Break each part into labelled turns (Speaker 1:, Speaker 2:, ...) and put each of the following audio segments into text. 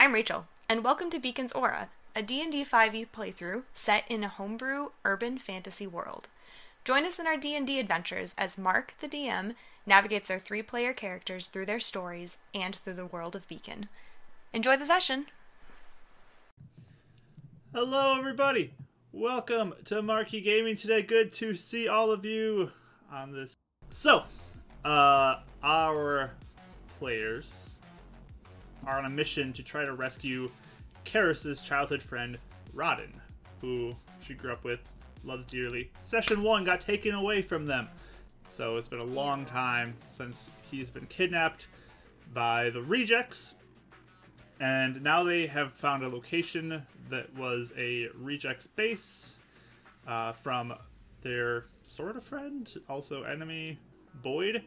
Speaker 1: I'm Rachel, and welcome to Beacon's Aura, a D&D 5e E playthrough set in a homebrew urban fantasy world. Join us in our D&D adventures as Mark, the DM, navigates our three-player characters through their stories and through the world of Beacon. Enjoy the session.
Speaker 2: Hello, everybody. Welcome to Marquee Gaming today. Good to see all of you on this. So, uh, our players are on a mission to try to rescue Karis's childhood friend, Rodden, who she grew up with, loves dearly. Session one got taken away from them. So, it's been a long time since he's been kidnapped by the rejects and now they have found a location that was a rejects base uh, from their sort of friend, also enemy, Boyd.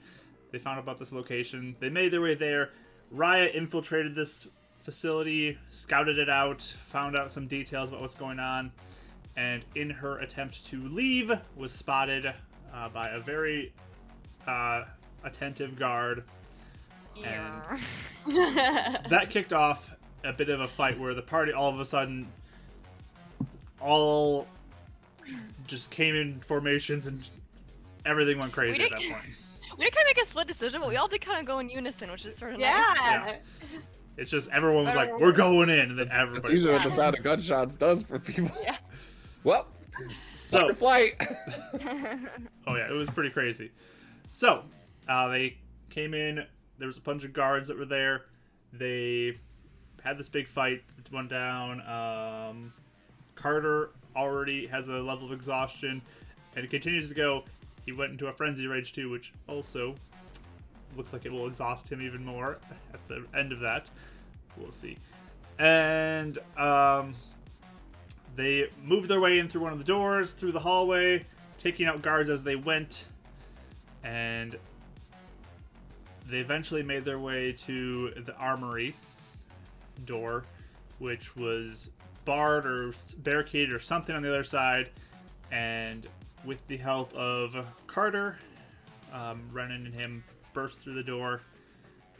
Speaker 2: They found about this location. They made their way there. Raya infiltrated this facility, scouted it out, found out some details about what's going on, and in her attempt to leave, was spotted uh, by a very uh, attentive guard and that kicked off a bit of a fight where the party all of a sudden all just came in formations and everything went crazy at that
Speaker 3: didn't-
Speaker 2: point.
Speaker 3: We did kind of make a split decision, but we all did kind of go in unison, which is sort of nice.
Speaker 1: Yeah.
Speaker 2: It's just everyone was
Speaker 3: I don't
Speaker 2: like,
Speaker 3: know.
Speaker 2: "We're going in," and then
Speaker 4: That's
Speaker 2: everybody.
Speaker 4: usually what the sound of gunshots does for people.
Speaker 3: Yeah.
Speaker 4: Well, time
Speaker 2: So,
Speaker 4: to flight.
Speaker 2: oh yeah, it was pretty crazy. So uh, they came in. There was a bunch of guards that were there. They had this big fight that went down. Um, Carter already has a level of exhaustion, and it continues to go. He went into a frenzy rage too, which also looks like it will exhaust him even more at the end of that. We'll see. And um, they moved their way in through one of the doors, through the hallway, taking out guards as they went, and they eventually made their way to the armory door, which was barred or s- barricaded or something on the other side. And with the help of Carter, um, Renan and him burst through the door,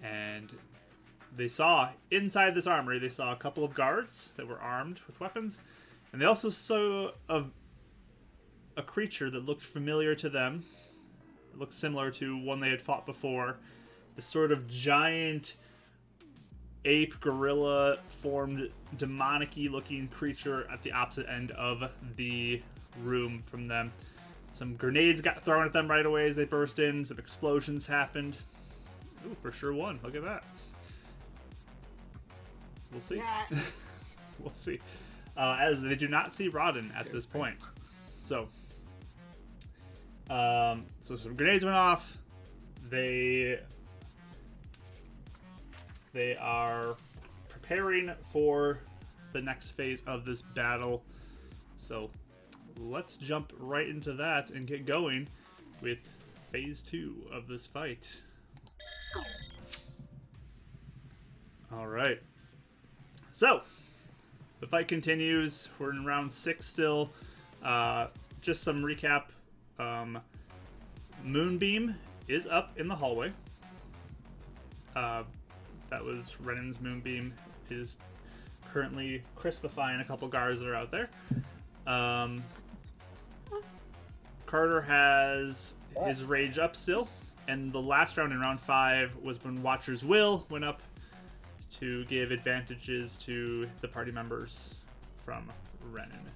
Speaker 2: and they saw inside this armory they saw a couple of guards that were armed with weapons, and they also saw a, a creature that looked familiar to them. It looked similar to one they had fought before. This sort of giant ape gorilla formed demonic looking creature at the opposite end of the room from them. Some grenades got thrown at them right away as they burst in, some explosions happened. Ooh, for sure one. Look at that. We'll see. we'll see. Uh, as they do not see Rodden at this point. So um, so some grenades went off. They they are preparing for the next phase of this battle. So let's jump right into that and get going with phase two of this fight. All right. So the fight continues. We're in round six still. Uh, just some recap. Um, Moonbeam is up in the hallway. Uh, that was Renan's Moonbeam. It is currently crispifying a couple guards that are out there. Um, Carter has his rage up still, and the last round in round five was when Watcher's Will went up to give advantages to the party members from Renan.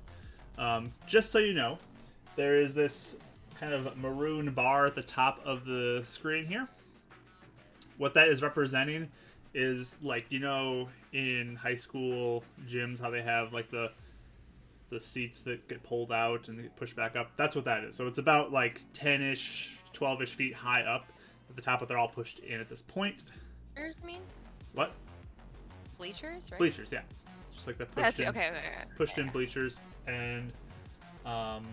Speaker 2: Um, just so you know, there is this kind of maroon bar at the top of the screen here. What that is representing is like you know in high school gyms how they have like the the seats that get pulled out and get pushed back up. That's what that is. So it's about like 10-ish, 12-ish feet high up at the top, but they're all pushed in at this point.
Speaker 3: Bleachers, you mean?
Speaker 2: What?
Speaker 3: Bleachers, right? Oh,
Speaker 2: Bleachers, yeah. Just like the pushed
Speaker 3: That's,
Speaker 2: in,
Speaker 3: okay, okay, okay.
Speaker 2: pushed in bleachers, and um,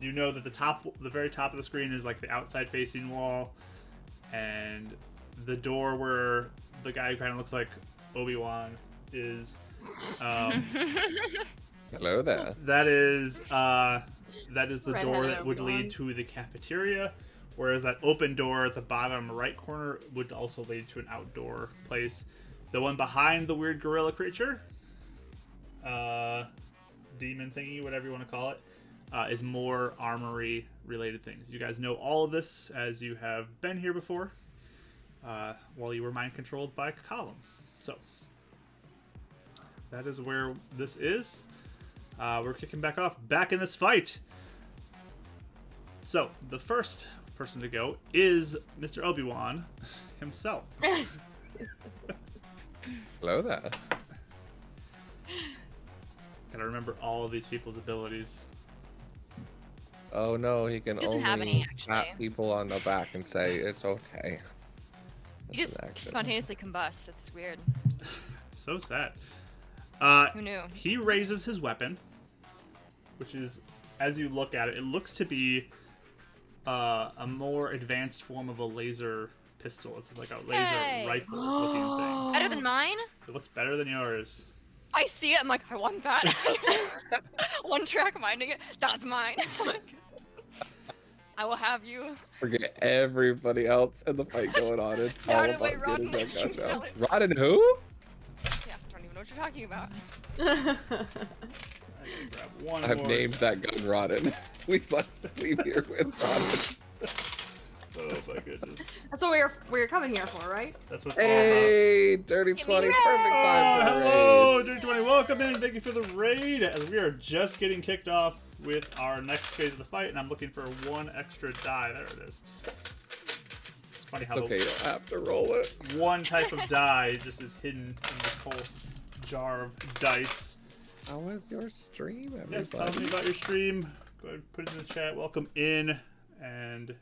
Speaker 2: you know that the top, the very top of the screen is like the outside facing wall, and the door where the guy who kind of looks like Obi Wan is. Um,
Speaker 4: Hello there.
Speaker 2: that is uh, that is the door
Speaker 1: Redheaded
Speaker 2: that would lead to the cafeteria, whereas that open door at the bottom right corner would also lead to an outdoor place. The one behind the weird gorilla creature, uh, demon thingy, whatever you want to call it, uh, is more armory related things. You guys know all of this as you have been here before, uh, while you were mind controlled by Column. So that is where this is. Uh, we're kicking back off, back in this fight. So the first person to go is Mr. Obi Wan himself.
Speaker 4: Hello there.
Speaker 2: Gotta remember all of these people's abilities.
Speaker 4: Oh no, he can
Speaker 3: doesn't
Speaker 4: only
Speaker 3: have any, actually.
Speaker 4: pat people on the back and say it's okay.
Speaker 3: You just
Speaker 4: That's an action.
Speaker 3: spontaneously combust. It's weird.
Speaker 2: So sad. Uh,
Speaker 3: Who knew?
Speaker 2: He raises his weapon, which is, as you look at it, it looks to be uh, a more advanced form of a laser pistol. It's like a laser
Speaker 3: Hey.
Speaker 2: rifle looking thing.
Speaker 3: Better than mine?
Speaker 2: It looks better than yours.
Speaker 3: Oh. I see it. I'm like, I want that. One track minding it. That's mine. Like, I will have you.
Speaker 4: Forget everybody else and the fight going on. It's
Speaker 3: Get
Speaker 4: all
Speaker 3: out of the way,
Speaker 4: about getting
Speaker 3: Rodden.
Speaker 4: that gun down. Rodden who?
Speaker 3: Yeah, I don't even know what you're talking about.
Speaker 2: I gotta grab one
Speaker 4: I've
Speaker 2: more.
Speaker 4: named that gun Rodden. We must leave here with
Speaker 3: Uh-huh.
Speaker 4: Rodden.
Speaker 2: Oh my goodness.
Speaker 1: That's what we were we were coming here for, right?
Speaker 2: That's what's
Speaker 4: Hey, dirty
Speaker 3: Give me
Speaker 4: twenty,
Speaker 3: the
Speaker 4: perfect
Speaker 2: all
Speaker 4: time
Speaker 2: about. Oh,
Speaker 4: for the raid.
Speaker 2: hello, Dirty 20. Welcome in. Thank you for the raid. As we are just getting kicked off with our next phase of the fight, and I'm looking for one extra die. There it is. It's funny how
Speaker 4: It's
Speaker 2: the
Speaker 4: okay, you don't have to roll it.
Speaker 2: one type of die just is hidden in this whole jar of dice.
Speaker 4: How was your stream,
Speaker 2: Yes, tell me
Speaker 4: everybody?
Speaker 2: about your stream. Go ahead and put it in the chat. Welcome in. And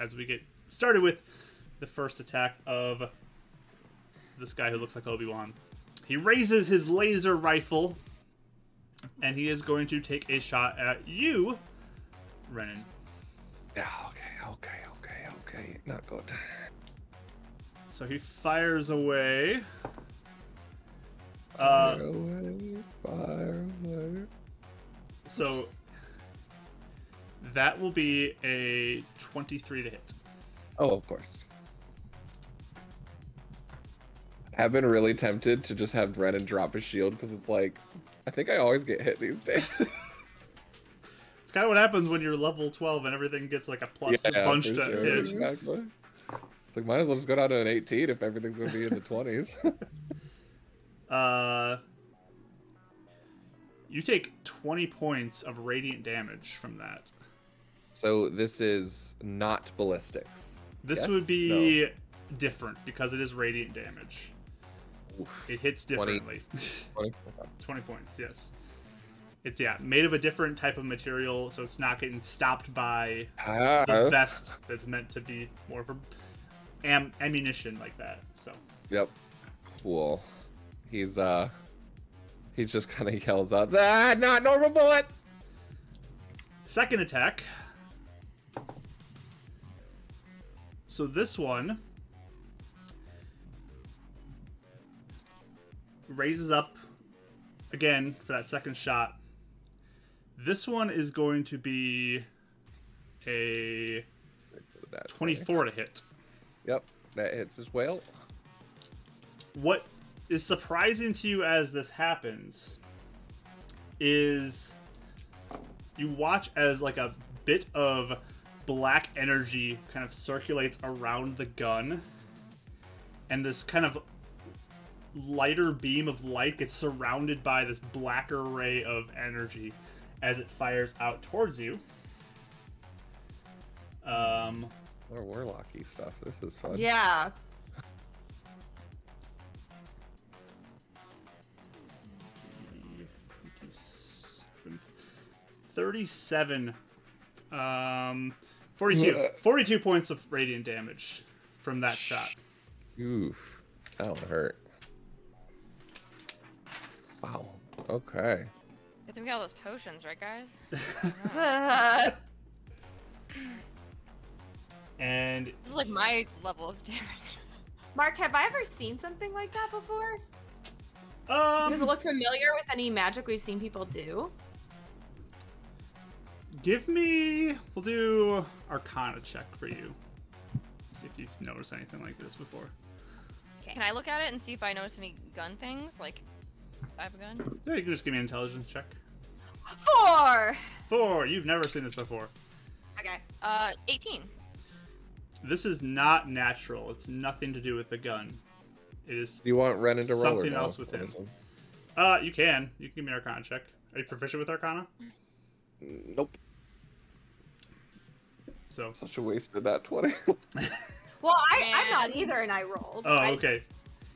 Speaker 2: as we get started with the first attack of this guy who looks like Obi Wan, he raises his laser rifle and he is going to take a shot at you, Renan.
Speaker 4: Yeah, okay, okay, okay, okay. Not good.
Speaker 2: So he fires away. Uh,
Speaker 4: Fire away, fire away.
Speaker 2: So that will be a 23 to hit.
Speaker 4: Oh, of course. I've been really tempted to just have Brennan drop his shield because it's like, I think I always get hit these days.
Speaker 2: It's kind of what happens when you're level 12 and everything gets like a plus a bunch
Speaker 4: for
Speaker 2: to
Speaker 4: sure,
Speaker 2: hit.
Speaker 4: Exactly. It's like, might as well just go down to an 18 if everything's going to be in the 20s.
Speaker 2: Uh, you take 20 points of radiant damage from that.
Speaker 4: so this is not ballistics.
Speaker 2: This
Speaker 4: Yes?
Speaker 2: would be different because it is radiant damage. It hits
Speaker 4: 20.
Speaker 2: differently.
Speaker 4: 20?
Speaker 2: 20 points, yes. It's, yeah, made of a different type of material, so it's not getting stopped by
Speaker 4: Ah,
Speaker 2: the vest that's meant to be more of a am- ammunition like that. So
Speaker 4: Yep. Cool. He's uh he just kind of yells out, "Ah, not normal bullets."
Speaker 2: second attack. So this one raises up again for that second shot. This one is going to be a
Speaker 4: That
Speaker 2: 24 to hit.
Speaker 4: Yep. That hits as well.
Speaker 2: what is surprising to you as this happens is you watch as like a bit of black energy kind of circulates around the gun and this kind of lighter beam of light gets surrounded by this blacker ray of energy as it fires out towards you um
Speaker 4: More warlocky stuff. This is fun.
Speaker 1: Yeah.
Speaker 2: Seven- 37 um 42 42 points of radiant damage from that shot
Speaker 4: Oof. That'll hurt. Wow. Okay.
Speaker 3: I think we got all those potions, right, guys?
Speaker 2: and
Speaker 3: This is like my level of damage.
Speaker 1: Mark, have I ever seen something like that before? Does it
Speaker 2: um
Speaker 1: look familiar with any magic we've seen people do?
Speaker 2: give me we'll do arcana check for you see if you've noticed anything like this before
Speaker 5: Okay.
Speaker 3: Can I look at it and see if I notice any gun things? Like, I have a gun.
Speaker 2: Yeah, you can just give me an intelligence check.
Speaker 3: Four.
Speaker 2: Four. You've never seen this before.
Speaker 5: Okay.
Speaker 3: Uh, eighteen.
Speaker 2: This is not natural. It's nothing to do with the gun. It is.
Speaker 4: Do you want Renan to roll or
Speaker 2: Something
Speaker 4: no?
Speaker 2: else with
Speaker 4: on
Speaker 2: him.
Speaker 4: this one?
Speaker 2: Uh, you can. You can give me an Arcana check. Are you proficient with Arcana?
Speaker 4: Nope.
Speaker 2: So.
Speaker 4: Such a waste of that 20.
Speaker 5: Well, I, I'm not
Speaker 3: And-
Speaker 5: either, and I rolled.
Speaker 2: Oh,
Speaker 5: I-
Speaker 2: okay.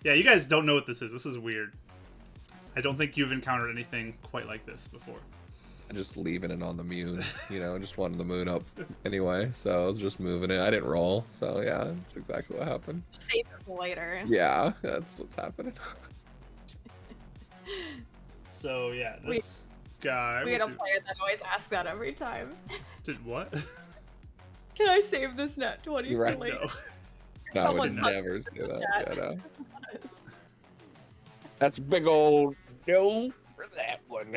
Speaker 2: Yeah, you guys don't know what this is. This is weird. I don't think you've encountered anything quite like this before.
Speaker 4: I'm just leaving it on the moon. You know, I just wanted the moon up anyway. So I was just moving it. I didn't roll. So yeah, that's exactly what happened.
Speaker 5: Save it for later.
Speaker 4: Yeah, that's what's happening.
Speaker 2: So yeah, this
Speaker 5: We-
Speaker 2: guy
Speaker 5: We had
Speaker 2: will
Speaker 5: a
Speaker 2: do-
Speaker 5: player that always asked that every time.
Speaker 2: did what?
Speaker 5: Can I save this net 20
Speaker 4: You're
Speaker 5: for
Speaker 4: right.
Speaker 5: later?
Speaker 2: no.
Speaker 4: No, I would
Speaker 5: Someone's not-
Speaker 4: never say that.
Speaker 5: Yeah.
Speaker 4: Yeah, no. That's big old no for that one.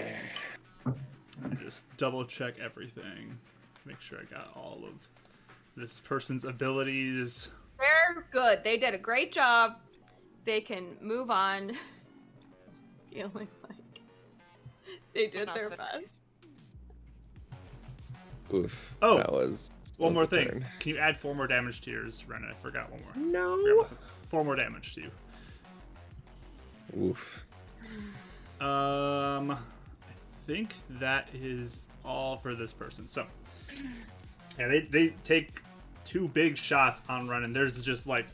Speaker 2: I just double check everything. Make sure I got all of this person's abilities.
Speaker 5: They're good. They did a great job. They can move on. Feeling like they did
Speaker 3: Not
Speaker 5: their
Speaker 3: so-
Speaker 5: best.
Speaker 4: Oof.
Speaker 2: Oh,
Speaker 4: that was
Speaker 2: One
Speaker 4: that was
Speaker 2: more
Speaker 4: a
Speaker 2: thing.
Speaker 4: turn.
Speaker 2: Can you add four more damage to yours, Ren? I forgot one more. I forgot
Speaker 4: No.
Speaker 2: about something. Four more damage to you.
Speaker 4: Oof.
Speaker 2: Um, I think that is all for this person. So, yeah, they they take two big shots on Ren, and there's just like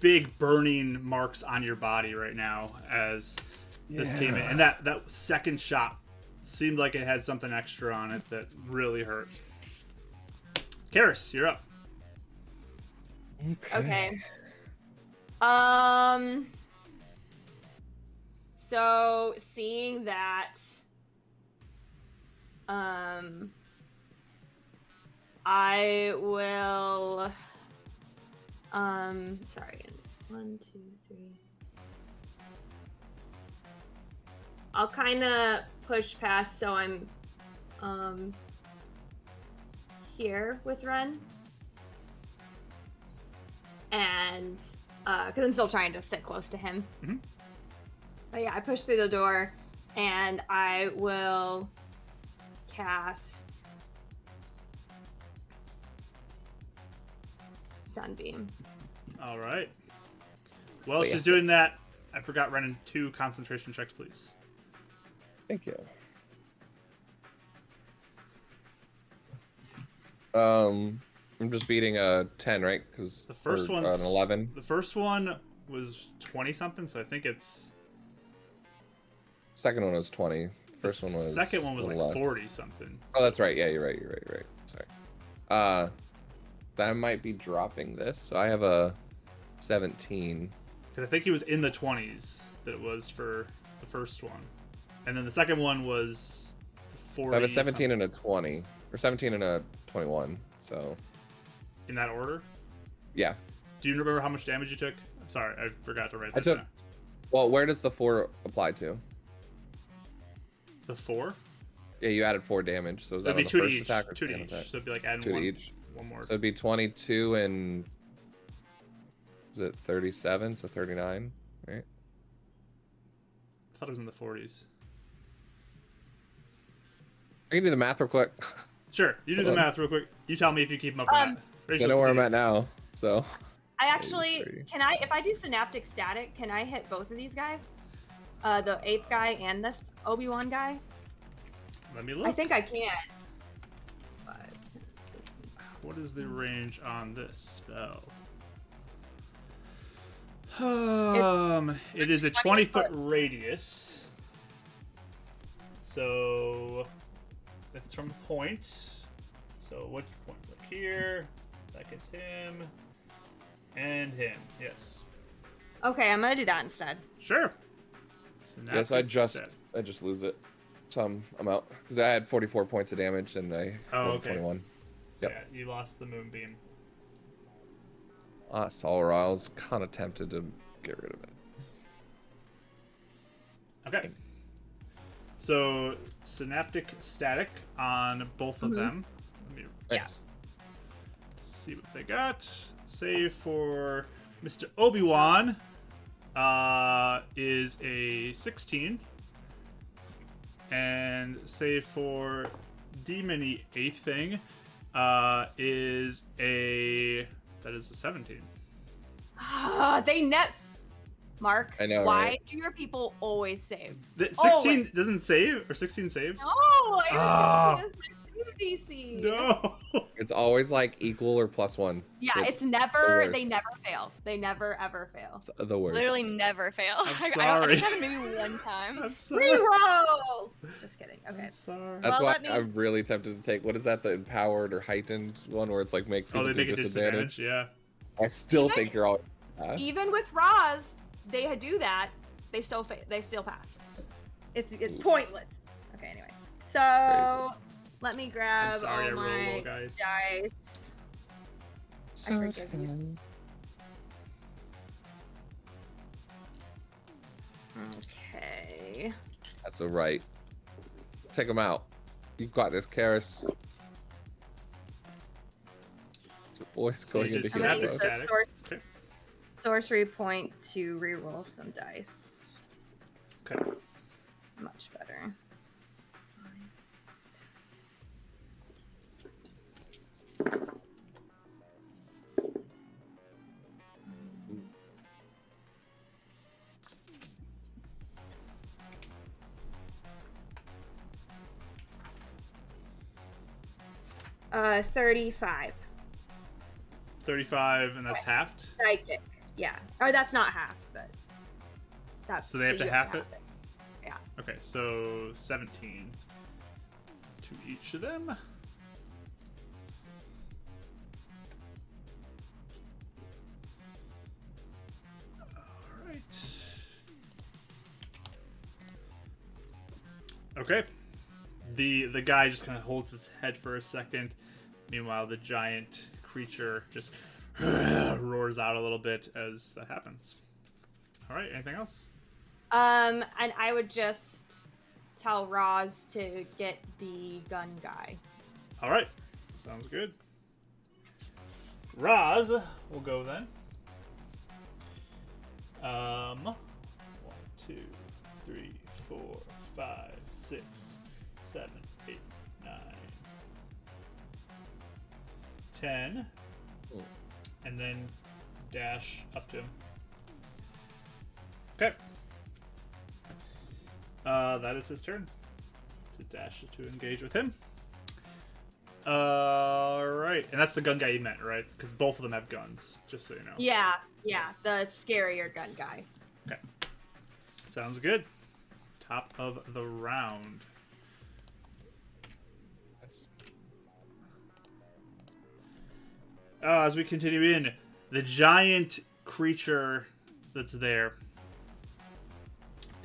Speaker 2: big burning marks on your body right now as this came in, and that that second shot seemed like it had something extra on it that really hurt. Karis, you're up.
Speaker 5: Okay. Um. So seeing that, um, I will. Um. Sorry. it's One, two, three. I'll kind of push past so I'm, um, here with Ren and because Uh, I'm still trying to sit close to him.
Speaker 4: Mm-hmm.
Speaker 2: Mhm.
Speaker 5: But yeah, I push through the door, and I will cast sunbeam.
Speaker 2: All right. Well,
Speaker 4: Oh,
Speaker 2: she's
Speaker 4: yes.
Speaker 2: doing that. I forgot running two concentration checks, please.
Speaker 4: Thank you. Um, I'm just beating a ten, right? Because
Speaker 2: The first
Speaker 4: one
Speaker 2: one,
Speaker 4: uh, an eleven.
Speaker 2: The first one was twenty something, so I think it's.
Speaker 4: Second one was twenty.
Speaker 2: the
Speaker 4: First one was
Speaker 2: Second one was
Speaker 4: a
Speaker 2: like
Speaker 4: little less.
Speaker 2: forty something.
Speaker 4: Oh, that's right. Yeah, you're right. You're right. You're right. Sorry. Uh, that might be dropping this. So I have a seventeen.
Speaker 2: Because I think he was in the twenties that it was for the first one, and then the second one was forty.
Speaker 4: I have a seventeen and a twenty, or seventeen and a twenty-one. So
Speaker 2: something, in that order.
Speaker 4: yeah.
Speaker 2: Do you remember how much damage you took? I'm sorry, I forgot to write
Speaker 4: I
Speaker 2: that
Speaker 4: took-
Speaker 2: down.
Speaker 4: Well, where does the four apply to?
Speaker 2: The four.
Speaker 4: Yeah, you added four damage. So is
Speaker 2: So
Speaker 4: that
Speaker 2: it'd be two
Speaker 4: on the
Speaker 2: to
Speaker 4: first
Speaker 2: each.
Speaker 4: attack or
Speaker 2: Two to
Speaker 4: second
Speaker 2: each.
Speaker 4: attack?
Speaker 2: So it'd be like adding
Speaker 4: Two to
Speaker 2: one,
Speaker 4: each.
Speaker 2: one more.
Speaker 4: So it'd be 22 and is it 37? So 39, right?
Speaker 2: I thought it was in the forties.
Speaker 4: I can do the math real quick. 'cause
Speaker 2: Sure, you do the
Speaker 4: Hold on.
Speaker 2: math real quick. You tell me if you keep them up. or
Speaker 5: Um,
Speaker 2: not. Raise
Speaker 4: I
Speaker 2: your
Speaker 4: know where I'm at
Speaker 2: hand.
Speaker 4: now. So
Speaker 5: I actually
Speaker 4: three.
Speaker 5: can I if I do synaptic static, can I hit both of these guys? Uh, the ape guy and this Obi Wan guy.
Speaker 2: Let me
Speaker 5: I
Speaker 2: look.
Speaker 5: think I can. But
Speaker 2: What is the range on this spell? Um, it is a 20 foot radius. So that's from a point. So what's your point? Like here. That gets him. And him. Yes.
Speaker 5: okay, I'm gonna do that instead.
Speaker 2: Sure.
Speaker 4: yes, I
Speaker 2: Synaptic
Speaker 4: just
Speaker 2: set.
Speaker 4: I just lose it. So I'm, I'm out because I had 44 points of damage and I
Speaker 2: Oh,
Speaker 4: rolled a
Speaker 2: okay.
Speaker 4: 21. yep.
Speaker 2: Yeah, you lost the moonbeam.
Speaker 4: Ah, Sol I was kind of tempted to get rid of it.
Speaker 2: Okay. So synaptic static on both of them. Let me
Speaker 4: Thanks.
Speaker 2: see what they got. Save for Mr. Obi Wan. uh, is a 16. And save for Demony Ape Thing uh, is a. That is a 17.
Speaker 5: Ah, they net. Mark,
Speaker 4: I know,
Speaker 5: why
Speaker 4: right?
Speaker 5: do your people always save?
Speaker 2: Th-
Speaker 5: Oh,
Speaker 2: 16 doesn't save? Or 16 saves?
Speaker 5: No, I
Speaker 2: Ah.
Speaker 5: have 16 as my save DC.
Speaker 2: No.
Speaker 4: It's always like equal or plus one.
Speaker 5: Yeah,
Speaker 4: It-
Speaker 5: it's never.
Speaker 4: worst.
Speaker 5: they never fail. They never ever fail.
Speaker 4: It's the worst.
Speaker 3: Literally never fail.
Speaker 2: I'm
Speaker 3: I, I, don't, I
Speaker 2: sorry.
Speaker 3: think it happened maybe one time.
Speaker 2: I'm sorry.
Speaker 5: Reroll. Just kidding. Okay.
Speaker 2: I'm sorry.
Speaker 4: That's
Speaker 5: Well,
Speaker 4: why
Speaker 5: let me-
Speaker 4: I'm really tempted to take what is that the empowered or heightened one where it's like makes
Speaker 2: Oh,
Speaker 4: people
Speaker 2: they
Speaker 4: do
Speaker 2: make a
Speaker 4: disadvantage.
Speaker 2: disadvantage? Yeah.
Speaker 4: I still
Speaker 5: Even-
Speaker 4: think you're all. Uh,
Speaker 5: Even with Roz, they had do that. They still fa- they still pass. It's it's pointless. Okay. Anyway, so let me
Speaker 2: I'm
Speaker 5: grab
Speaker 2: sorry, I
Speaker 5: all
Speaker 2: rolled all
Speaker 5: my
Speaker 2: guys.
Speaker 5: dice. I forgive you. Okay.
Speaker 4: That's all right. Take them out. You got this, Karis. It's always
Speaker 2: So you
Speaker 4: going
Speaker 2: did
Speaker 4: into
Speaker 5: I'm gonna
Speaker 2: Synaptic
Speaker 5: use
Speaker 4: heroes.
Speaker 5: the
Speaker 2: static.
Speaker 5: sor-
Speaker 2: Okay.
Speaker 5: sorcery point to reroll some dice.
Speaker 2: Okay.
Speaker 5: Much better. Uh, 35.
Speaker 2: 35, and that's halved?
Speaker 5: Psychic. Yeah. Or that's not half, but that's.
Speaker 2: So they have to
Speaker 5: you
Speaker 2: half it? Okay, so 17 to each of them. Alright. Okay. The the guy just kind of holds his head for a second. Meanwhile, the giant creature just roars out a little bit as that happens. All right, anything else?
Speaker 5: Um, and I would just tell Roz to get the gun guy.
Speaker 2: All right, sounds good. Raz, we'll go then. Um, one, two, three, four, five, six, seven, eight, nine, ten,
Speaker 4: Cool.
Speaker 2: and then dash up to him. Okay. Uh, that is his turn to dash to engage with him. All right, and that's the gun guy you meant, right? Because both of them have guns. Just so you know.
Speaker 5: Yeah, yeah, the scarier gun guy.
Speaker 2: Okay. Sounds good. Top of the round. Uh, as we continue in, the giant creature that's there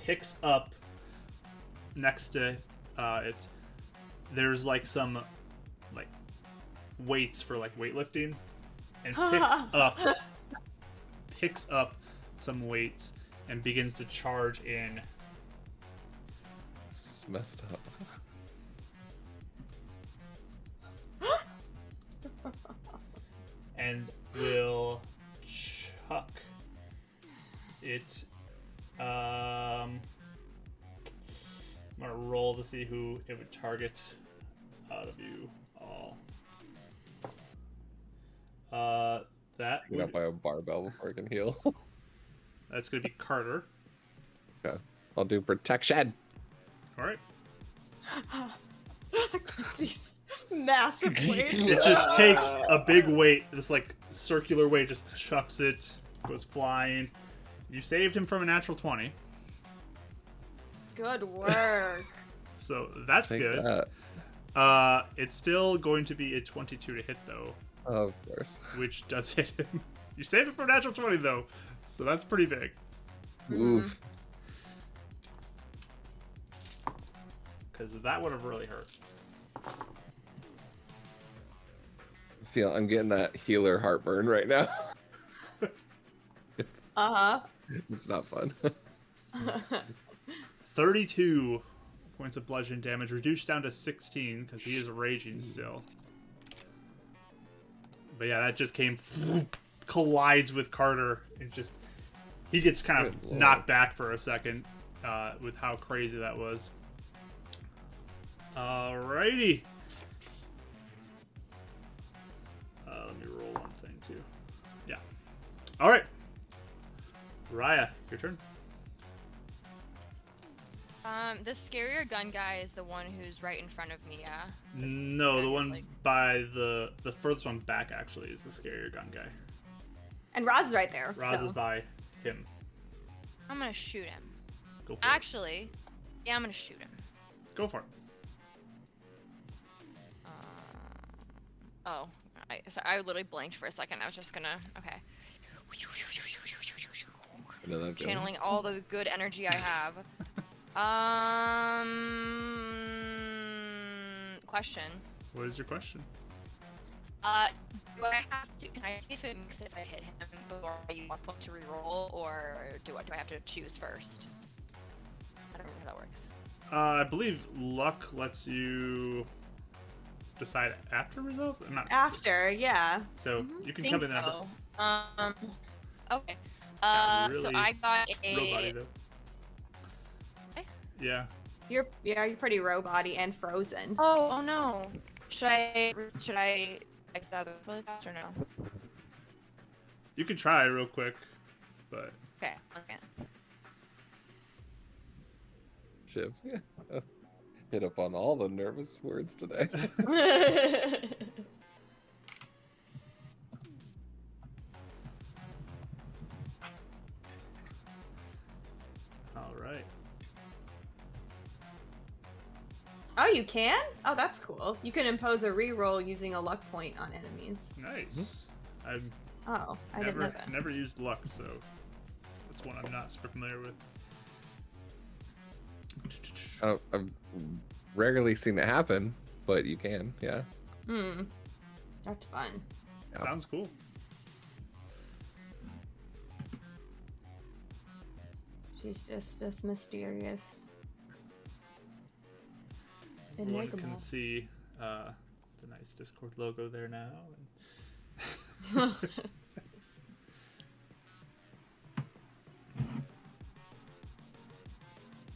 Speaker 2: picks up next to uh, it. There's like some like weights for like weightlifting, and picks up picks up some weights and begins to charge in.
Speaker 4: It's messed up.
Speaker 2: and will chuck it. Um, I'm gonna roll to see who it would target out of you all. Uh, that
Speaker 4: You got
Speaker 2: would,
Speaker 4: by a barbell before I can heal.
Speaker 2: that's gonna be Carter.
Speaker 4: okay. I'll do protection.
Speaker 2: All right,
Speaker 5: These massive blades.
Speaker 2: it just takes a big weight, this like circular weight, just chucks it, goes flying. You saved him from a natural twenty,
Speaker 5: Good work.
Speaker 2: so that's
Speaker 4: Take
Speaker 2: good.
Speaker 4: that.
Speaker 2: Uh, it's still going to be a 22 to hit though,
Speaker 4: Of course.
Speaker 2: which does hit him. You saved it from natural 20 though, so that's pretty big.
Speaker 4: Oof.
Speaker 2: Because that would have really hurt.
Speaker 4: Feel I'm getting that healer heartburn right now.
Speaker 5: Uh
Speaker 4: it's not fun.
Speaker 2: 32 points of bludgeon damage, reduced down to 16 because he is raging still. But yeah, that just came collides with Carter and just He gets kind of
Speaker 4: Good lord.
Speaker 2: knocked back for a second uh, with how crazy that was. Alrighty. Uh, let me roll one thing too. Yeah. All right. Raya, your turn.
Speaker 3: Um, the scarier gun guy is the one who's right in front of me. Yeah. This
Speaker 2: No,
Speaker 3: guy
Speaker 2: the
Speaker 3: is,
Speaker 2: one
Speaker 3: like-
Speaker 2: by the the furthest one back actually is the scarier gun guy.
Speaker 5: And Roz is right there.
Speaker 2: Raz
Speaker 5: so.
Speaker 2: is by him.
Speaker 3: I'm gonna shoot him.
Speaker 2: Go for
Speaker 3: Actually, yeah, I'm gonna shoot him.
Speaker 2: it. Go for it.
Speaker 3: Uh, oh, I sorry, I literally blanked for a second. I was just gonna okay.
Speaker 4: Another good one.
Speaker 3: Channeling all the good energy I have. Um, question.
Speaker 2: What is your question?
Speaker 3: Uh, do I have to? Can I see if it makes it if I hit him before you want point to reroll, or do I do I have to choose first? I don't remember how that works.
Speaker 2: Uh, I believe luck lets you decide after resolve. I'm not
Speaker 5: After, yeah.
Speaker 2: so you can
Speaker 3: mm-hmm. Think
Speaker 2: come in after.
Speaker 3: so. Um, okay.
Speaker 2: Yeah,
Speaker 3: Uh,
Speaker 2: really
Speaker 3: so I got a.
Speaker 2: Robot though.
Speaker 3: Okay.
Speaker 2: Yeah.
Speaker 5: You're yeah, you're pretty robot-y and frozen.
Speaker 3: Oh, oh no. Should I should I fix that really fast or no?
Speaker 2: You can try real quick, but
Speaker 3: Okay, okay.
Speaker 4: Shiv. Yeah. Hit up on all the nervous words today.
Speaker 2: all right.
Speaker 5: oh, you can? Oh, that's cool. You can impose a reroll using a luck point on enemies.
Speaker 2: Nice. I've
Speaker 5: Oh, I didn't know
Speaker 2: never
Speaker 5: that.
Speaker 2: never used luck, so that's one I'm not super familiar with.
Speaker 4: I don't, I've rarely seen it happen, but you can. Yeah.
Speaker 5: Hmm. That's fun.
Speaker 2: Sounds cool.
Speaker 5: She's just this mysterious.
Speaker 2: Everyone
Speaker 5: Enigma.
Speaker 2: can see uh, the nice Discord logo there now. and-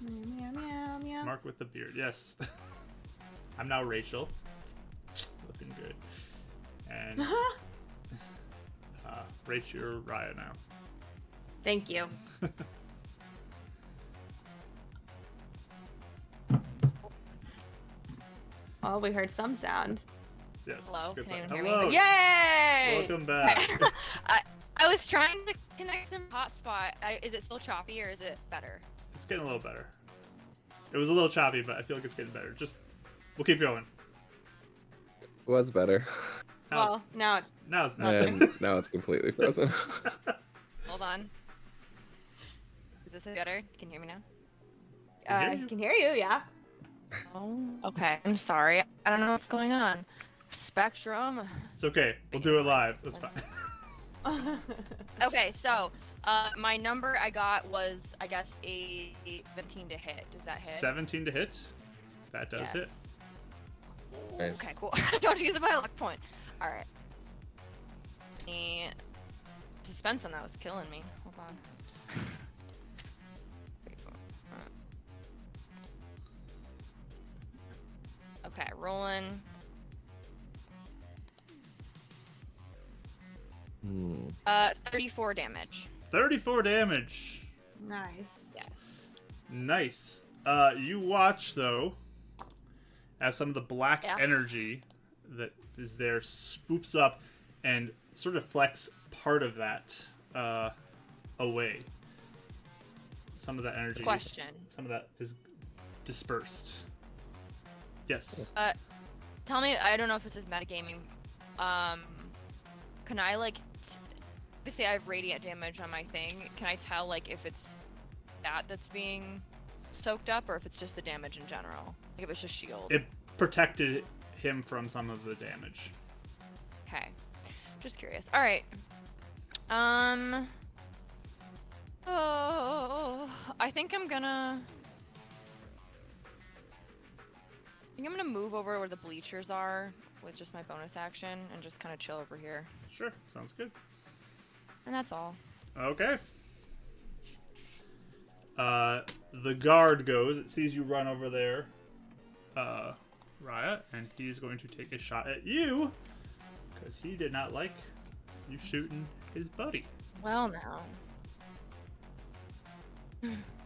Speaker 5: Meow, meow, meow, meow.
Speaker 2: Mark with the beard. Yes. I'm now Rachel. Looking good. And uh, Rachel or Raya now.
Speaker 5: Thank you. oh, we heard some sound.
Speaker 2: Yes. it's
Speaker 3: Hello,
Speaker 2: a good
Speaker 3: can
Speaker 2: time.
Speaker 3: anyone
Speaker 2: Hello.
Speaker 3: hear me?
Speaker 5: Yay!
Speaker 2: Oh. Welcome back.
Speaker 3: I I was trying to connect some hotspot. I, is it still choppy or is it better?
Speaker 2: it's getting a little better. It was a little choppy, but I feel like it's getting better. Just we'll keep going.
Speaker 4: Was better.
Speaker 2: Now,
Speaker 5: Well, now it's
Speaker 2: now it's not.
Speaker 4: And now it's completely frozen.
Speaker 3: Hold on. Is this better? Can you hear me now?
Speaker 5: uh,
Speaker 2: Can hear
Speaker 5: I
Speaker 2: you.
Speaker 5: can hear you. Yeah.
Speaker 3: Oh, okay. I'm sorry. I don't know what's going on. Spectrum.
Speaker 2: it's okay. We'll do it live. That's fine.
Speaker 3: Okay, so uh, my number I got was I guess a 15 to hit. Does that hit?
Speaker 2: 17 to hit. That does hit.
Speaker 3: Yes.
Speaker 4: Nice.
Speaker 3: Okay, cool. Don't use a my luck point. All right. The suspense on that was killing me. Hold on. Okay, rolling.
Speaker 4: Hmm.
Speaker 3: Uh, 34 damage.
Speaker 2: 34 damage.
Speaker 5: Nice.
Speaker 3: Yes.
Speaker 2: Nice. Uh, you watch though, as some of the black
Speaker 3: Yeah.
Speaker 2: energy that is there spoops up and sort of flecks part of that uh, away. Some of that energy,
Speaker 3: Question.
Speaker 2: some of that is dispersed. Yes.
Speaker 3: Uh, tell me. I don't know if this is metagaming. Um, can I like? T- obviously, I have radiant damage on my thing. Can I tell like if it's that that's being soaked up, or if it's just the damage in general? Like if it's just shield.
Speaker 2: It protected him from some of the damage.
Speaker 3: Okay. Just curious. All right. Um. Oh, I think I'm gonna. I think I'm gonna move over where the bleachers are with just my bonus action and just kind of chill over here.
Speaker 2: Sure, sounds good.
Speaker 3: And that's all.
Speaker 2: Okay. Uh, the guard goes. It sees you run over there, uh, Raya, and he's going to take a shot at you because he did not like you shooting his buddy.
Speaker 3: Well, now.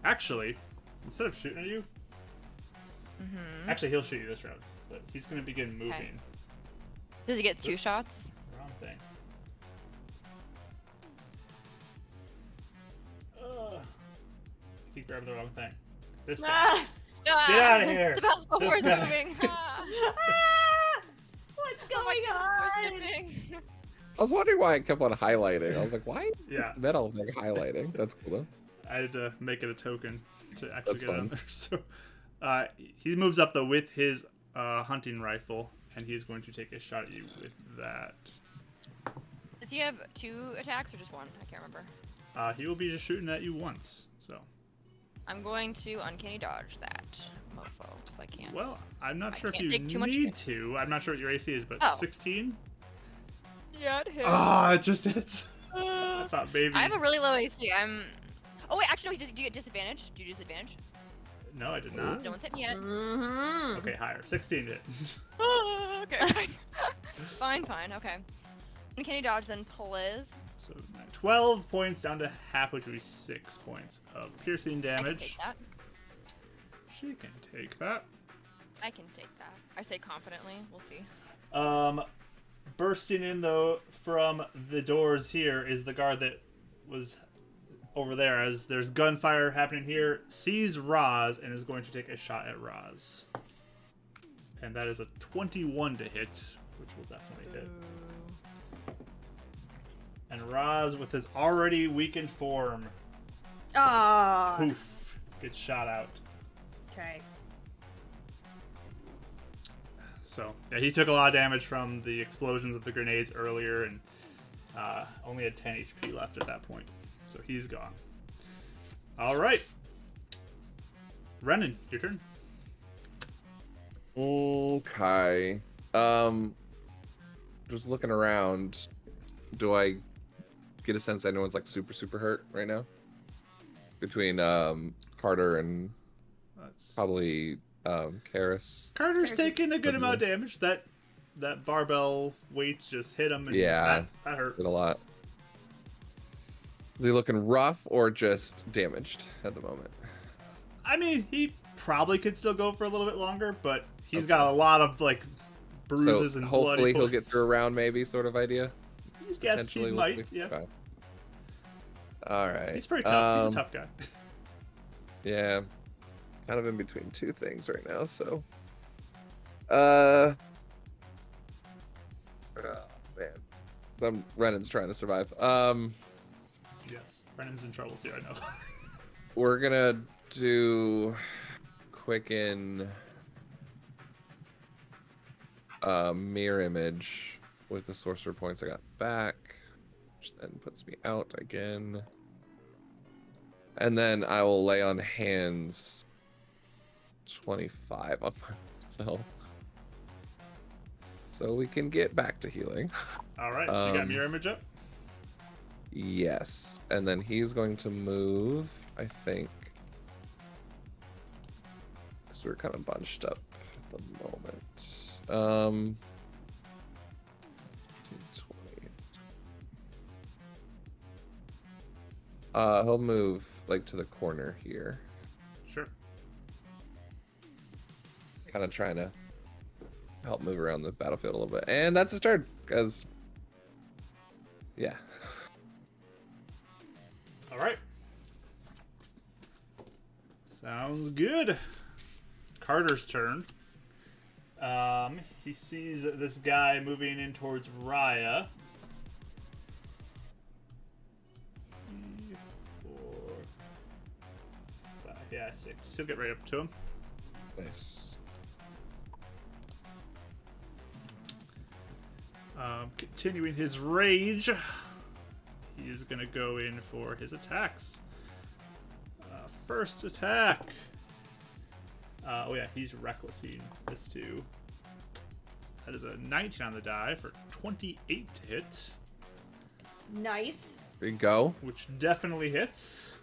Speaker 2: Actually, instead of shooting at you,
Speaker 3: hmm
Speaker 2: actually he'll shoot you this round, but he's going to begin moving.
Speaker 3: Does he get two shots?
Speaker 2: Wrong thing. Ugh. He grabbed the wrong thing. This guy.
Speaker 5: Ah,
Speaker 3: Get
Speaker 2: outta here.
Speaker 3: The basketball
Speaker 2: This
Speaker 3: board's
Speaker 2: guy.
Speaker 3: moving. Ah,
Speaker 5: ah, what's going
Speaker 3: it's
Speaker 5: on?
Speaker 3: moving.
Speaker 4: I was wondering why it kept on highlighting. I was like, why is
Speaker 2: Yeah.
Speaker 4: the metal thing highlighting? That's cool
Speaker 2: I had to make it a token to actually
Speaker 4: That's
Speaker 2: get it on
Speaker 4: fine.
Speaker 2: there. So uh, he moves up though with his uh, hunting rifle, and he's going to take a shot at you with that.
Speaker 3: Does he have two attacks or just one? I can't remember.
Speaker 2: Uh, he will be just shooting at you once. So
Speaker 3: I'm going to uncanny dodge that mofo because I can't.
Speaker 2: well, I'm not
Speaker 3: I
Speaker 2: sure if
Speaker 3: can't
Speaker 2: you
Speaker 3: take too much
Speaker 2: need
Speaker 3: damage.
Speaker 2: to. I'm not sure what your AC is, but
Speaker 3: Oh.
Speaker 2: 16.
Speaker 3: yeah, it hits.
Speaker 2: Ah, it just hits. I thought maybe.
Speaker 3: I have a really low AC. I'm. Oh wait, actually, no. he does- Do you get disadvantage? Do you disadvantage?
Speaker 2: No, I did not.
Speaker 3: No one's hit me yet.
Speaker 5: Mm-hmm.
Speaker 2: Okay, higher. 16 did. Mm.
Speaker 3: okay. fine. fine, fine. Okay. Uncanny dodge then, please.
Speaker 2: So 12 points down to half, which would be 6 points of piercing
Speaker 3: I can
Speaker 2: damage.
Speaker 3: take that.
Speaker 2: She can take that.
Speaker 3: I can take that. I say confidently. We'll see.
Speaker 2: Um, bursting in, though, from the doors here is the guard that was over there as there's gunfire happening here. Sees Roz and is going to take a shot at Roz. And that is a 21 to hit, which will definitely hit. And Roz, with his already weakened form,
Speaker 5: Ah.
Speaker 2: poof, gets shot out.
Speaker 5: Okay.
Speaker 2: So yeah, he took a lot of damage from the explosions of the grenades earlier, and uh, only had 10 HP left at that point. So he's gone. All right, Renan, your turn.
Speaker 4: though. Okay. Um, just looking around, do I get a sense that anyone's like super super hurt right now? Between um Carter and
Speaker 2: That's...
Speaker 4: probably um Karis.
Speaker 2: Carter's
Speaker 5: Curtis.
Speaker 2: taking a good amount of damage. That that barbell weight just hit him, and
Speaker 4: Yeah.
Speaker 2: that, that hurt.
Speaker 4: Did a lot. Is he looking rough or just damaged at the moment?
Speaker 2: I mean, he probably could still go for a little bit longer, but he's got a lot of like bruises
Speaker 4: so
Speaker 2: and
Speaker 4: hopefully
Speaker 2: bloody
Speaker 4: he'll get
Speaker 2: points.
Speaker 4: through a round, maybe sort of idea.
Speaker 2: Yes, he
Speaker 4: Potentially, we'll
Speaker 2: might.
Speaker 4: see.
Speaker 2: Yeah,
Speaker 4: Okay. All right.
Speaker 2: he's pretty tough.
Speaker 4: Um,
Speaker 2: he's a tough guy.
Speaker 4: Yeah. Kind of in between two things right now, so. Uh. Oh, man. I'm, Renan's trying to survive. Um,
Speaker 2: Yes, Renan's in trouble too. I know.
Speaker 4: we're gonna do quicken uh, mirror image with the sorcerer points I got back, which then puts me out again. And then I will lay on hands 25 on myself. So we can get back to healing.
Speaker 2: All right, so you got
Speaker 4: Um,
Speaker 2: mirror image up.
Speaker 4: Yes. And then he's going to move, I think. Because we're kind of bunched up at the moment. Um. 20. Uh, he'll move like to the corner here,
Speaker 2: Sure.
Speaker 4: kind of trying to help move around the battlefield a little bit. And that's his turn, because yeah,
Speaker 2: All right. Sounds good. Carter's turn. Um, he sees this guy moving in towards Raya. Three, four, five, yeah, six. He'll get right up to him.
Speaker 4: nice.
Speaker 2: Um, continuing his rage, he is going to go in for his attacks. Uh, first attack. Uh, oh, yeah, he's recklessing this too. That is a 19 on the die for 28 to hit,
Speaker 5: Nice.
Speaker 4: There you go.
Speaker 2: which definitely hits.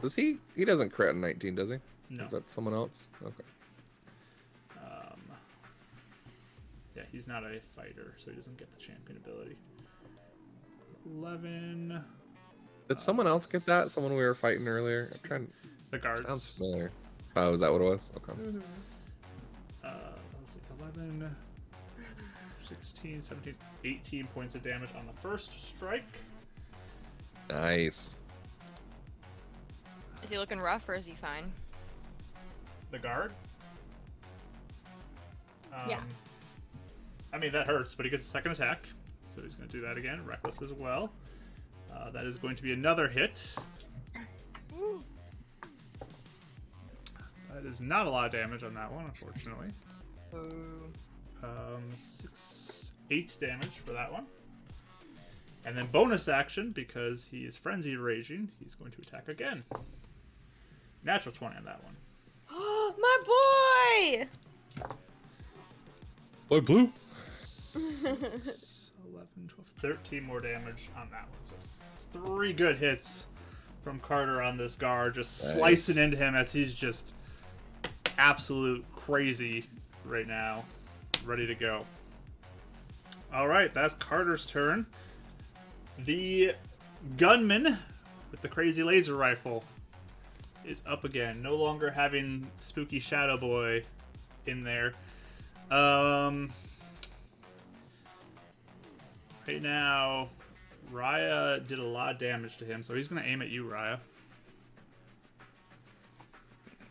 Speaker 4: Does he? He doesn't crit on 19, does he?
Speaker 2: No.
Speaker 4: Is that someone else? Okay.
Speaker 2: Um, yeah, he's not a fighter, so he doesn't get the champion ability. 11.
Speaker 4: Did someone else get that? Someone we were fighting earlier? I'm trying.
Speaker 2: The guards.
Speaker 4: Sounds familiar. Oh, is that what it was? Okay.
Speaker 2: uh, let's see, 11, 16, 17, 18 points of damage on the first strike.
Speaker 4: Nice.
Speaker 3: Is he looking rough or is he fine?
Speaker 2: The guard. Um,
Speaker 5: Yeah.
Speaker 2: I mean, that hurts, but he gets a second attack. So he's going to do that again. Reckless as well. Uh, that is going to be another hit. That is not a lot of damage on that one, unfortunately. Um, six, eight damage for that one. And then bonus action, because he is frenzied raging, he's going to attack again. Natural 20 on that one.
Speaker 5: My boy!
Speaker 4: Boy, blue.
Speaker 2: 11, 12, 13 more damage on that one. So three good hits from Carter on this guard, just
Speaker 4: Nice.
Speaker 2: slicing into him as he's just absolute crazy right now, ready to go. All right, that's Carter's turn. The gunman with the crazy laser rifle is up again, no longer having spooky Shadow Boy in there. Um, Right now, Raya did a lot of damage to him, so he's gonna aim at you, Raya.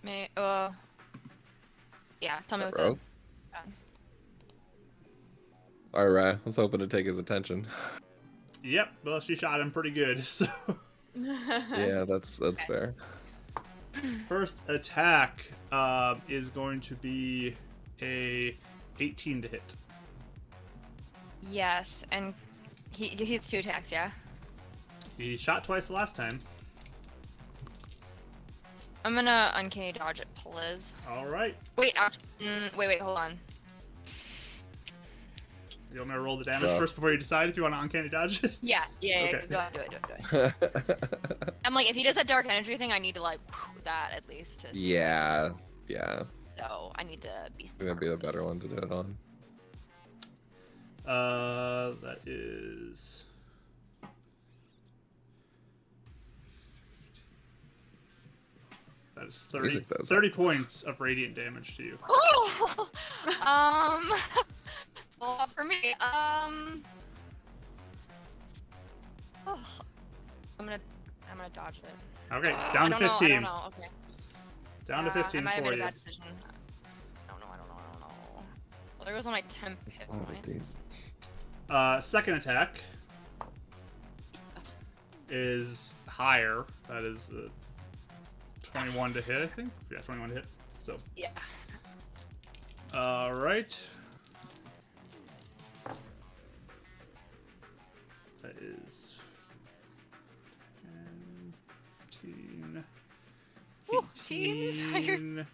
Speaker 3: May uh Yeah, tell me what
Speaker 4: Bro.
Speaker 3: the
Speaker 4: All right, I was hoping to take his attention.
Speaker 2: Yep, well she shot him pretty good. So
Speaker 4: yeah, that's that's fair.
Speaker 2: first attack um, is going to be a 18 to hit.
Speaker 3: Yes, and he he hits two attacks, yeah.
Speaker 2: He shot twice the last time.
Speaker 3: I'm gonna uncanny dodge it, please.
Speaker 2: All right,
Speaker 3: Wait, act- mm, wait, wait, hold on.
Speaker 2: you want me to roll the damage
Speaker 4: Yeah.
Speaker 2: first before you decide if you want to uncanny dodge it?
Speaker 3: Yeah, yeah, yeah,
Speaker 2: Okay.
Speaker 3: go ahead, do it, do it, do it. I'm like, if he does that dark energy thing, I need to like whew, that at least. To
Speaker 4: yeah, yeah.
Speaker 3: So I need to be.
Speaker 4: It's gonna be the better one to do it on.
Speaker 2: Uh, that is. That is 30,
Speaker 4: Music does that.
Speaker 2: 30 points of radiant damage to you.
Speaker 3: Oh, um, it's a lot for me. Um, oh, I'm gonna, I'm gonna dodge it.
Speaker 2: Okay,
Speaker 3: Oh,
Speaker 2: down to
Speaker 3: I don't know,
Speaker 2: 15.
Speaker 3: I don't know. Okay.
Speaker 2: Down to
Speaker 3: Uh,
Speaker 2: 15
Speaker 3: I might have
Speaker 2: for
Speaker 3: made a
Speaker 2: you.
Speaker 3: bad decision. I don't know. I don't know. I don't know. Well, there goes all my temp hit
Speaker 4: Oh,
Speaker 3: points.
Speaker 4: dude.
Speaker 2: Uh, second attack is higher. That is uh, 21 to hit, I think. Yeah, 21 to hit. So,
Speaker 3: Yeah.
Speaker 2: all right. That is 10, 15,
Speaker 3: Woo, teens, are you-
Speaker 2: 18,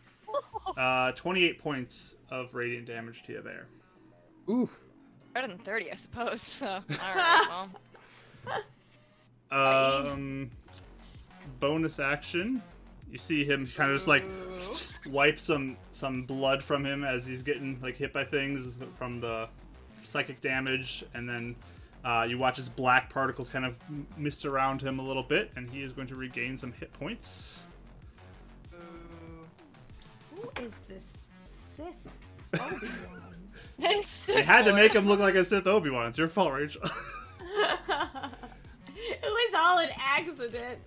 Speaker 2: uh, 28 points of radiant damage to you there.
Speaker 4: Ooh,
Speaker 3: Better than 30, I suppose. So, all right. Well,
Speaker 2: Um, bonus action. You see him kind of just like wipe some some blood from him as he's getting like hit by things from the psychic damage, and then uh, you watch his black particles kind of m- mist around him a little bit, and he is going to regain some hit points.
Speaker 5: Who is this Sith?
Speaker 2: They had to make him look like a Sith Obi Wan. It's your fault, Rachel.
Speaker 5: it was all an accident.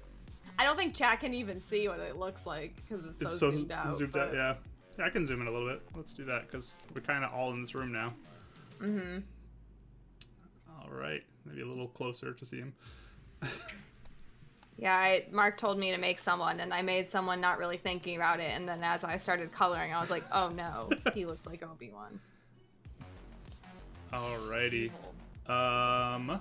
Speaker 5: I don't think Chat can even see what it looks like because it's so,
Speaker 2: it's so
Speaker 5: zoomed out.
Speaker 2: zoomed out. Yeah. yeah, I can zoom in a little bit. Let's do that because we're kind of all in this room now.
Speaker 5: Mm-hmm.
Speaker 2: All right, maybe a little closer to see him.
Speaker 5: Yeah, I, Mark told me to make someone, and I made someone not really thinking about it. And then as I started coloring, I was like, oh no, he looks like Obi Wan.
Speaker 2: Alrighty. Um. Let's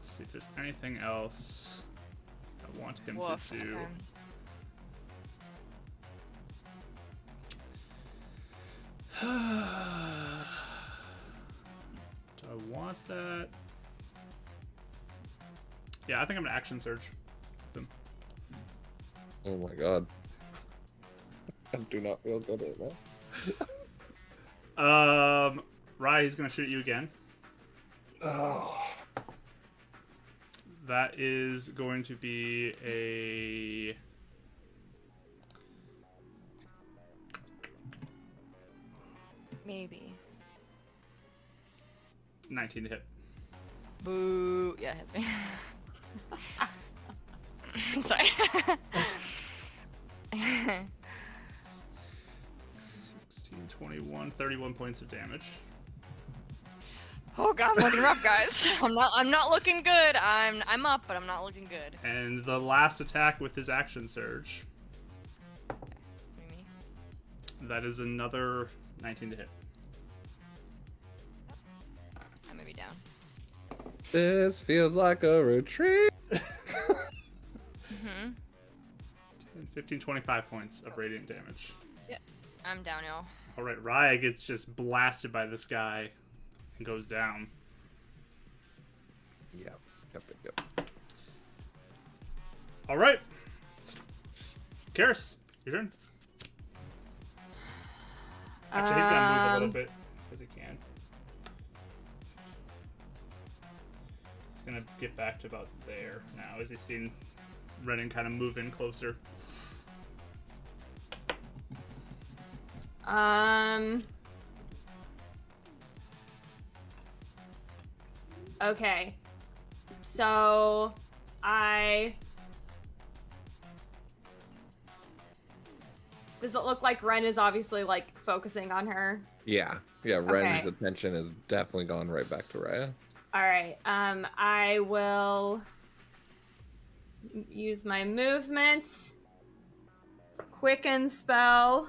Speaker 2: see if there's anything else I want him
Speaker 3: Woof.
Speaker 2: to do.
Speaker 3: okay.
Speaker 2: Do I want that? Yeah, I think I'm gonna action surge. Them.
Speaker 4: Oh my god. I do not feel good right now.
Speaker 2: Um, Rai, he's gonna shoot at you again.
Speaker 4: Oh.
Speaker 2: That is going to be a.
Speaker 3: Maybe.
Speaker 2: 19 to hit.
Speaker 3: Boo. Yeah, it hits me. Sorry. okay.
Speaker 2: 16, 21, 31 points of damage.
Speaker 3: Oh god, I'm looking rough, guys. I'm not. I'm not looking good. I'm. I'm up, but I'm not looking good.
Speaker 2: And the last attack with his action surge.
Speaker 3: What do you mean?
Speaker 2: That is another 19 to hit.
Speaker 3: I may be down.
Speaker 4: This feels like a retreat.
Speaker 3: hmm
Speaker 2: 10, 15, 25 points of radiant damage.
Speaker 3: I'm down, y'all.
Speaker 2: All right, Raya gets just blasted by this guy and goes down.
Speaker 4: Yep. Yep. Yep. yep.
Speaker 2: All right. Karis, your turn. Actually, he's going to move a little
Speaker 5: Um,
Speaker 2: bit because he can. He's going to get back to about there now as he's seen Renan kind of move in closer.
Speaker 5: Um. Okay. So I. Does it look like Ren is obviously like focusing on her?
Speaker 4: Yeah. Yeah. Ren's
Speaker 5: Okay.
Speaker 4: attention is definitely gone right back to Raya.
Speaker 5: All right. Um, I will use my movement, quicken spell.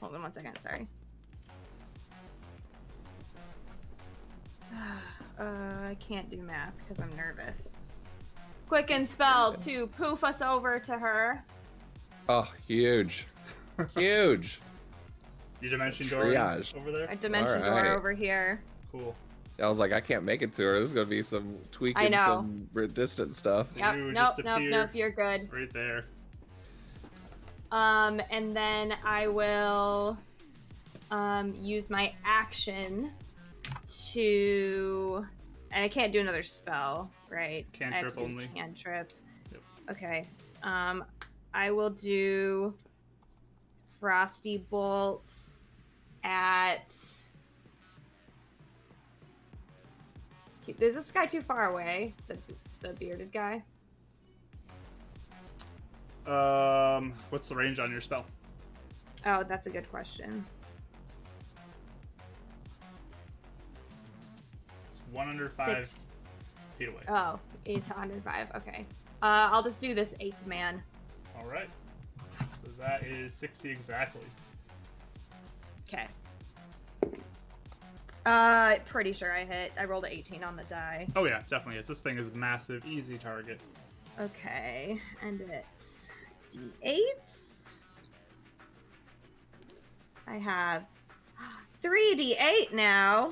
Speaker 5: Hold on one second. Sorry. Uh, I can't do math because I'm nervous. Quicken spell to poof us over to her.
Speaker 4: Oh, huge. huge.
Speaker 2: Your dimension door in-
Speaker 4: Triage.
Speaker 2: over there?
Speaker 5: A dimension door
Speaker 4: Alright.
Speaker 5: over here.
Speaker 2: Cool.
Speaker 4: I was like, I can't make it to her. There's gonna be some
Speaker 5: I
Speaker 4: tweaking,
Speaker 5: know.
Speaker 4: some re- distant stuff.
Speaker 2: So
Speaker 5: Yep.
Speaker 2: you would
Speaker 5: Nope.
Speaker 2: just
Speaker 5: Nope.
Speaker 2: appear
Speaker 5: Nope. You're good.
Speaker 2: Right there.
Speaker 5: Um, and then I will um, use my action to. And I can't do another spell, right? I have to
Speaker 2: Cantrip
Speaker 5: do
Speaker 2: only.
Speaker 5: Cantrip.
Speaker 2: Yep.
Speaker 5: Okay. Um, I will do frosty bolts at. Is this guy too far away? The, the bearded guy.
Speaker 2: Um, what's the range on your spell?
Speaker 5: Oh, that's a good question.
Speaker 2: It's 105
Speaker 5: Six-
Speaker 2: feet away.
Speaker 5: Oh, he's 105. Okay. Uh, I'll just do this eighth man.
Speaker 2: All right. So that is 60 exactly.
Speaker 5: Okay. Uh, pretty sure I hit. I rolled an 18 on the die.
Speaker 2: Oh yeah, definitely. It's this thing is massive, easy target.
Speaker 5: Okay, and it's d8s. I have 3d8 now.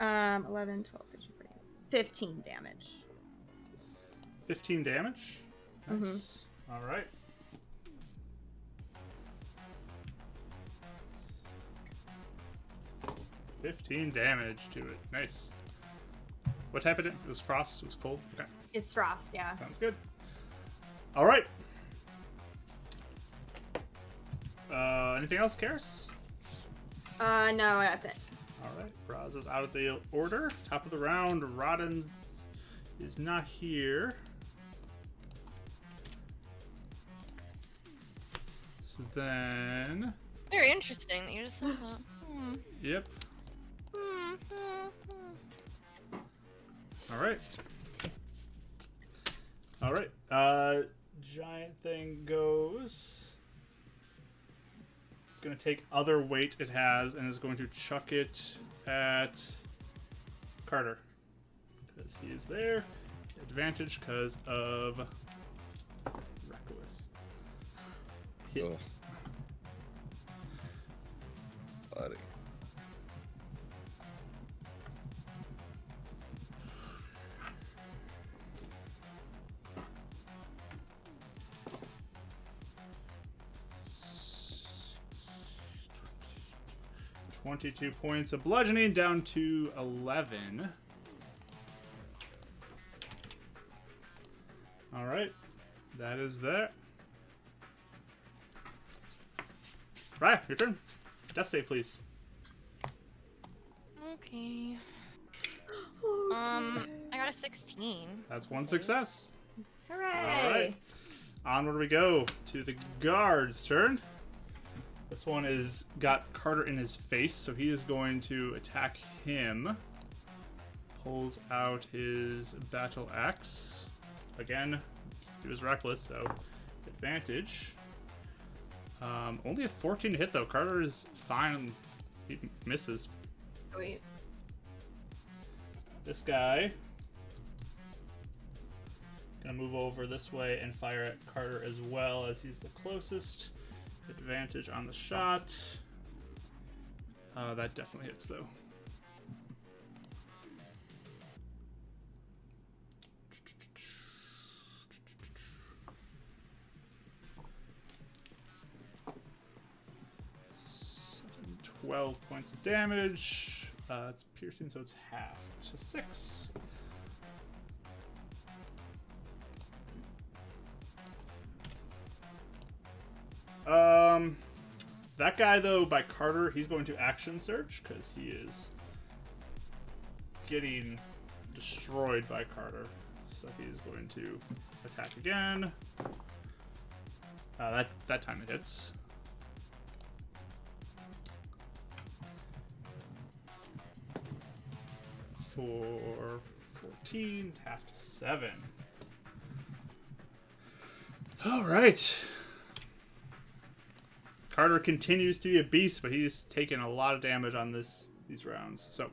Speaker 5: Um, 11, 12, 13, 14, 15 damage.
Speaker 2: 15 damage.
Speaker 5: Mhm.
Speaker 2: Nice. All right. Fifteen damage to it. Nice. What type of it? It was frost. It was cold. Okay,
Speaker 5: It's frost, yeah.
Speaker 2: sounds good. All right. Uh, anything else, Karis?
Speaker 5: Uh, no, that's it.
Speaker 2: All right, Braz is out of the order. Top of the round, Rodden is not here. So then,
Speaker 3: Very interesting that you just said that. Hmm.
Speaker 2: yep.
Speaker 3: Hmm. hmm, hmm.
Speaker 2: All right. All right. Uh, giant thing goes. Going to take other weight it has and is going to chuck it at Carter because he is there. Advantage because of reckless. Hit.
Speaker 4: Ugh. Buddy.
Speaker 2: 22 points of bludgeoning down to 11. All right. That is that. Right, your turn. Death save, please.
Speaker 3: Okay. Um, I got a 16.
Speaker 2: That's one success.
Speaker 5: Hooray!
Speaker 2: All right. Onward we go to the guard's turn. This one is got Carter in his face, so he is going to attack him. Pulls out his battle axe. Again, he was reckless, so advantage. Um, only a 14 to hit though. Carter is fine. He misses.
Speaker 5: Sweet.
Speaker 2: This guy gonna move over this way and fire at Carter as well as he's the closest. Advantage on the shot. Uh, that definitely hits though. Seven, Twelve points of damage. Uh, it's piercing, so it's half to six. Um, that guy though, by Carter, he's going to action search because he is getting destroyed by Carter. So he's going to attack again. Uh, that that time it hits. For 14, half to 7. All right. Carter continues to be a beast, but he's taken a lot of damage on this these rounds. So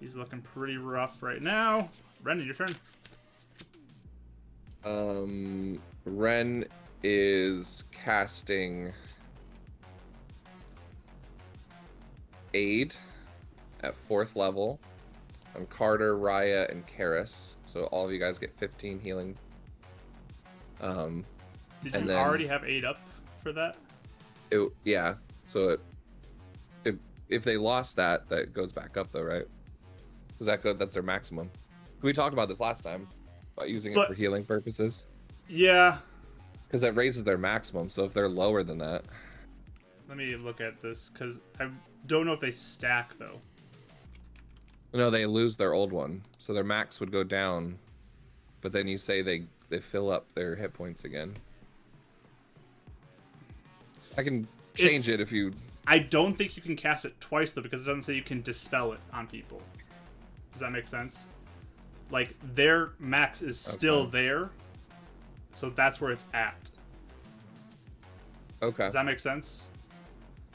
Speaker 2: he's looking pretty rough right now. Brendan, your turn.
Speaker 4: Um, Ren is casting aid at fourth level on Carter, Raya, and Karis. So all of you guys get 15 healing. Um,
Speaker 2: Did
Speaker 4: And
Speaker 2: you
Speaker 4: then-
Speaker 2: already have eight up for that?
Speaker 4: it, yeah. So it, if if they lost that, that goes back up though, right? Is that good? That's their maximum. We talked about this last time about using
Speaker 2: But-
Speaker 4: it for healing purposes
Speaker 2: Yeah.
Speaker 4: because that raises their maximum. So if they're lower than that,
Speaker 2: Let me look at this because I don't know if they stack though.
Speaker 4: No, they lose their old one, so their max would go down. But then you say they they fill up their hit points again. I can
Speaker 2: It's-
Speaker 4: change it if you.
Speaker 2: I don't think you can cast it twice though because it doesn't say you can dispel it on people. Does that make sense? Like their max is still
Speaker 4: Okay.
Speaker 2: there, so that's where it's at.
Speaker 4: Okay,
Speaker 2: Does that make sense?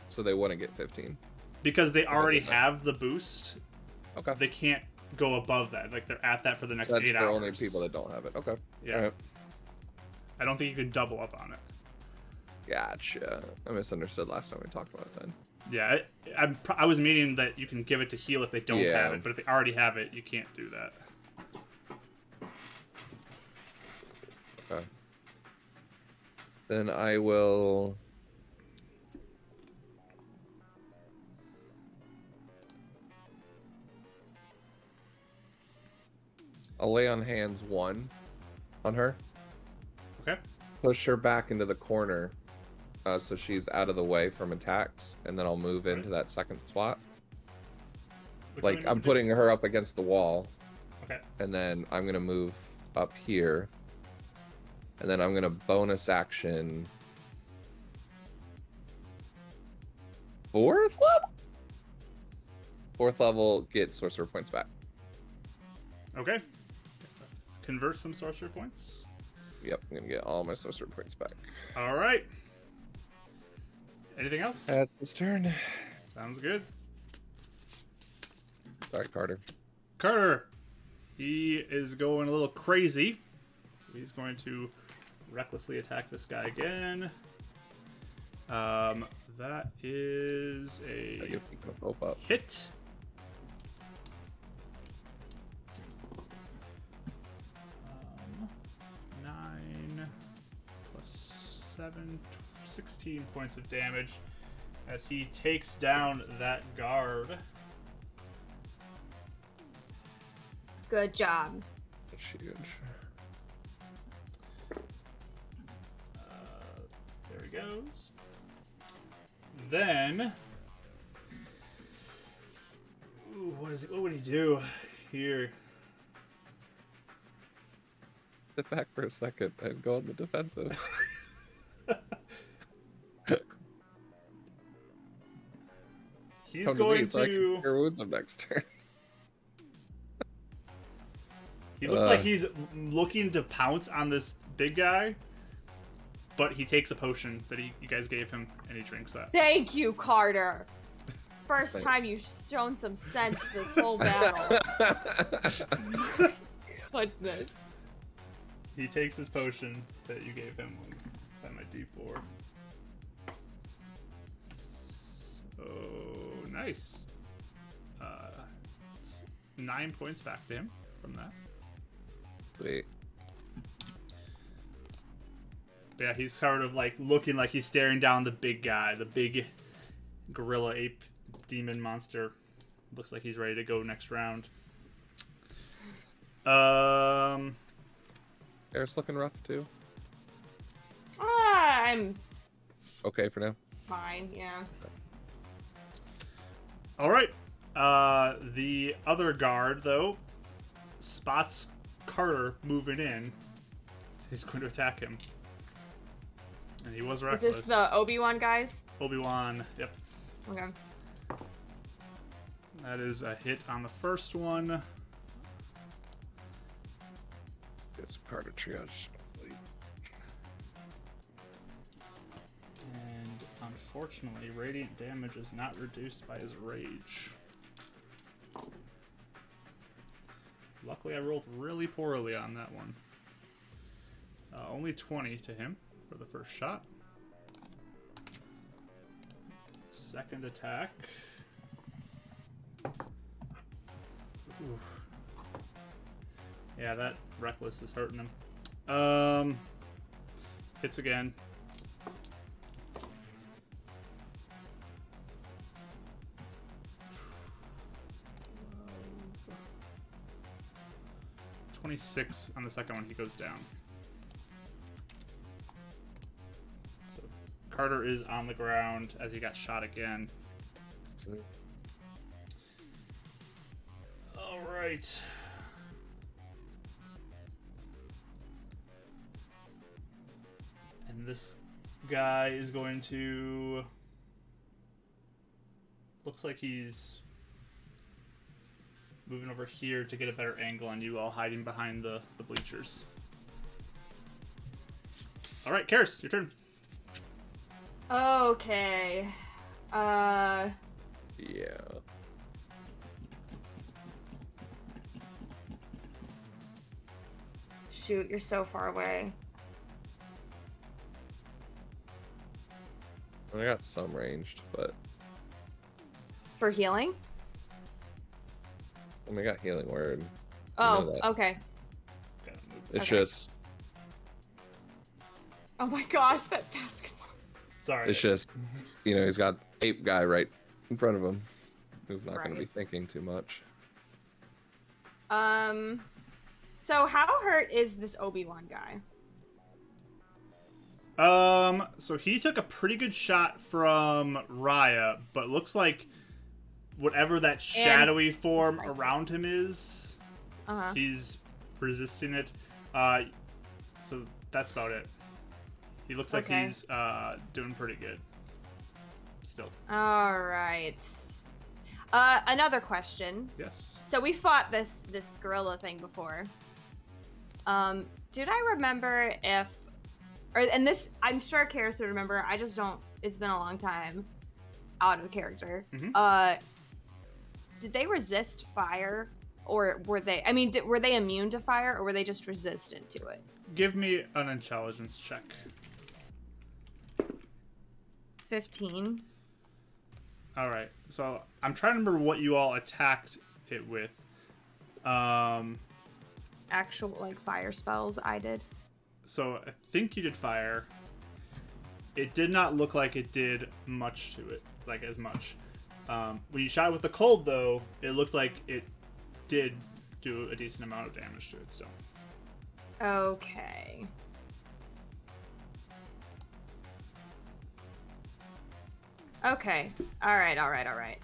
Speaker 4: so they wouldn't get 15.
Speaker 2: because they already
Speaker 4: Okay.
Speaker 2: have the boost,
Speaker 4: Okay,
Speaker 2: they can't go above that. Like they're at that for the next
Speaker 4: that's
Speaker 2: eight
Speaker 4: for
Speaker 2: hours.
Speaker 4: only people that don't have it. Okay,
Speaker 2: Yeah.
Speaker 4: Alright.
Speaker 2: I don't think you can double up on it.
Speaker 4: gotcha. I misunderstood last time we talked about it. Then
Speaker 2: Yeah, I, I'm, pro- I was meaning that you can give it to heal if they don't
Speaker 4: Yeah.
Speaker 2: have it, but if they already have it, you can't do that.
Speaker 4: okay. Uh, Then I will. I'll lay on hands one on her.
Speaker 2: Okay.
Speaker 4: push her back into the corner uh, so she's out of the way from attacks and then i'll move into that second spot
Speaker 2: Which one
Speaker 4: like
Speaker 2: do
Speaker 4: i'm
Speaker 2: you do?
Speaker 4: putting her up against the wall
Speaker 2: Okay.
Speaker 4: and then i'm gonna move up here and then i'm gonna bonus action fourth level fourth level get sorcerer points back
Speaker 2: Okay. Convert some sorcerer points.
Speaker 4: yep i'm gonna get all my sorcerer points back
Speaker 2: All right. Anything else?
Speaker 4: that's his turn
Speaker 2: Sounds good.
Speaker 4: sorry carter
Speaker 2: Carter, he is going a little crazy. So he's going to recklessly attack this guy again. Um, that is
Speaker 4: I
Speaker 2: a
Speaker 4: get to pop up
Speaker 2: hit. Um, nine plus seven, tw- 16 points of damage as he takes down that guard.
Speaker 5: Good job.
Speaker 4: That's huge.
Speaker 2: Uh, there he goes. Then, ooh, what is it? What would he do here?
Speaker 4: Sit back for a second and go on the defensive.
Speaker 2: He's
Speaker 4: Come
Speaker 2: going
Speaker 4: me so I
Speaker 2: to.
Speaker 4: can cure wounds him next turn.
Speaker 2: He looks
Speaker 4: Uh.
Speaker 2: like he's looking to pounce on this big guy, but he takes a potion that he, you guys gave him and he drinks that.
Speaker 5: Thank you, Carter. First
Speaker 4: Thanks.
Speaker 5: time you've shown some sense this whole battle. Goodness.
Speaker 2: He takes his potion that you gave him by my D4. Oh, nice. Uh, it's nine points back to him from that.
Speaker 4: Wait.
Speaker 2: But yeah, he's sort of like looking like he's staring down the big guy, the big gorilla ape demon monster. Looks like he's ready to go next round. Um,
Speaker 4: Eric's looking rough too.
Speaker 5: Ah, I'm
Speaker 4: Okay for now.
Speaker 5: fine, yeah.
Speaker 2: all right. Uh, the other guard though spots Carter moving in. He's going to attack him, and he was
Speaker 5: Is
Speaker 2: reckless.
Speaker 5: this the Obi Wan guys?
Speaker 2: Obi Wan. Yep,
Speaker 5: Okay.
Speaker 2: that is a hit on the first one.
Speaker 4: Get some card of triage.
Speaker 2: And unfortunately, radiant damage is not reduced by his rage. Luckily, I rolled really poorly on that one. Uh, only 20 to him for the first shot. Second attack. Oof. Yeah, that reckless is hurting him. Um, hits again. Twenty-six on the second one. He goes down. So Carter is on the ground as he got shot again. All right. And this guy is going to. Looks like he's moving over here to get a better angle on you all hiding behind the, the bleachers. All right, Karis, your turn.
Speaker 5: Okay. Uh,
Speaker 4: Yeah.
Speaker 5: shoot, you're so far away.
Speaker 4: I, mean, I got some ranged, but
Speaker 5: For healing?
Speaker 4: I mean, I got healing word. know
Speaker 5: Oh,
Speaker 4: that.
Speaker 5: okay.
Speaker 2: Gotta move.
Speaker 4: It's
Speaker 5: Okay.
Speaker 4: just,
Speaker 5: Oh my gosh, that basketball.
Speaker 2: Sorry.
Speaker 4: it's just, you know, he's got ape guy right in front of him. He's not going
Speaker 5: Right.
Speaker 4: to be thinking too much.
Speaker 5: Um, so how hurt is this Obi Wan guy?
Speaker 2: Um, so he took a pretty good shot from Raya, but looks like whatever that shadowy form
Speaker 5: like-
Speaker 2: around him is,
Speaker 5: Uh huh.
Speaker 2: he's resisting it. Uh, so that's about it. He looks like
Speaker 5: Okay.
Speaker 2: he's uh, doing pretty good. Still,
Speaker 5: All right. Uh, another question.
Speaker 2: yes.
Speaker 5: So we fought this this gorilla thing before. Um, did I remember if, or and this I'm sure Karis would remember. I just don't. It's been a long time, out of character.
Speaker 2: Mhm.
Speaker 5: Uh, did they resist fire, or were they? I mean, did, were they immune to fire, or were they just resistant to it?
Speaker 2: Give me an intelligence check.
Speaker 5: Fifteen.
Speaker 2: All right. So I'm trying to remember what you all attacked it with. Um,
Speaker 5: Actual like fire spells. I did.
Speaker 2: so I think you did fire. it did not look like it did much to it, like as much. Um, when you shot with the cold, though, it looked like it did do a decent amount of damage to it still.
Speaker 5: Okay. Okay. All right. All right. All right.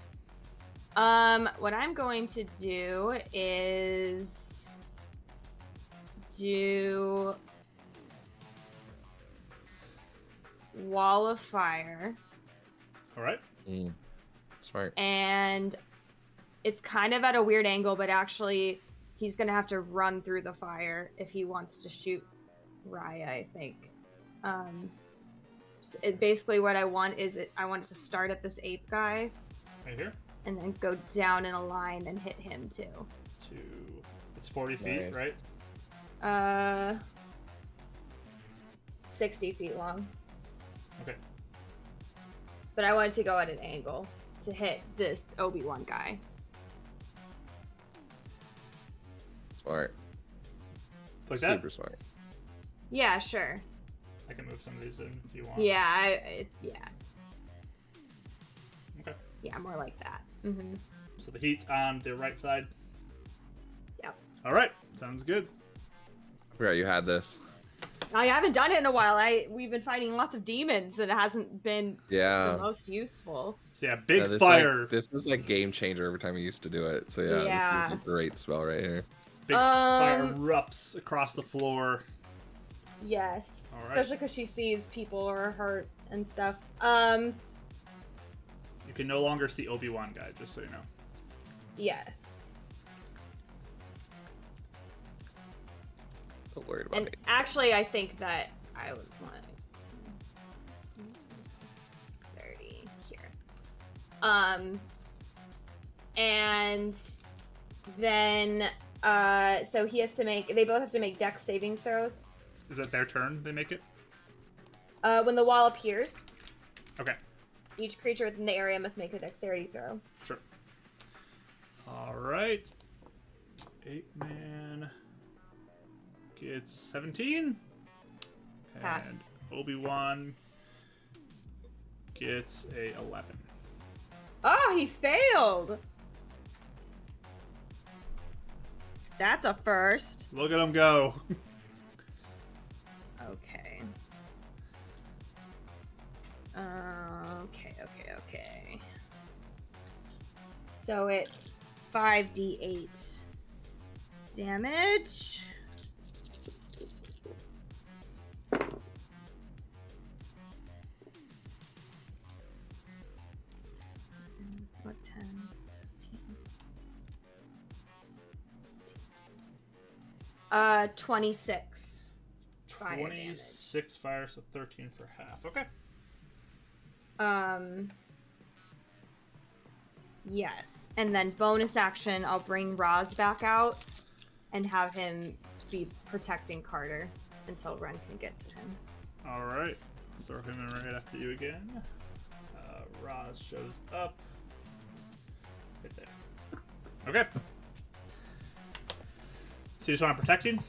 Speaker 5: Um, what I'm going to do is do wall of fire,
Speaker 2: All right.
Speaker 4: Mm. Smart.
Speaker 5: and it's kind of at a weird angle, but actually, he's gonna have to run through the fire if he wants to shoot Raya. I think. Um, s- it, basically, what I want is it, I want it to start at this ape guy.
Speaker 2: Right here.
Speaker 5: and then go down in a line and hit him too.
Speaker 2: Two. It's 40 feet,
Speaker 4: Nice.
Speaker 2: right?
Speaker 5: Uh, sixty feet long,
Speaker 2: Okay.
Speaker 5: but I wanted to go at an angle to hit this Obi Wan guy.
Speaker 4: Smart.
Speaker 2: Like that.
Speaker 4: Super smart.
Speaker 5: Yeah, sure.
Speaker 2: I can move some of these in if you want.
Speaker 5: Yeah, I, it, yeah,
Speaker 2: Okay.
Speaker 5: yeah, more like that. Mm-hmm.
Speaker 2: So the heat's on the right side.
Speaker 5: Yep.
Speaker 2: All right. Sounds good.
Speaker 4: I forgot you had this.
Speaker 5: I haven't done it in a while. I we've been fighting lots of demons, and it hasn't been the
Speaker 4: Yeah.
Speaker 5: most useful.
Speaker 2: So yeah, big
Speaker 4: Yeah, this, like-
Speaker 2: fire.
Speaker 4: this is like game changer every time we used to do it. So yeah, this
Speaker 5: Yeah.
Speaker 4: is a great spell right here.
Speaker 2: Big fire
Speaker 5: Um,
Speaker 2: erupts across the floor.
Speaker 5: Yes.
Speaker 2: All right.
Speaker 5: Especially because she sees people are hurt and stuff. Um.
Speaker 2: You can no longer see Obi Wan guy, just so you know.
Speaker 5: Yes.
Speaker 4: Don't worry about
Speaker 5: And
Speaker 4: it.
Speaker 5: actually, I think that I would want 30 here. Um, and then, uh, so he has to make, they both have to make dex savings throws.
Speaker 2: Is that their turn? They make it.
Speaker 5: Uh, when the wall appears,
Speaker 2: Okay.
Speaker 5: each creature within the area must make a dexterity throw.
Speaker 2: Sure. All right. Eight man gets 17.
Speaker 5: Pass.
Speaker 2: And Obi Wan gets a 11.
Speaker 5: Oh, he failed! That's a first.
Speaker 2: Look at him go.
Speaker 5: Okay. Uh, okay, okay, okay. So it's 5d8 damage. What, 10, 17? Uh, 26. Fire damage.
Speaker 2: 26 fire, so 13 for half. Okay.
Speaker 5: Um. Yes, and then bonus action, I'll bring Roz back out and have him be protecting Carter until Ren can get to him.
Speaker 2: All right. Throw him in right after you again. Uh, Roz shows up. Right there. Okay. So you just want to protect him?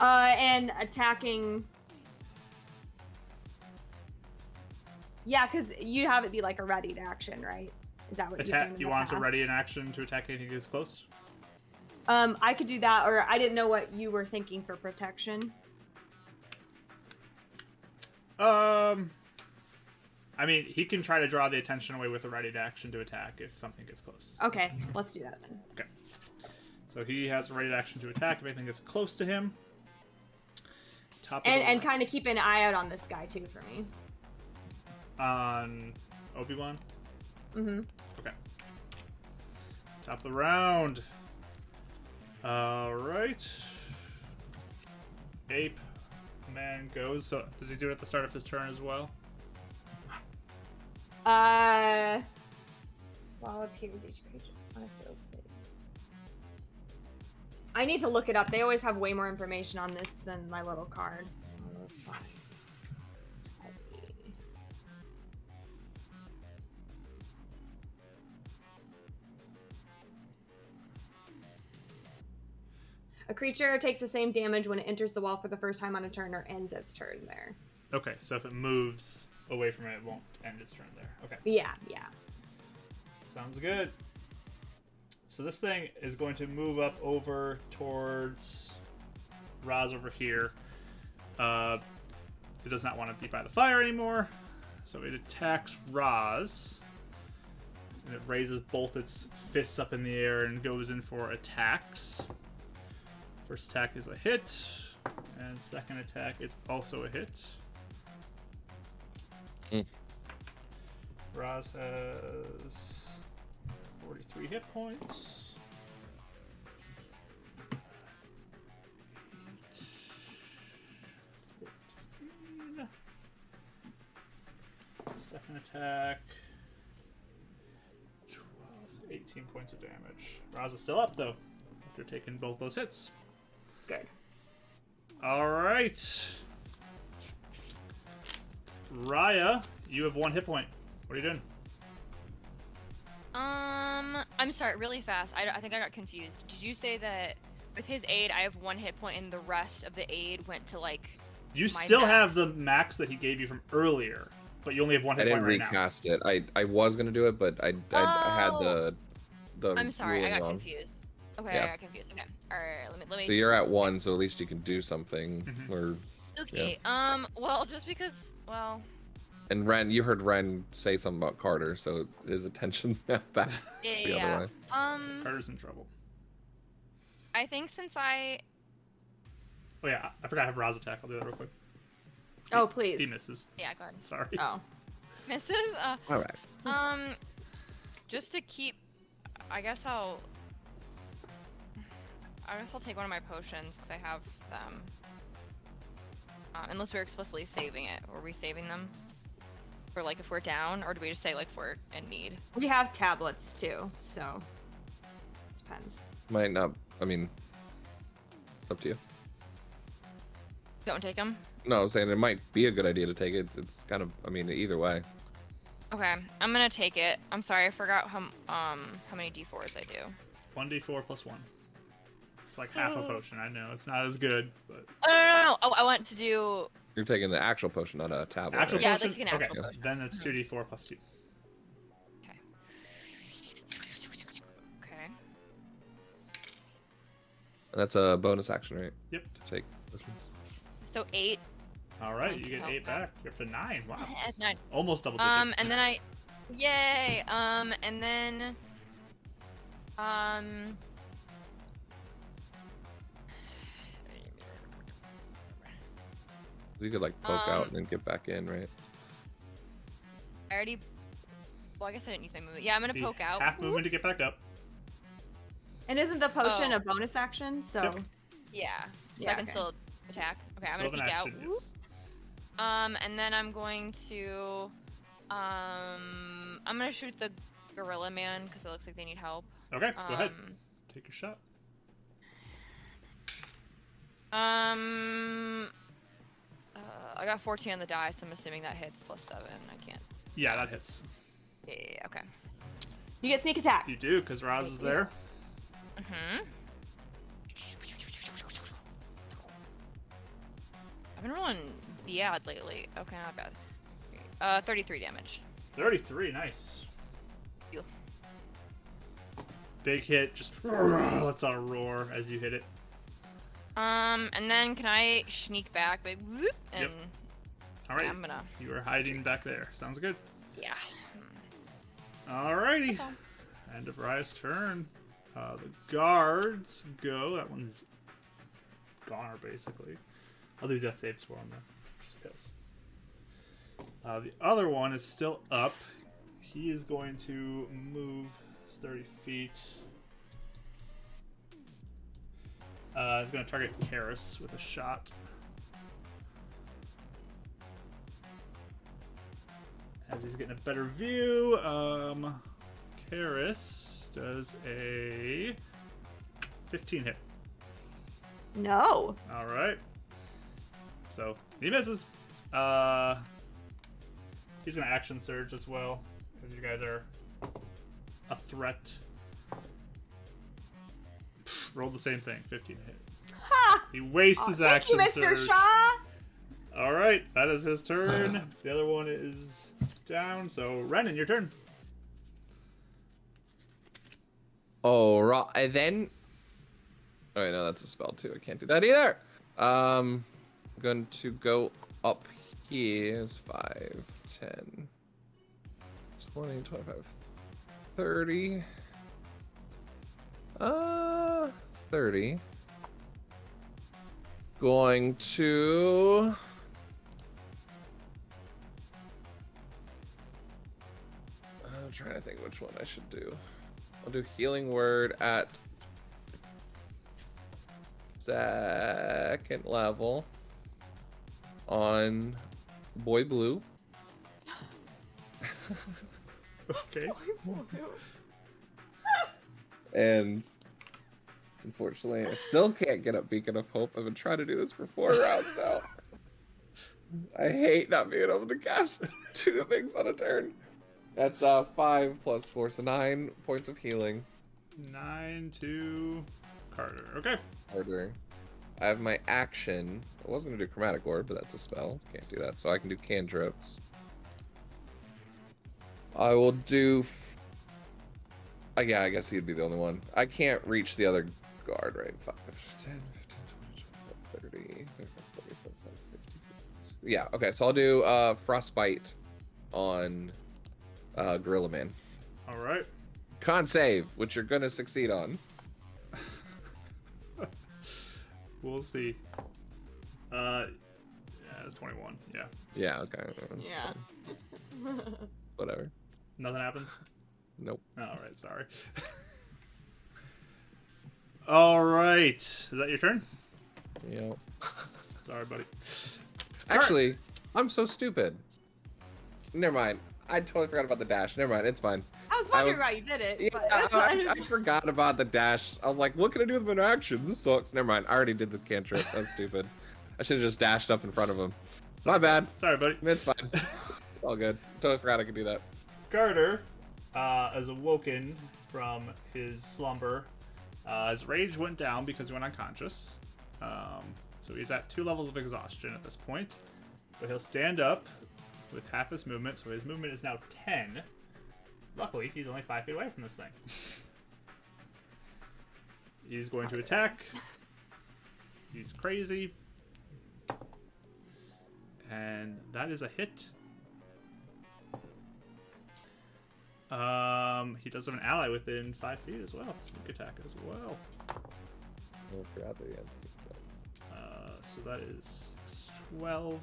Speaker 5: Uh, and attacking. Yeah, because you have it be like a readied action, right? Is that what
Speaker 2: Attack.
Speaker 5: you've done in
Speaker 2: You
Speaker 5: the
Speaker 2: want to
Speaker 5: past?
Speaker 2: ready an action to attack anything that's close?
Speaker 5: Um, I could do that, or I didn't know what you were thinking for protection.
Speaker 2: Um, I mean, he can try to draw the attention away with a ready action to attack if something gets close.
Speaker 5: Okay, let's do that then.
Speaker 2: Okay. So he has a ready action to attack if anything gets close to him. Top of
Speaker 5: And
Speaker 2: the
Speaker 5: and
Speaker 2: round.
Speaker 5: kind of keep an eye out on this guy too for me.
Speaker 2: on Obi Wan.
Speaker 5: Mm-hmm.
Speaker 2: Okay. Top of the round. All right. Ape man goes. So does he do it at the start of his turn as well?
Speaker 5: Uh, while appears each creature on a field save. I need to look it up. They always have way more information on this than my little card. A creature takes the same damage when it enters the wall for the first time on a turn or ends its turn there.
Speaker 2: Okay, so if it moves away from it, it won't end its turn there. Okay,
Speaker 5: Yeah, yeah.
Speaker 2: sounds good. So this thing is going to move up over towards Raz over here. Uh, it does not want to be by the fire anymore, so it attacks Raz. And it raises both its fists up in the air and goes in for attacks. First attack is a hit, and second attack is also a hit.
Speaker 4: Mm.
Speaker 2: Raz has 43 hit points. Eight. Second attack. 12, 18 points of damage. Raz is still up, though, after taking both those hits.
Speaker 5: Good.
Speaker 2: All right. Raya, you have one hit point. What are you doing?
Speaker 3: Um, I'm sorry, really fast. I, I think I got confused. Did you say that with his aid, I have one hit point, and the rest of the aid went to like?
Speaker 2: You
Speaker 3: My
Speaker 2: still have
Speaker 3: max.
Speaker 2: the max that he gave you from earlier, but you only have one hit
Speaker 4: I didn't
Speaker 2: point right now.
Speaker 4: recast it. I I was gonna do it, but I I, I had the the.
Speaker 3: I'm sorry, I
Speaker 4: ruling
Speaker 3: got
Speaker 4: wrong.
Speaker 3: confused. Okay,
Speaker 4: Yeah.
Speaker 3: I got confused. Okay, all right, let me let me.
Speaker 4: So you're at one, so at least you can do something.
Speaker 2: Mhm.
Speaker 4: Or
Speaker 3: okay. Um. Well, just because. Well.
Speaker 4: and Ren, you heard Ren say something about Carter, so his attention's not back
Speaker 3: Yeah.
Speaker 4: the
Speaker 3: yeah.
Speaker 4: other way.
Speaker 3: Um.
Speaker 2: Carter's in trouble.
Speaker 3: I think since I
Speaker 2: Oh yeah, I- I forgot I have Raz attack. I'll do that real quick.
Speaker 5: Oh, please.
Speaker 2: He misses.
Speaker 3: yeah, go ahead.
Speaker 2: Sorry.
Speaker 5: Oh.
Speaker 3: Mrs. Uh,
Speaker 4: All right.
Speaker 3: Um, just to keep, I guess I'll. I guess I'll take one of my potions because I have them. Um, unless we're explicitly saving it, are we saving them? For like if we're down, or do we just say like if we're in need?
Speaker 5: We have tablets too, so depends.
Speaker 4: Might not. I mean, it's up to you.
Speaker 3: Don't take them.
Speaker 4: No, I'm saying it might be a good idea to take it. It's, it's kind of. I mean, either way.
Speaker 3: Okay, I'm gonna take it. I'm sorry, I forgot how m- um how many d4s I do.
Speaker 2: One d four plus one. It's like half a potion. I know it's not as good, but
Speaker 3: Oh no no no! Oh, I want to do.
Speaker 4: You're taking the actual potion, not a tablet.
Speaker 2: actual
Speaker 4: right?
Speaker 3: Yeah, I'd like
Speaker 2: potion.
Speaker 3: to take an
Speaker 2: okay,
Speaker 3: actual potion.
Speaker 2: then it's two d four plus two.
Speaker 3: Okay. Okay.
Speaker 4: That's a bonus action, right?
Speaker 2: Yep.
Speaker 4: To take this one's.
Speaker 3: So eight
Speaker 2: All right,
Speaker 3: Points
Speaker 2: you get
Speaker 3: help.
Speaker 2: eight back. You're up to nine. Wow,
Speaker 3: and nine.
Speaker 2: almost double digits.
Speaker 3: Um, and then I, yay. Um, and then, um,
Speaker 4: You could like poke out
Speaker 3: Um,
Speaker 4: and then get back in, right?
Speaker 3: I already. Well, I guess I didn't use my movement. Yeah, I'm gonna
Speaker 2: Be
Speaker 3: poke out.
Speaker 2: Half movement to get back up.
Speaker 5: And isn't the potion
Speaker 3: Oh.
Speaker 5: a bonus action? So
Speaker 2: Yep.
Speaker 3: Yeah, so
Speaker 5: Yeah,
Speaker 3: I can
Speaker 5: okay.
Speaker 3: still attack. Okay, I'm
Speaker 2: Still
Speaker 3: gonna
Speaker 2: have
Speaker 3: peek
Speaker 2: an
Speaker 3: out.
Speaker 2: action, yes.
Speaker 3: Um, and then I'm going to, um, I'm gonna shoot the gorilla man because it looks like they need help.
Speaker 2: Okay,
Speaker 3: Um,
Speaker 2: go ahead. Take your shot.
Speaker 3: Um, uh, I got 14 on the die, so I'm assuming that hits plus seven. I can't.
Speaker 2: Yeah, that hits.
Speaker 3: Yeah, yeah, yeah, okay.
Speaker 5: you get sneak attack.
Speaker 2: You do, because Raz is there.
Speaker 3: Mm-hmm. I've been rolling bad lately. Okay, not bad. Uh, 33 damage.
Speaker 2: 33, nice.
Speaker 3: Ew.
Speaker 2: Big hit, just lets out a roar as you hit it.
Speaker 3: Um, and then can I sneak back? Big whoop, and
Speaker 2: Yep. All right,
Speaker 3: yeah, I'm gonna.
Speaker 2: you are hiding back there. Sounds good.
Speaker 3: Yeah.
Speaker 2: All righty.
Speaker 3: That's all.
Speaker 2: End of Raya's turn. Uh, the guards go. That one's goner, basically. I'll do death saves for him, though. Just 'cause. Uh, the other one is still up. He is going to move 30 feet. Uh, he's going to target Karis with a shot. As he's getting a better view, um, Karis does a 15 hit.
Speaker 5: No.
Speaker 2: All right. So he misses. Uh, he's gonna action surge as well, because you guys are a threat. Rolled the same thing, 15 hit.
Speaker 5: Ha!
Speaker 2: He wastes
Speaker 5: Oh,
Speaker 2: his
Speaker 5: thank
Speaker 2: action
Speaker 5: you, Mr.
Speaker 2: surge.
Speaker 5: Shaw.
Speaker 2: All right, that is his turn. The other one is down. So Renan, your turn.
Speaker 4: Oh, right. And then. Oh, wait, no, that's a spell too. I can't do that either. Um, I'm going to go up here. It's 5, 10, 20, 25, 30. Uh, 30. Going to. I'm trying to think which one I should do. I'll do healing word at second level on boy blue.
Speaker 2: Okay.
Speaker 5: Oh,
Speaker 4: And unfortunately, I still can't get up Beacon of Hope. I've been trying to do this for four rounds now. I hate not being able to cast two things on a turn. That's uh five plus four, so nine points of healing.
Speaker 2: Nine to Carter. Okay.
Speaker 4: Harder. I have my action. I was gonna do chromatic orb, but that's a spell. Can't do that. So I can do cantrips. I will do. F- I- yeah, I guess he'd be the only one. I can't reach the other guard, right? 5, 10, 15, 20, 25, 30, 35, 40, 45, 50, 50. Yeah, okay, so I'll do uh, Frostbite on uh, Gorilla Man.
Speaker 2: All right.
Speaker 4: Con save, which you're gonna succeed on.
Speaker 2: We'll see. Uh, yeah, 21. Yeah.
Speaker 4: Yeah, okay. that's
Speaker 5: Yeah.
Speaker 4: fine. Whatever.
Speaker 2: Nothing happens.
Speaker 4: Nope.
Speaker 2: All right. Sorry. All right. Is that your turn?
Speaker 4: Yep.
Speaker 2: Sorry, buddy.
Speaker 4: Actually, I'm so stupid. Never mind. I totally forgot about the dash. Never mind. It's fine.
Speaker 5: I was
Speaker 4: I
Speaker 5: wondering
Speaker 4: was-
Speaker 5: why you did it.
Speaker 4: Yeah,
Speaker 5: but
Speaker 4: I, I- I forgot about the dash. I was like, what can I do with an action? This sucks. Never mind. I already did the cantrip. That's stupid. I should have just dashed up in front of him. My bad.
Speaker 2: Sorry, buddy.
Speaker 4: It's fine. All good. Totally forgot I could do that.
Speaker 2: Carter uh, is awoken from his slumber. Uh, his rage went down because he went unconscious. Um, so he's at two levels of exhaustion at this point. But he'll stand up with half his movement, so his movement is now 10. Luckily, he's only 5 feet away from this thing. he's going to attack. He's crazy. And that is a hit. Um, he does have an ally within five feet as well. Sneak attack as well.
Speaker 4: I forgot that he had secret.
Speaker 2: Uh, so that is six, 12,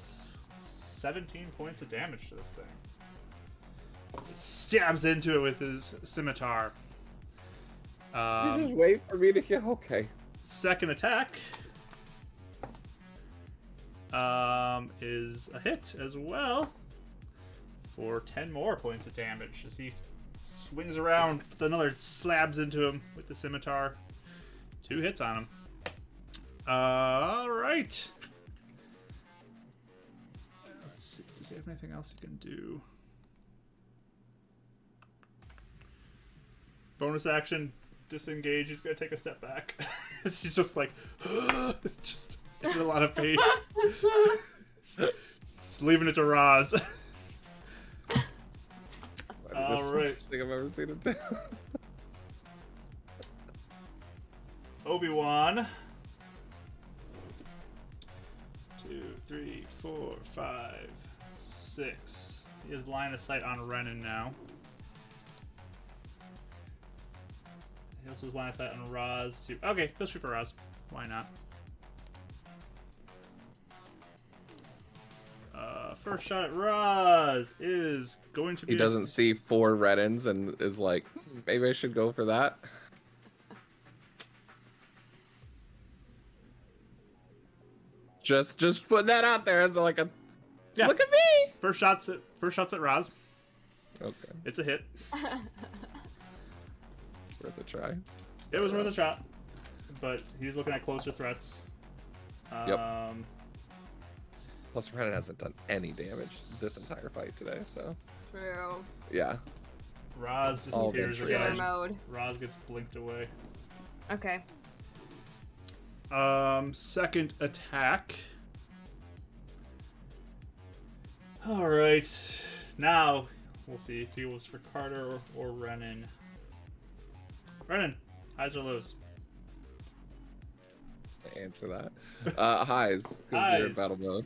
Speaker 2: 17 points of damage to this thing. Just stabs into it with his scimitar.
Speaker 4: you just
Speaker 2: Um,
Speaker 4: wait for me to heal. Okay.
Speaker 2: second attack um, is a hit as well for 10 more points of damage as he s- swings around with another slabs into him with the scimitar two hits on him all right let's see does he have anything else he can do bonus action disengage he's gonna take a step back he's just like just in a lot of pain just leaving it to Roz.
Speaker 4: This is the
Speaker 2: Alright.
Speaker 4: worst thing I've ever seen it do.
Speaker 2: Obi Wan. Two, three, four, five, six. He has line of sight on Renan now. He also has line of sight on Roz too. Okay, he'll shoot for Roz. Why not? Uh, first shot at Roz is going to be.
Speaker 4: he doesn't see four Renans and is like, "Hmm, maybe I should go for that. Just just put that out there as like a
Speaker 2: Yeah.
Speaker 4: look at me.
Speaker 2: First shots at first shots at Roz.
Speaker 4: Okay,
Speaker 2: It's a hit.
Speaker 4: worth a try.
Speaker 2: It was worth a shot, but he's looking at closer threats. Um,
Speaker 4: Yep. Plus Renan hasn't done any damage this entire fight today, so
Speaker 5: True.
Speaker 4: yeah.
Speaker 2: Roz
Speaker 4: Oh,
Speaker 2: disappears
Speaker 4: good
Speaker 5: Healer
Speaker 2: again.
Speaker 4: triage.
Speaker 5: mode.
Speaker 2: Roz gets blinked away.
Speaker 5: Okay.
Speaker 2: Um, second attack All right. Now we'll see if he was for Carter or, or Renan. Renan, highs or lows?
Speaker 4: to answer that. Uh, highs, because you're in
Speaker 2: Highs. battle
Speaker 4: battle mode.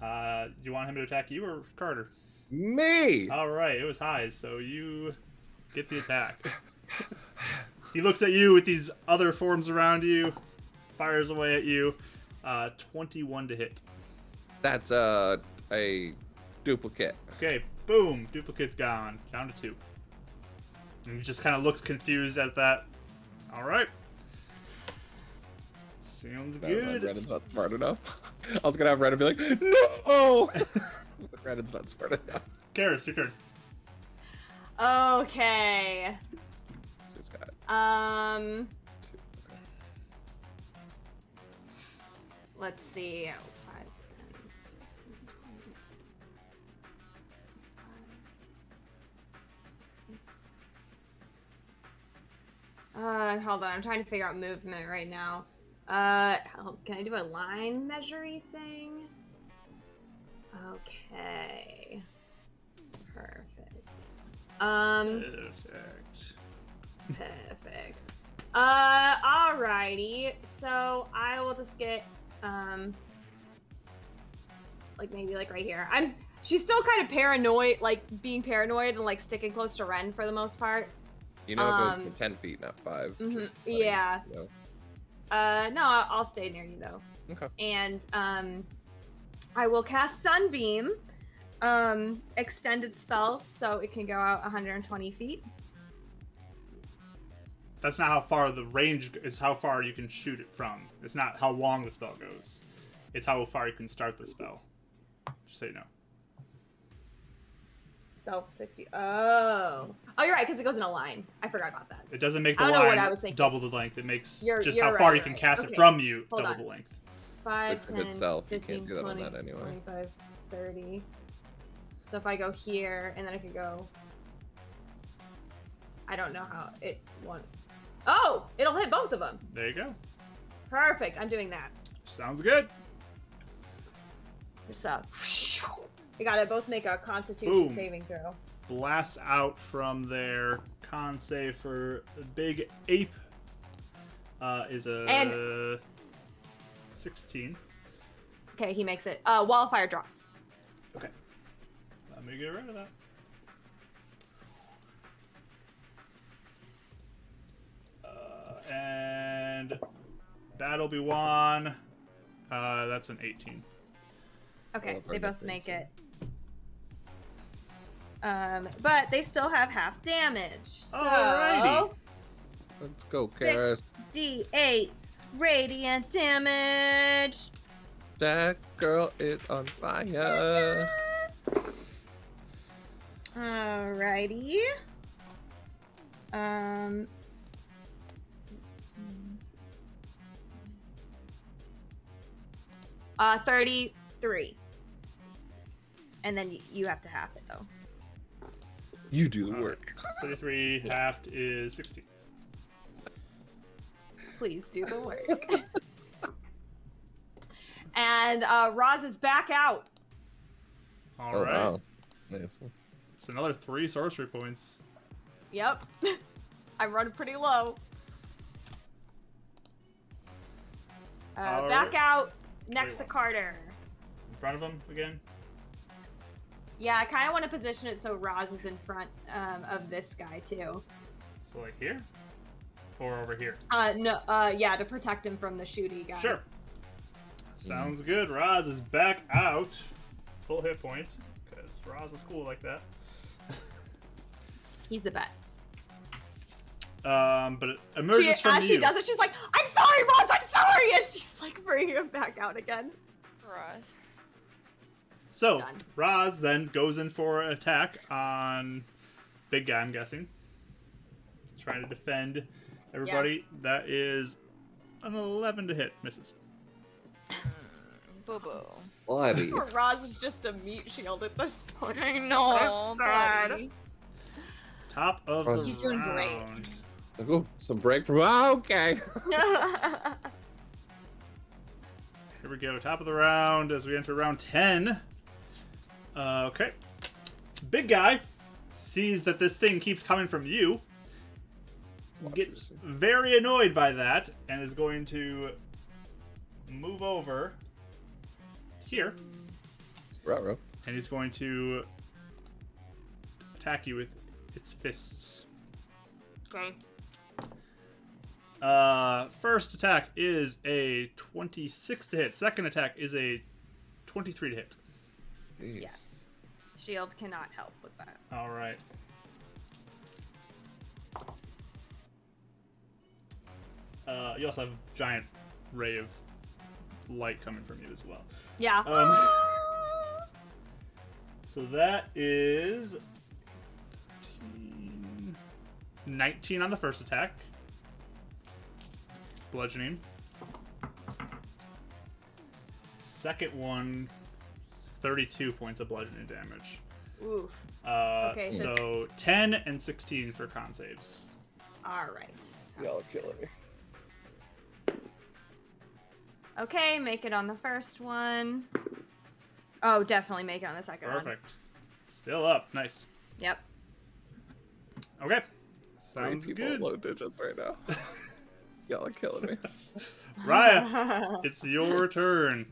Speaker 2: Uh, do you want him to attack you or Carter?
Speaker 4: Me!
Speaker 2: All right, it was highs, so you get the attack. he looks at you with these other forms around you, fires away at you. Uh, 21 to hit.
Speaker 4: That's uh, a duplicate.
Speaker 2: Okay, boom, duplicate's gone, down to two. And he just kind of looks confused at that. All right. Sounds
Speaker 4: Never mind,
Speaker 2: good.
Speaker 4: Renan's not smart enough. I was gonna have Renan be like, no! But Renan's not smart enough.
Speaker 2: Karis, your turn.
Speaker 5: Okay.
Speaker 4: So it's got
Speaker 5: Um,
Speaker 4: two. Okay.
Speaker 5: let's see. Five, ten. Uh, hold on. I'm trying to figure out movement right now. Uh, how- can I do a line measury thing? Okay. Perfect. Um.
Speaker 2: Perfect.
Speaker 5: Perfect. Uh, alrighty. So I will just get, um, like maybe like right here. I'm. She's still kind of paranoid, like being paranoid and like sticking close to Ren for the most part.
Speaker 4: You know, it goes to
Speaker 5: Um,
Speaker 4: 10 feet, not 5.
Speaker 5: mhm,
Speaker 4: just letting you
Speaker 5: yeah.
Speaker 4: know.
Speaker 5: Uh, no, I- I'll stay near you though.
Speaker 4: Okay.
Speaker 5: And um, I will cast Sunbeam, um, extended spell, so it can go out 120 feet.
Speaker 2: That's not how far the range is. How far you can shoot it from. It's not how long the spell goes. It's how far you can start the spell. Just so you know.
Speaker 5: So 60. Oh. Oh, you're right, because it goes in a line. I forgot about that.
Speaker 2: It doesn't make the
Speaker 5: I don't know what
Speaker 2: line
Speaker 5: I was thinking.
Speaker 2: double the length. It makes
Speaker 5: You're-
Speaker 2: just
Speaker 5: you're
Speaker 2: how far
Speaker 5: right,
Speaker 2: you can
Speaker 5: right.
Speaker 2: cast
Speaker 5: Okay.
Speaker 2: it from you
Speaker 5: Hold
Speaker 2: double
Speaker 5: on.
Speaker 2: the length.
Speaker 5: 5,
Speaker 4: But of
Speaker 5: 10,
Speaker 4: itself, you
Speaker 5: 15,
Speaker 4: can't do that on
Speaker 5: 20,
Speaker 4: that anyway.
Speaker 5: 25, 30. So if I go here, and then I could go... I don't know how it won't... Oh! It'll hit both of them!
Speaker 2: There you go.
Speaker 5: Perfect, I'm doing that.
Speaker 2: Sounds good.
Speaker 5: Just uh, You gotta both make a constitution
Speaker 2: Boom.
Speaker 5: saving throw.
Speaker 2: blast out from their con save for Big Ape uh, is a
Speaker 5: And-
Speaker 2: 16.
Speaker 5: Okay, he makes it. Uh, wildfire drops.
Speaker 2: Okay. Let me get rid of that. Uh, and Battle be won. Uh, that's an 18.
Speaker 5: Okay,
Speaker 4: Wildfire
Speaker 5: they both
Speaker 4: drops,
Speaker 5: make
Speaker 4: yeah.
Speaker 5: it. Um, but they still have half damage. So...
Speaker 2: Alrighty.
Speaker 4: Let's go, Karis.
Speaker 5: Six D eight radiant damage.
Speaker 4: That girl is on fire.
Speaker 5: Alrighty. Um. Uh, thirty-three. And then you, you have to half it though.
Speaker 4: You do the
Speaker 2: Alright.
Speaker 4: work.
Speaker 2: 33
Speaker 5: Yeah.
Speaker 2: halved is 16.
Speaker 5: Please do the work. and uh, Roz is back out.
Speaker 2: All right.
Speaker 4: oh, wow. Nice.
Speaker 2: It's another three sorcery points.
Speaker 5: Yep. I'm running pretty low. Uh,
Speaker 2: All
Speaker 5: back
Speaker 2: right.
Speaker 5: out next to
Speaker 2: Wait, what?
Speaker 5: Carter.
Speaker 2: In front of him again.
Speaker 5: Yeah, I kind of want to position it so Roz is in front um, of this guy too.
Speaker 2: So like here, or over here.
Speaker 5: Uh, no, uh, yeah, to protect him from the shooty guy.
Speaker 2: Sure. Sounds good. Roz is back out, full hit points, because Roz is cool like that.
Speaker 5: He's the best.
Speaker 2: Um, but it
Speaker 5: She,
Speaker 2: emerges
Speaker 5: as
Speaker 2: from
Speaker 5: she
Speaker 2: you.
Speaker 5: does it, she's like, "I'm sorry, Roz. I'm sorry," and she's like bringing him back out again.
Speaker 3: Roz.
Speaker 2: so
Speaker 5: Done.
Speaker 2: Roz then goes in for an attack on big guy. I'm guessing, trying to defend everybody. That is an 11 to hit, misses.
Speaker 3: Boo boo.
Speaker 4: Bloody.
Speaker 5: Poor Roz is just a meat shield at this point.
Speaker 3: I know.
Speaker 5: sad.
Speaker 3: buddy.
Speaker 2: Top of
Speaker 4: Roz-
Speaker 2: the
Speaker 3: He's doing great.
Speaker 2: round.
Speaker 4: oh, some break from. Oh, okay.
Speaker 2: Here we go. Top of the round as we enter round 10. Uh, okay. Big guy sees that this thing keeps coming from you, gets
Speaker 4: Interesting.
Speaker 2: very annoyed by that, and is going to move over here,
Speaker 4: Ruh-roh.
Speaker 2: and he's going to attack you with its fists.
Speaker 5: Okay.
Speaker 2: Uh, first attack is a 26 to hit. Second attack is a 23 to hit.
Speaker 4: Jeez.
Speaker 5: Yes. Shield cannot help with that.
Speaker 2: All right. Uh, you also have a giant ray of light coming from you as well.
Speaker 5: Yeah.
Speaker 2: Um, so that is 13, 19 on the first attack. Bludgeoning. Second one, 32 points of bludgeoning damage.
Speaker 5: Oof.
Speaker 2: Uh,
Speaker 5: Okay,
Speaker 2: so,
Speaker 5: so-
Speaker 2: 10 and 16 for con saves.
Speaker 5: All right.
Speaker 4: Y'all are killing me.
Speaker 5: Okay, make it on the first one. Oh, definitely make it on the second one.
Speaker 2: Perfect. Still up. Nice.
Speaker 5: Yep.
Speaker 2: Okay.
Speaker 4: Three
Speaker 2: Sounds
Speaker 4: people
Speaker 2: good.
Speaker 4: low digits right now. Y'all are killing me.
Speaker 2: Raya, it's your turn.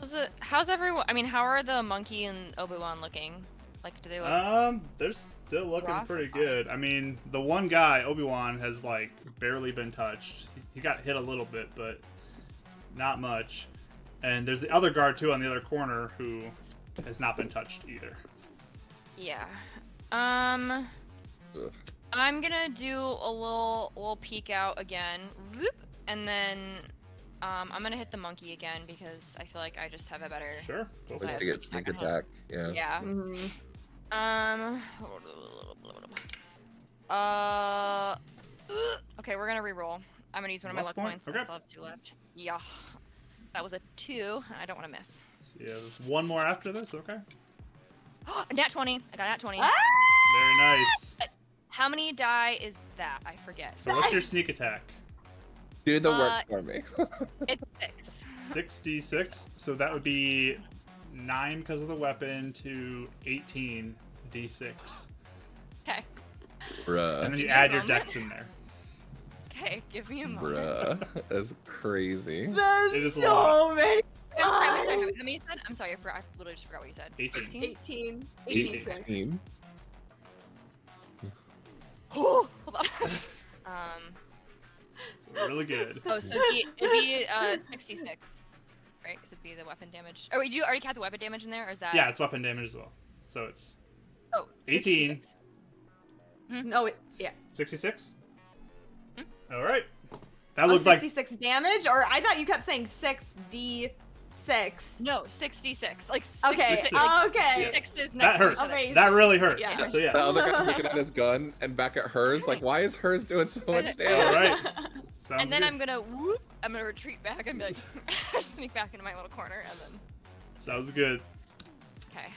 Speaker 3: How's, it, how's everyone? I mean, how are the monkey and Obi Wan looking? Like, do they look?
Speaker 2: Um, they're still looking
Speaker 3: Rough?
Speaker 2: pretty good. I mean, the one guy, Obi Wan, has like barely been touched. He- He got hit a little bit, but not much. And there's the other guard too on the other corner who has not been touched either.
Speaker 3: yeah. Um,
Speaker 4: Ugh.
Speaker 3: I'm gonna do a little little peek out again, Whoop. and then um, I'm gonna hit the monkey again because I feel like I just have a better.
Speaker 2: Sure. Go for
Speaker 4: Wait
Speaker 3: I
Speaker 4: to
Speaker 2: it.
Speaker 3: have
Speaker 4: get
Speaker 3: sneak
Speaker 4: sneak
Speaker 3: attack.
Speaker 4: attack. Yeah.
Speaker 3: Yeah.
Speaker 5: Mhm.
Speaker 3: Um. Uh. Okay, we're gonna re-roll. I'm gonna use one of my
Speaker 2: Luck
Speaker 3: luck
Speaker 2: point?
Speaker 3: points. I
Speaker 2: Okay.
Speaker 3: still have two left. Yeah. That was a two. and I don't want to miss.
Speaker 2: So, yeah, there's one more after this. Okay.
Speaker 3: nat 20. I got nat 20.
Speaker 5: Ah!
Speaker 2: Very nice.
Speaker 3: How many die is that? I forget.
Speaker 2: So what's your sneak attack?
Speaker 4: Do the work
Speaker 3: Uh,
Speaker 4: for me.
Speaker 3: It's six.
Speaker 2: Sixty-six. So that would be nine because of the weapon to eighteen d6, and
Speaker 3: Okay.
Speaker 2: then
Speaker 4: Bruh.
Speaker 2: you
Speaker 3: Give me a
Speaker 2: add your
Speaker 3: moment.
Speaker 2: dex in there.
Speaker 3: Okay. Give me a moment.
Speaker 4: Bruh. That's crazy.
Speaker 2: It is
Speaker 5: That's
Speaker 2: a
Speaker 5: so
Speaker 2: lot.
Speaker 5: many.
Speaker 3: Wait, sorry, wait, sorry, how many you said? I'm sorry. I forgot. I literally just forgot what you said.
Speaker 2: Eighteen.
Speaker 3: 16?
Speaker 5: 18.
Speaker 3: 18.
Speaker 5: 18.
Speaker 3: Hold on. um.
Speaker 2: So really good.
Speaker 3: Oh, so it'd be, it'd be uh, 66, right? 'Cause it'd be the weapon damage. Oh, wait, do you already count the weapon damage in there, or is that?
Speaker 2: Yeah, it's weapon damage as well. So it's
Speaker 3: Oh,
Speaker 2: 18.
Speaker 3: 66.
Speaker 5: No, it, yeah.
Speaker 2: 66?
Speaker 3: Hmm?
Speaker 2: All right. That
Speaker 5: Oh,
Speaker 2: looks like
Speaker 5: 66 damage, or I thought you kept saying 6d6.
Speaker 3: No, 66. Like
Speaker 5: Okay, Oh,
Speaker 3: 66.
Speaker 2: uh,
Speaker 5: okay.
Speaker 2: Yeah.
Speaker 3: sixes
Speaker 2: That
Speaker 3: next to each
Speaker 2: hurts.
Speaker 3: other.
Speaker 5: Okay.
Speaker 2: that really hurt.
Speaker 5: Yeah.
Speaker 2: So
Speaker 4: The
Speaker 2: yeah.
Speaker 4: other guy's looking at his gun and back at hers, like, why is hers doing so much
Speaker 2: All
Speaker 4: damage?
Speaker 2: right. Sounds
Speaker 3: And then
Speaker 2: good.
Speaker 3: I'm gonna whoop. I'm gonna retreat back and be like, sneak back into my little corner, and then
Speaker 2: Sounds good.
Speaker 3: okay.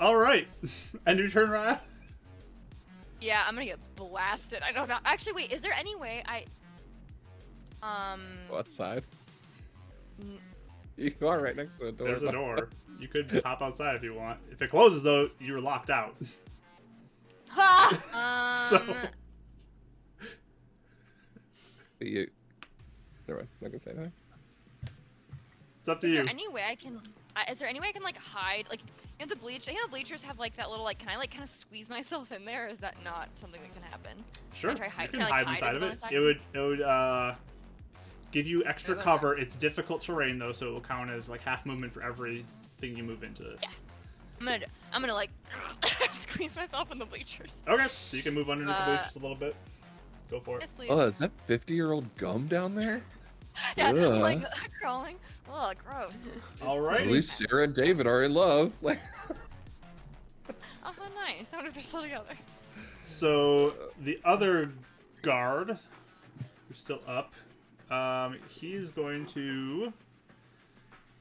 Speaker 2: All right. End your turn, Raya.
Speaker 3: Yeah, I'm gonna get blasted. I know that. Actually, wait, is there any way I? Um.
Speaker 4: What side?
Speaker 3: n-
Speaker 4: You are right next to the door.
Speaker 2: There's a door. You could hop outside if you want. If it closes though, you're locked out.
Speaker 5: Ha!
Speaker 3: Um.
Speaker 2: So-
Speaker 4: But you... Never mind. I'm not gonna say anything.
Speaker 2: It's up to
Speaker 3: Is
Speaker 2: you.
Speaker 3: there any way I can? I is there any way I can like hide? Like, you know, the bleach. You know, bleachers have like that little like. Can I like kind of squeeze myself in there? Is that not something that can happen?
Speaker 2: sure.
Speaker 3: try hide-
Speaker 2: you can
Speaker 3: can I,
Speaker 2: hide
Speaker 3: like, hide
Speaker 2: inside
Speaker 3: as
Speaker 2: of
Speaker 3: well
Speaker 2: it.
Speaker 3: as I
Speaker 2: It would it would uh give you extra
Speaker 3: Maybe like
Speaker 2: cover. It's difficult terrain though, so it will count as like half movement for every thing you move into this.
Speaker 3: I'm gonna. I'm gonna like squeeze myself in the bleachers.
Speaker 2: Okay, so you can move underneath the
Speaker 3: Uh,
Speaker 2: booth just a little bit. Go for it.
Speaker 3: Yes, please.
Speaker 4: Oh, is that 50 year old gum down there?
Speaker 3: yeah, I'm,
Speaker 4: ugh.
Speaker 3: like crawling. Oh, gross.
Speaker 2: All
Speaker 4: At
Speaker 2: right.
Speaker 4: least Sarah and David are in love. Like,
Speaker 3: Oh, how nice. I wonder if they're still together.
Speaker 2: So the other guard, who's still up, um, he's going to.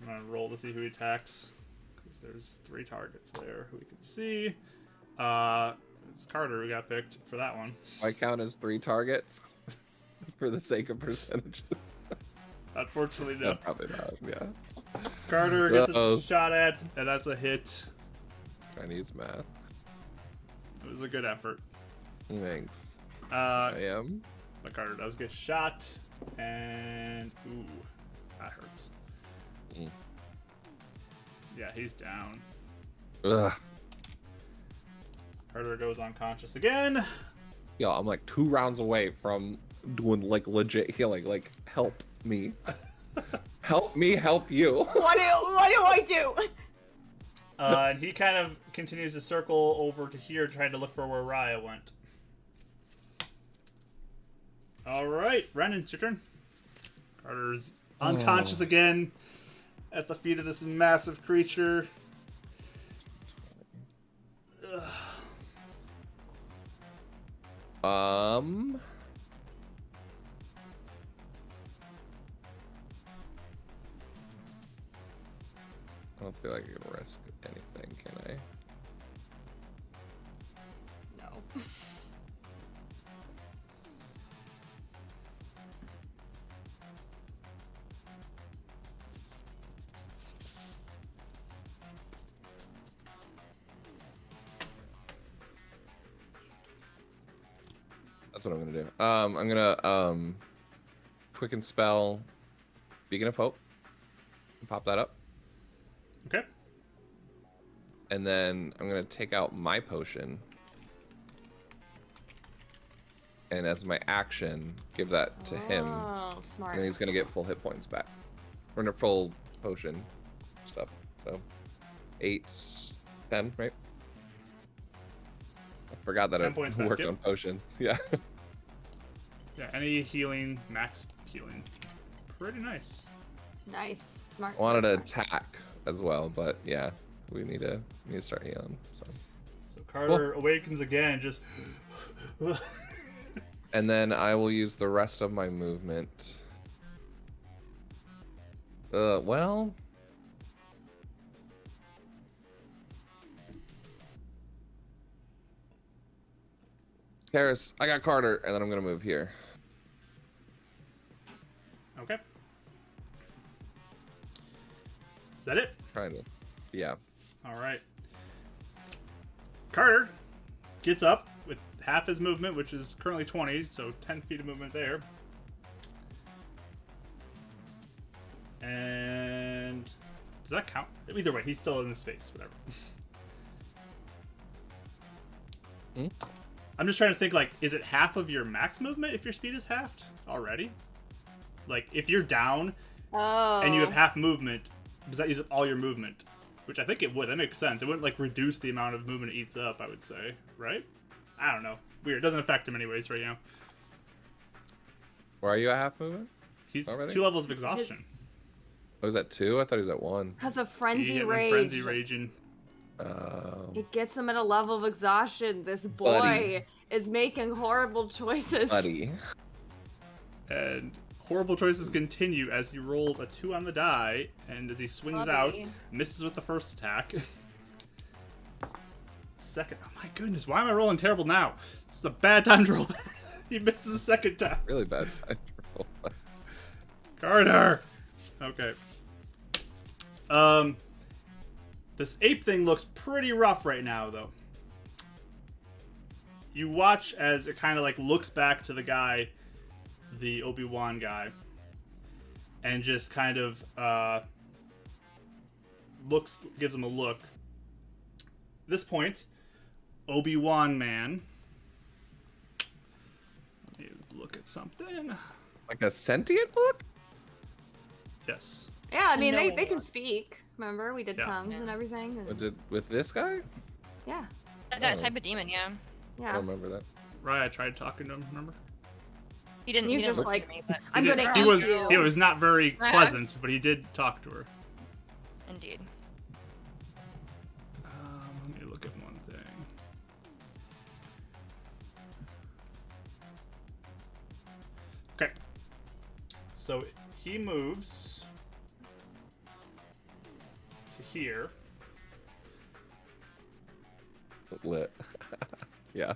Speaker 2: I'm gonna roll to see who he attacks. 'cause there's three targets there who we can see. Uh, it's Carter who got picked for that one.
Speaker 4: I count as three targets for the sake of percentages.
Speaker 2: Unfortunately,
Speaker 4: No,
Speaker 2: no.
Speaker 4: probably not. Yeah.
Speaker 2: Carter gets
Speaker 4: Uh-oh.
Speaker 2: a shot at, and that's a hit.
Speaker 4: Chinese math.
Speaker 2: It was a good effort.
Speaker 4: Thanks.
Speaker 2: Uh,
Speaker 4: I am.
Speaker 2: But Carter does get shot, and ooh, that hurts.
Speaker 4: Mm.
Speaker 2: Yeah, he's down.
Speaker 4: Ugh.
Speaker 2: Carter goes unconscious again.
Speaker 4: Yo, I'm like two rounds away from doing like legit healing. Like, help me. help me help you.
Speaker 5: What do what do I do?
Speaker 2: Uh, and he kind of continues to circle over to here, trying to look for where Raya went. All right, Renan, it's your turn. Carter's unconscious again at the feet of this massive creature.
Speaker 4: Um. I don't feel like I can risk anything, can I?
Speaker 5: No.
Speaker 4: That's what I'm gonna do. Um, I'm gonna um, quicken spell, beacon of hope, and pop that up,
Speaker 2: Okay.
Speaker 4: and then I'm gonna take out my potion, and as my action, give that to him,
Speaker 5: Oh, smart.
Speaker 4: and he's gonna get full hit points back, or no, full potion stuff. So eight, ten, right? I forgot that
Speaker 2: 10
Speaker 4: I
Speaker 2: points
Speaker 4: worked
Speaker 2: back, yep.
Speaker 4: on potions. Yeah.
Speaker 2: Yeah, any healing, max healing. Pretty nice.
Speaker 5: Nice. Smart.
Speaker 4: I wanted to
Speaker 5: smart, smart.
Speaker 4: attack as well, but yeah, we need to we need to start healing. So,
Speaker 2: So Carter awakens again, just.
Speaker 4: and then I will use the rest of my movement. Uh, well, Karis, I got Carter, and then I'm gonna move here.
Speaker 2: okay. Is that it?
Speaker 4: Trying to, yeah.
Speaker 2: All right. Carter gets up with half his movement, which is currently 20, so 10 feet of movement there. And does that count? Either way, he's still in the space, whatever.
Speaker 4: Hmm?
Speaker 2: I'm just trying to think like, is it half of your max movement if your speed is halved already? Like, if you're down
Speaker 5: Oh.
Speaker 2: and you have half movement, does that use up all your movement? Which I think it would. That makes sense. It wouldn't like reduce the amount of movement it eats up. I would say, right? I don't know. Weird. It doesn't affect him anyways right now.
Speaker 4: Where are you at half movement?
Speaker 2: He's
Speaker 4: Already?
Speaker 2: two levels of exhaustion.
Speaker 4: Oh, was at two? I thought he was at one.
Speaker 5: Because of
Speaker 2: He
Speaker 5: frenzy
Speaker 2: hit when
Speaker 5: rage.
Speaker 2: frenzy raging.
Speaker 4: Um,
Speaker 5: It gets him at a level of exhaustion. This boy
Speaker 4: Buddy.
Speaker 5: is making horrible choices.
Speaker 4: buddy.
Speaker 2: and horrible choices continue as he rolls a two on the die, and as he swings out,
Speaker 3: Bobby.
Speaker 2: misses with the first attack. second, oh my goodness, why am I rolling terrible now? This is a bad time to roll. he misses a second time.
Speaker 4: Really bad. roll.
Speaker 2: Carter. Okay. Um, this ape thing looks pretty rough right now, though. You watch as it kind of like looks back to the guy, the Obi Wan guy, and just kind of uh, looks gives him a look. At this point, Obi Wan man. Let me look at something.
Speaker 4: like a sentient book?
Speaker 2: Yes.
Speaker 5: Yeah, I mean, they,
Speaker 3: No.
Speaker 5: they can speak. Remember, we did
Speaker 2: Yeah.
Speaker 5: tongues and everything. and-
Speaker 4: What did with this guy?
Speaker 5: yeah,
Speaker 3: That, that
Speaker 4: Oh.
Speaker 3: type of demon, yeah.
Speaker 4: I
Speaker 5: yeah.
Speaker 4: don't remember that.
Speaker 2: Right, I tried talking to him. Remember?
Speaker 3: He didn't.
Speaker 5: He
Speaker 3: He,
Speaker 5: was
Speaker 3: didn't
Speaker 5: just
Speaker 3: listen to
Speaker 5: like-
Speaker 3: me, but
Speaker 5: I'm
Speaker 2: He
Speaker 5: gonna
Speaker 2: did-
Speaker 5: eat
Speaker 2: He was
Speaker 5: you.
Speaker 2: he was not very pleasant, but he did talk to her.
Speaker 3: indeed.
Speaker 2: Um, let me look at one thing. Okay. So he moves to here.
Speaker 4: Lit. yeah.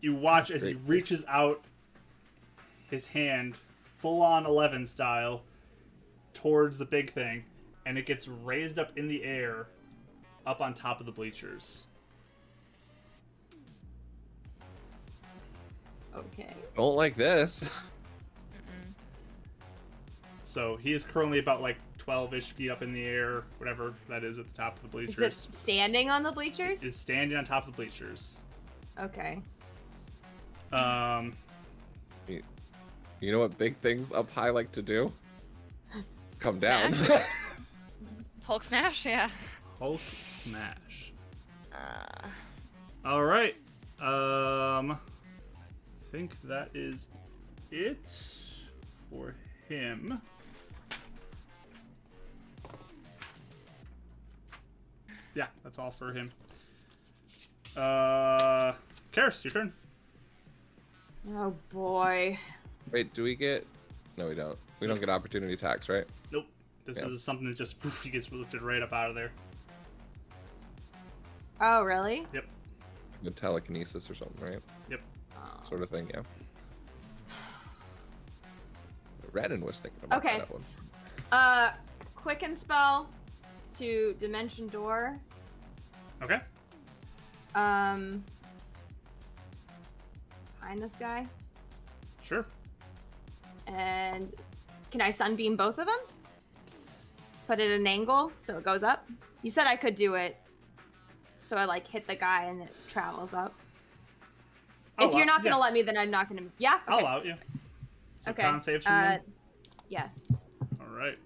Speaker 2: You watch as he
Speaker 4: Great.
Speaker 2: reaches out his hand, full on eleven style, towards the big thing, and it gets raised up in the air, up on top of the bleachers.
Speaker 5: Okay.
Speaker 4: Don't like this.
Speaker 2: So he is currently about like 12 ish feet up in the air, whatever that is at the top of the
Speaker 5: Is it
Speaker 2: bleachers.
Speaker 5: standing on the bleachers?
Speaker 2: Is standing on top of the bleachers.
Speaker 5: Okay.
Speaker 2: Um,
Speaker 4: You know what big things up high like to do? Come down.
Speaker 3: Smash? Hulk smash, yeah.
Speaker 2: Hulk smash.
Speaker 3: Uh,
Speaker 2: All right. Um, I think that is it for him. Yeah, that's all for him. Uh, Karis, your turn.
Speaker 5: Oh boy.
Speaker 4: Wait, do we get? No, we don't. We don't get opportunity attacks, right?
Speaker 2: Nope. This
Speaker 4: Yeah.
Speaker 2: is something that just he gets lifted right up out of there.
Speaker 5: Oh really?
Speaker 2: Yep.
Speaker 4: The telekinesis or something, right?
Speaker 2: Yep.
Speaker 5: Oh.
Speaker 4: Sort of thing, yeah. Radin was thinking about
Speaker 5: Okay.
Speaker 4: that one.
Speaker 5: Uh, quicken spell to dimension door.
Speaker 2: Okay.
Speaker 5: Um, find this guy,
Speaker 2: Sure.
Speaker 5: and can I sunbeam both of them? Put it at an angle so it goes up. You said I could do it, so I like hit the guy and it travels up. if
Speaker 2: I'll
Speaker 5: you're
Speaker 2: allow-
Speaker 5: not gonna
Speaker 2: Oh, yeah,
Speaker 5: let me, then I'm not gonna. Yeah.
Speaker 2: I'll
Speaker 5: Okay.
Speaker 2: allow you. So
Speaker 5: okay.
Speaker 2: Con saves from
Speaker 5: uh,
Speaker 2: them.
Speaker 5: yes.
Speaker 2: All right.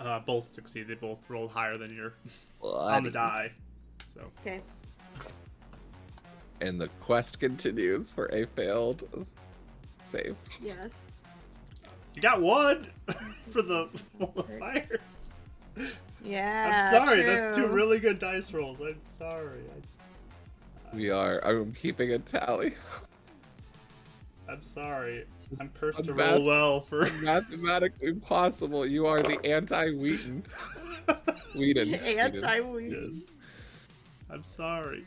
Speaker 2: Uh, both succeed. They both rolled higher than your on the
Speaker 4: Bloody-
Speaker 2: die. So
Speaker 5: Okay.
Speaker 4: And the quest continues for a failed save.
Speaker 5: Yes.
Speaker 2: you got one for the wall of
Speaker 5: Six.
Speaker 2: fire.
Speaker 5: Yeah.
Speaker 2: I'm sorry. That's two
Speaker 5: Uh, true.
Speaker 2: really good dice rolls. I'm sorry.
Speaker 4: We are. I'm keeping a tally.
Speaker 2: I, I'm sorry. I'm cursed to
Speaker 4: Unbalanced.
Speaker 2: roll well for.
Speaker 4: Mathematically possible. You are the anti Wheaton. Wheaton.
Speaker 5: Anti
Speaker 2: yes. I'm sorry.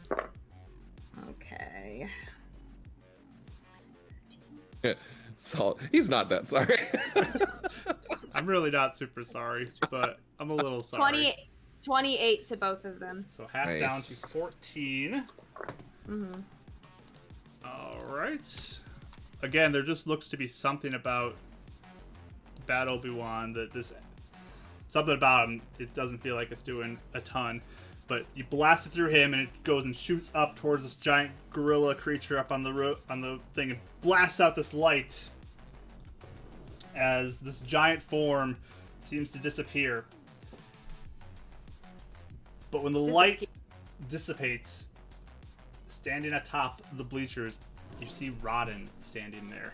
Speaker 5: Okay.
Speaker 4: Salt. He's not that sorry.
Speaker 2: I'm really not super sorry, but I'm a little sorry.
Speaker 5: 20, 28 to both of them.
Speaker 2: So half down to
Speaker 4: Nice.
Speaker 2: 14.
Speaker 5: Mm-hmm.
Speaker 2: All right. Again, there just looks to be something about Bad Obi Wan that this something about him. It doesn't feel like it's doing a ton, but you blast it through him, and it goes and shoots up towards this giant gorilla creature up on the ro- on the thing, and blasts out this light as this giant form seems to disappear. But when the light dissipates, standing atop the bleachers, you see Rodden standing there.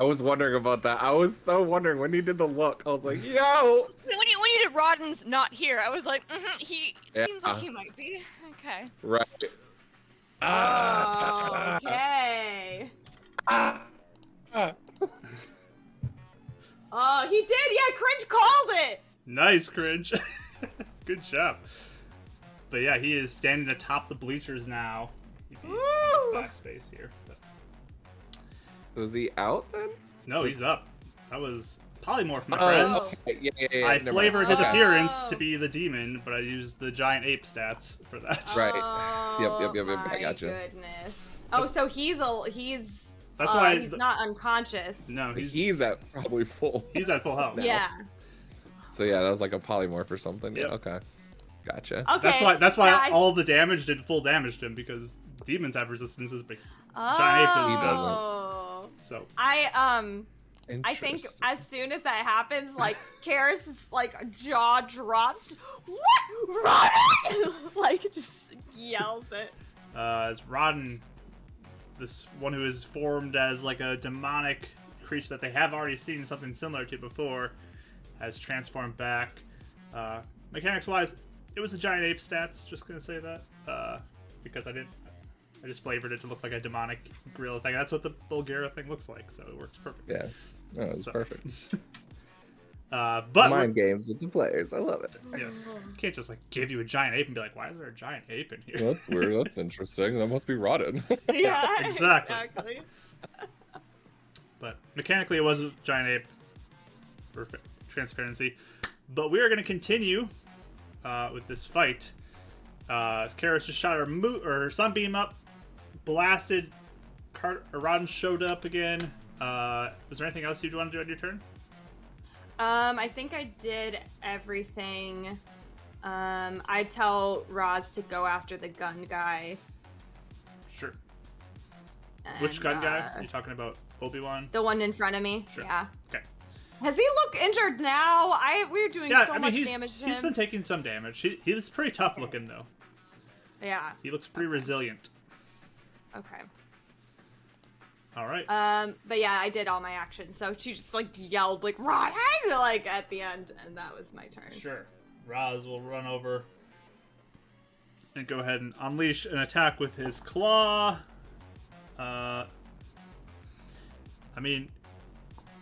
Speaker 4: I was wondering about that. I was so wondering when he did the look. I was like, yo.
Speaker 3: when you when you did Rodden's not here, I was like, mm-hmm, he
Speaker 4: Yeah.
Speaker 3: seems like he might be. Okay.
Speaker 4: Right.
Speaker 5: Oh,
Speaker 4: Ah.
Speaker 5: Okay.
Speaker 4: Ah.
Speaker 5: Oh, he did. Yeah, cringe called it.
Speaker 2: Nice, cringe. Good job. But yeah, he is standing atop the bleachers now. If he-
Speaker 5: Woo!
Speaker 2: Black space here. But-
Speaker 4: Was he out then?
Speaker 2: No, he's up. That was polymorph, my
Speaker 4: Oh,
Speaker 2: friends.
Speaker 4: okay. yeah, yeah, yeah,
Speaker 2: I
Speaker 4: never mind.
Speaker 2: flavored his
Speaker 5: Okay.
Speaker 2: appearance
Speaker 5: Oh.
Speaker 2: to be the demon, but I used the giant ape stats for that.
Speaker 4: Right.
Speaker 5: Oh,
Speaker 4: Yep, yep, yep, yep, I
Speaker 5: my
Speaker 4: gotcha.
Speaker 5: Goodness. Oh, so he's a he's.
Speaker 2: That's
Speaker 5: uh,
Speaker 2: why
Speaker 5: he's
Speaker 2: the-
Speaker 5: not unconscious.
Speaker 2: No,
Speaker 4: He's,
Speaker 2: he's
Speaker 4: at probably full.
Speaker 2: he's at full health.
Speaker 5: Yeah.
Speaker 4: So yeah, that was like a polymorph or something.
Speaker 2: Yep.
Speaker 4: Yeah. Okay. Gotcha.
Speaker 5: Okay.
Speaker 2: That's why that's why
Speaker 5: yeah, I-
Speaker 2: all the damage did full damage to him because demons have resistances, but giant ape is-
Speaker 5: Oh.
Speaker 2: so
Speaker 5: I um. I think
Speaker 4: Interesting.
Speaker 5: as soon as that happens, like Karis' like jaw drops. What? Run! like just yells it.
Speaker 2: uh, as Rodden, this one who is formed as like a demonic creature that they have already seen something similar to before, has transformed back. Uh, mechanics wise, it was a giant ape stats. Just gonna say that uh, because I didn't. I just flavored it to look like a demonic gorilla thing. That's what the Bulgara thing looks like, so it works perfect.
Speaker 4: Yeah. No, it's
Speaker 2: So-
Speaker 4: perfect.
Speaker 2: Uh, but
Speaker 4: Mind games with the players. I love it.
Speaker 2: yes, can't just like give you a giant ape and be like, "Why is there a giant ape in here?"
Speaker 4: That's weird. That's interesting. That must be rotten.
Speaker 5: Yeah.
Speaker 2: Exactly. But mechanically, it was a giant ape for fa- transparency. But we are going to continue uh, with this fight. Uh, as Karis just shot her, mo- or her sunbeam up, blasted. Card- Aran showed up again. Uh, was there anything else you'd want to do on your turn?
Speaker 5: Um, I think I did everything. Um, I tell Roz to go after the gun guy.
Speaker 2: Sure. Which
Speaker 5: and,
Speaker 2: gun guy?
Speaker 5: uh,
Speaker 2: You're talking about Obi Wan?
Speaker 5: The one in front of me.
Speaker 2: Sure.
Speaker 5: Yeah.
Speaker 2: Okay.
Speaker 5: Has he look injured now? I we're doing
Speaker 2: Yeah,
Speaker 5: so
Speaker 2: I mean
Speaker 5: much
Speaker 2: he's
Speaker 5: damage to
Speaker 2: he's
Speaker 5: him.
Speaker 2: been taking some damage. He he's pretty tough looking though.
Speaker 5: Yeah.
Speaker 2: He looks pretty resilient.
Speaker 5: Okay.
Speaker 2: All right.
Speaker 5: Um, but yeah, I did all my actions. So she just like yelled like Rod, like at the end, and that was my turn.
Speaker 2: Sure. Roz will run over and go ahead and unleash an attack with his claw. Uh, I mean,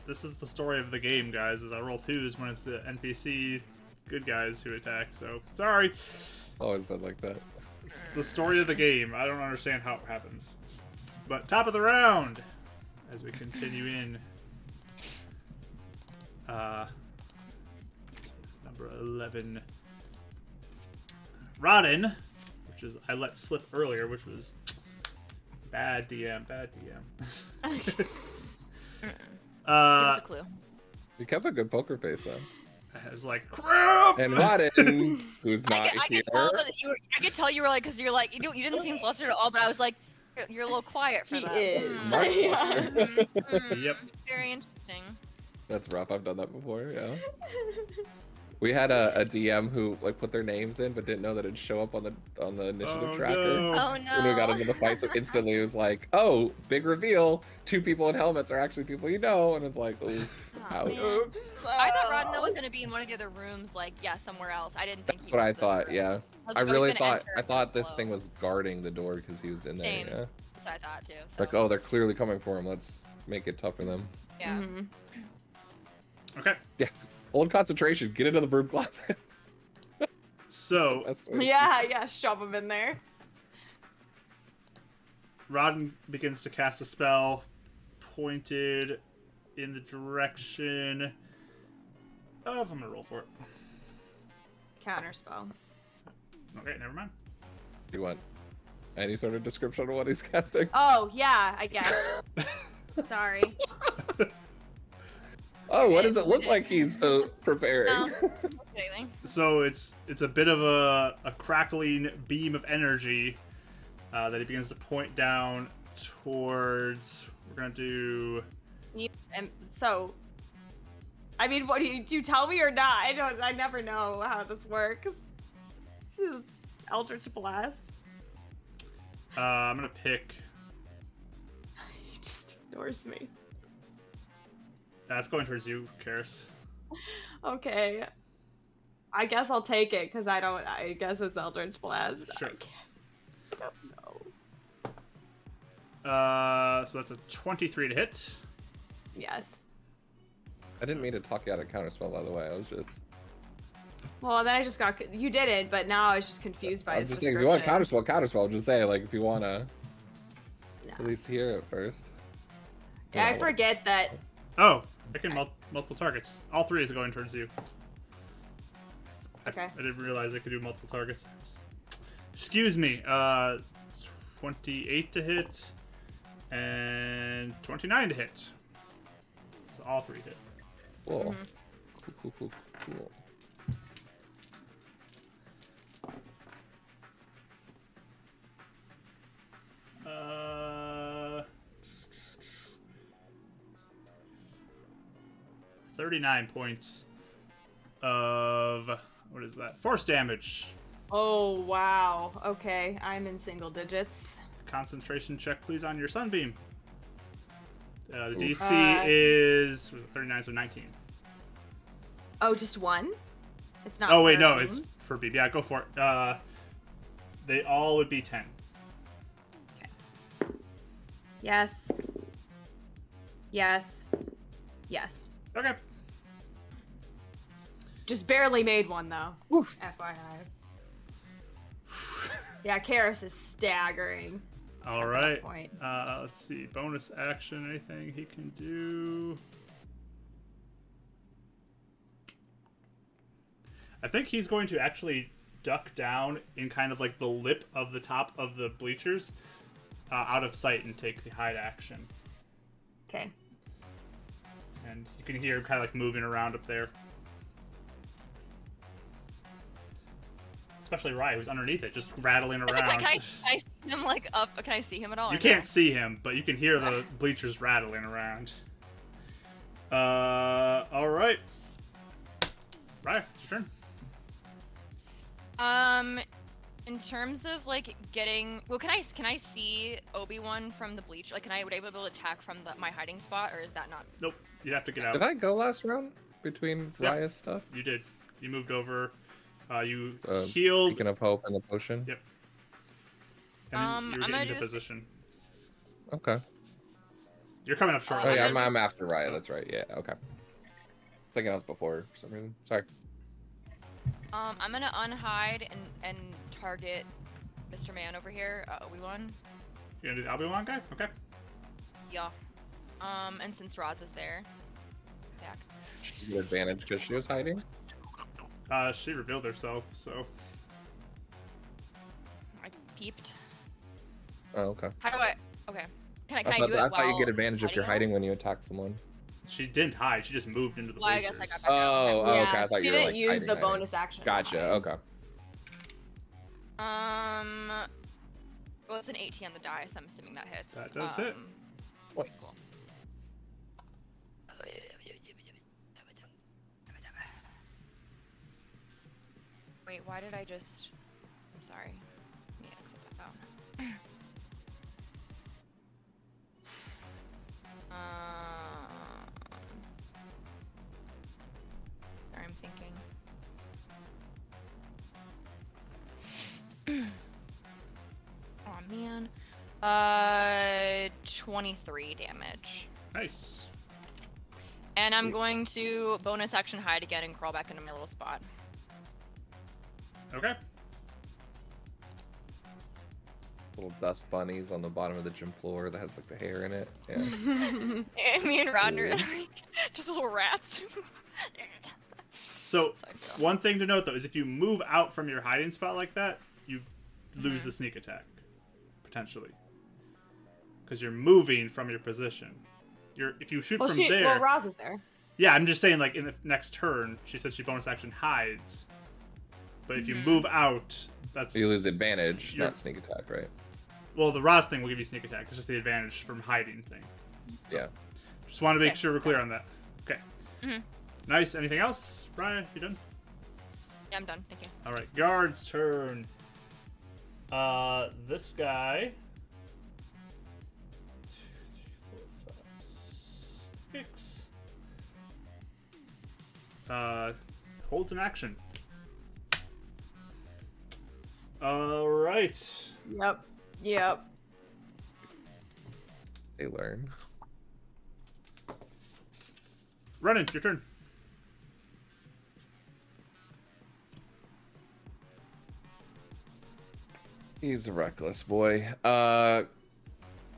Speaker 2: this is the story of the game, guys. Is I roll twos when it's the NPC good guys who attack. So sorry,
Speaker 4: Always been like that.
Speaker 2: it's the story of the game. I don't understand how it happens. But top of the round, as we continue in. Uh, number 11 Rodden, which is I let slip earlier, which was bad DM, bad Uh, DM.
Speaker 3: Give us
Speaker 2: uh,
Speaker 3: a clue.
Speaker 4: You kept a good poker face on.
Speaker 2: I was like, crap!
Speaker 4: And Rodden, who's
Speaker 3: I
Speaker 4: not
Speaker 3: could, I
Speaker 4: here,
Speaker 3: could tell that you were. I could tell you were like, because you're like, you, don't- you didn't seem flustered at all. But I was like, you're, you're a little quiet for
Speaker 5: He
Speaker 3: that.
Speaker 5: is.
Speaker 3: Hmm,
Speaker 4: Mark
Speaker 5: Yeah.
Speaker 4: Walker.
Speaker 3: hmm, hmm.
Speaker 2: Yep.
Speaker 3: Very interesting.
Speaker 4: That's rough. I've done that before. Yeah. We had a, a DM who like put their names in but didn't know that it'd show up on the on the initiative
Speaker 2: Oh,
Speaker 4: tracker.
Speaker 2: no.
Speaker 3: Oh no.
Speaker 4: When we got into the fight, so instantly it was like, "Oh, big reveal! Two people in helmets are actually people you know," and it's like, "Ooh, ouch."
Speaker 3: man.
Speaker 5: Oops.
Speaker 3: I thought Rodno was gonna be in one of the other rooms, like yeah, somewhere else. I didn't think.
Speaker 4: That's
Speaker 3: he
Speaker 4: what
Speaker 3: was
Speaker 4: I
Speaker 3: the-
Speaker 4: thought. Yeah,
Speaker 3: was-
Speaker 4: I
Speaker 3: was
Speaker 4: really
Speaker 3: gonna
Speaker 4: thought
Speaker 3: enter
Speaker 4: I thought this
Speaker 3: below.
Speaker 4: thing was guarding the door because he was in there.
Speaker 3: Same.
Speaker 4: Yeah,
Speaker 3: That's what I thought too.
Speaker 4: It's
Speaker 3: So,
Speaker 4: like, oh, they're clearly coming for him. Let's make it tough for them.
Speaker 3: yeah.
Speaker 5: Mhm.
Speaker 2: Okay,
Speaker 4: Old concentration. Get into the broom closet.
Speaker 2: so
Speaker 4: That's the way-
Speaker 5: Yeah, yeah, shove him in there.
Speaker 2: Rodden begins to cast a spell pointed in the direction of. I'm gonna roll for it.
Speaker 5: Counter spell.
Speaker 2: Okay, never mind.
Speaker 4: You want any sort of description of what he's casting?
Speaker 5: Oh yeah, I guess. Sorry.
Speaker 4: Oh, what
Speaker 3: Okay,
Speaker 4: does it look
Speaker 3: okay.
Speaker 4: like he's uh, preparing?
Speaker 3: No. Anything.
Speaker 2: So it's it's a bit of a, a crackling beam of energy uh, that he begins to point down towards. We're gonna do.
Speaker 5: You, and so, I mean, what do you do? You tell me or not? I don't. I never know how this works. This is Eldritch blast.
Speaker 2: Uh, I'm gonna pick.
Speaker 5: He just ignores me.
Speaker 2: That's uh, going towards you, Karis.
Speaker 5: Okay. I guess I'll take it because I don't. I guess it's Eldritch blast.
Speaker 2: Sure.
Speaker 5: I, can't, I don't know.
Speaker 2: Uh, so that's a 23 to hit.
Speaker 5: Yes.
Speaker 4: I didn't mean to talk you out of counterspell, by the way. I was just,
Speaker 5: Well, then I just got. co- You did it, but now I was just confused by
Speaker 4: I was
Speaker 5: his
Speaker 4: just saying, if
Speaker 5: description.
Speaker 4: you want counterspell, counterspell. Just say like if you wanna,
Speaker 5: Nah.
Speaker 4: at least hear it first.
Speaker 5: yeah, I
Speaker 4: Yeah.
Speaker 5: forget that.
Speaker 2: Oh, I can mul- multiple targets. All three is going towards you. I-
Speaker 5: Okay.
Speaker 2: I didn't realize I could do multiple targets. Excuse me. Uh, 28 to hit and 29 to hit. So all three hit.
Speaker 4: Cool.
Speaker 5: mm-hmm.
Speaker 4: Cool, cool, cool, cool.
Speaker 2: Uh, 39 points of what is that? Force damage.
Speaker 5: Oh wow. Okay, I'm in single digits.
Speaker 2: concentration check, please, on your sunbeam. Uh, the
Speaker 4: Oof.
Speaker 2: DC
Speaker 5: Uh,
Speaker 2: is was it 39, so 19.
Speaker 5: Oh, just one? It's not.
Speaker 2: Oh, wait, no,
Speaker 5: burning?
Speaker 2: it's for BB. Yeah, go for it. Uh, they all would be 10.
Speaker 5: Yes. Yes. Yes.
Speaker 2: Okay.
Speaker 5: Just barely made one though.
Speaker 4: Oof.
Speaker 5: FYI. yeah, Karis is staggering.
Speaker 2: All right.
Speaker 5: point.
Speaker 2: Uh, let's see. Bonus action, anything he can do? I think he's going to actually duck down in kind of like the lip of the top of the bleachers, uh, out of sight, and take the hide action.
Speaker 5: Okay.
Speaker 2: And you can hear him kind of like moving around up there. Especially Rye, who's underneath it, just rattling
Speaker 3: At some
Speaker 2: around.
Speaker 3: point, can I, I see him like up? Can I see him at all?
Speaker 2: You
Speaker 3: or no?
Speaker 2: can't see him, but you can hear the bleachers rattling around. Uh, all right. Right, it's your turn.
Speaker 3: Um, in terms of like getting, well, can I can I see Obi Wan from the bleach? Like, can I would I be able to attack from the, my hiding spot, or is that not?
Speaker 2: Nope, you'd have to get out.
Speaker 4: Did I go last round between
Speaker 2: Yeah.
Speaker 4: Raya's stuff?
Speaker 2: You did. You moved over. Uh, you
Speaker 4: Uh,
Speaker 2: healed.
Speaker 4: Beacon of Hope and the potion?
Speaker 2: Yep. And then
Speaker 3: Um,
Speaker 2: you were
Speaker 3: I'm
Speaker 2: getting
Speaker 3: gonna
Speaker 2: into
Speaker 3: do this-
Speaker 2: position.
Speaker 5: Oh,
Speaker 4: Okay.
Speaker 2: You're coming up short.
Speaker 3: Uh,
Speaker 4: Oh,
Speaker 2: on
Speaker 4: yeah,
Speaker 2: that.
Speaker 4: I'm, I'm after Raya,
Speaker 2: So-
Speaker 4: that's right. Yeah, okay. It's like I was before for some reason. Sorry.
Speaker 3: Um, I'm gonna unhide and and target Mr. Man over here, uh, Obi Wan.
Speaker 2: You're gonna do the Obi Wan guy? Okay.
Speaker 3: Yeah. Um, and since Roz is there, attack.
Speaker 4: She had advantage because she was hiding.
Speaker 2: Uh, she revealed herself, so
Speaker 3: I peeped.
Speaker 4: Oh, okay.
Speaker 3: How do I? Okay. Can I can
Speaker 4: I
Speaker 3: I,
Speaker 4: thought,
Speaker 3: do it
Speaker 4: I thought you
Speaker 3: while
Speaker 4: get advantage if you're
Speaker 3: at all?
Speaker 4: hiding when you attack someone.
Speaker 2: she didn't hide. She just moved into the
Speaker 3: Well, I
Speaker 2: bleachers.
Speaker 3: guess I got back.
Speaker 4: Oh, oh, okay. I thought
Speaker 5: she
Speaker 4: you were
Speaker 5: didn't
Speaker 4: like
Speaker 5: use
Speaker 4: hiding,
Speaker 5: the
Speaker 4: hiding.
Speaker 5: bonus action.
Speaker 4: Gotcha. Okay.
Speaker 3: Um, well, it's an 18 on the die, so I'm assuming that hits.
Speaker 2: That does
Speaker 3: um,
Speaker 2: hit.
Speaker 4: Points.
Speaker 3: Wait, why did I just? I'm sorry. Let me exit that out. Um, sorry, I'm thinking. Oh man. Uh, 23 damage.
Speaker 2: Nice.
Speaker 3: And I'm going to bonus action hide again and crawl back into my little spot.
Speaker 2: Okay.
Speaker 4: Little dust bunnies on the bottom of the gym floor that has like the hair in it. Yeah.
Speaker 3: Me and Rodner
Speaker 4: Cool.
Speaker 3: are like just little rats.
Speaker 2: So
Speaker 3: Sorry, girl.
Speaker 2: one thing to note though is if you move out from your hiding spot like that, you lose
Speaker 3: Mm-hmm.
Speaker 2: the sneak attack potentially because you're moving from your position. You're if you shoot
Speaker 5: Well,
Speaker 2: from
Speaker 5: she,
Speaker 2: there.
Speaker 5: well, Roz is there.
Speaker 2: Yeah, I'm just saying, like, in the next turn, she said she bonus action hides. But if you
Speaker 3: Mm-hmm.
Speaker 2: move out, that's.
Speaker 4: you lose advantage,
Speaker 2: You're-
Speaker 4: not sneak attack, right?
Speaker 2: Well, the Ross thing will give you sneak attack. It's just the advantage from hiding thing.
Speaker 4: Yeah.
Speaker 2: Just want to make
Speaker 3: Okay.
Speaker 2: sure we're clear on that. Okay.
Speaker 3: Mhm.
Speaker 2: Nice. Anything else? Ryan, you done?
Speaker 3: Yeah, I'm done. Thank you.
Speaker 2: All right. Guard's turn. Uh, this guy. Two, three, four, five, six. Uh, holds an action. All right.
Speaker 5: Yep. Yep.
Speaker 4: They learn.
Speaker 2: Running, your turn.
Speaker 4: He's a reckless boy. Uh,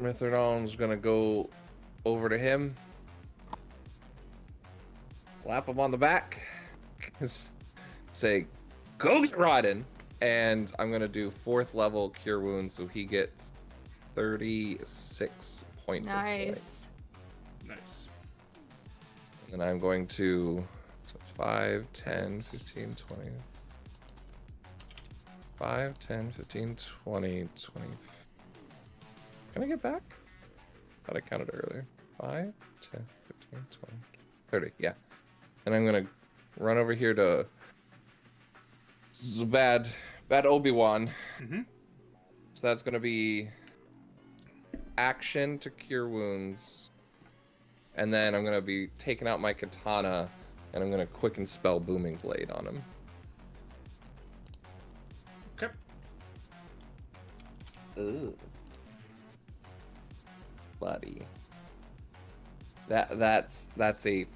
Speaker 4: Mithridon's gonna go over to him, lap him on the back, say, "Go get Rodden," and I'm gonna do fourth level cure wounds, so he gets thirty-six points. of healing.
Speaker 5: Nice.
Speaker 2: Nice.
Speaker 4: And I'm going to so it's 5, 10, 15, 20. 5, 10, 15, 20, 20. Can I get back? thought I counted earlier. 5, 10, 15, 20, 30. Yeah. And I'm going to run over here to Z- bad, bad Obi Wan.
Speaker 2: Mhm.
Speaker 4: So that's going to be action to cure wounds. And then I'm going to be taking out my katana and I'm going to quicken spell Booming Blade on him.
Speaker 2: Okay.
Speaker 4: Ooh. Bloody. That that's that's a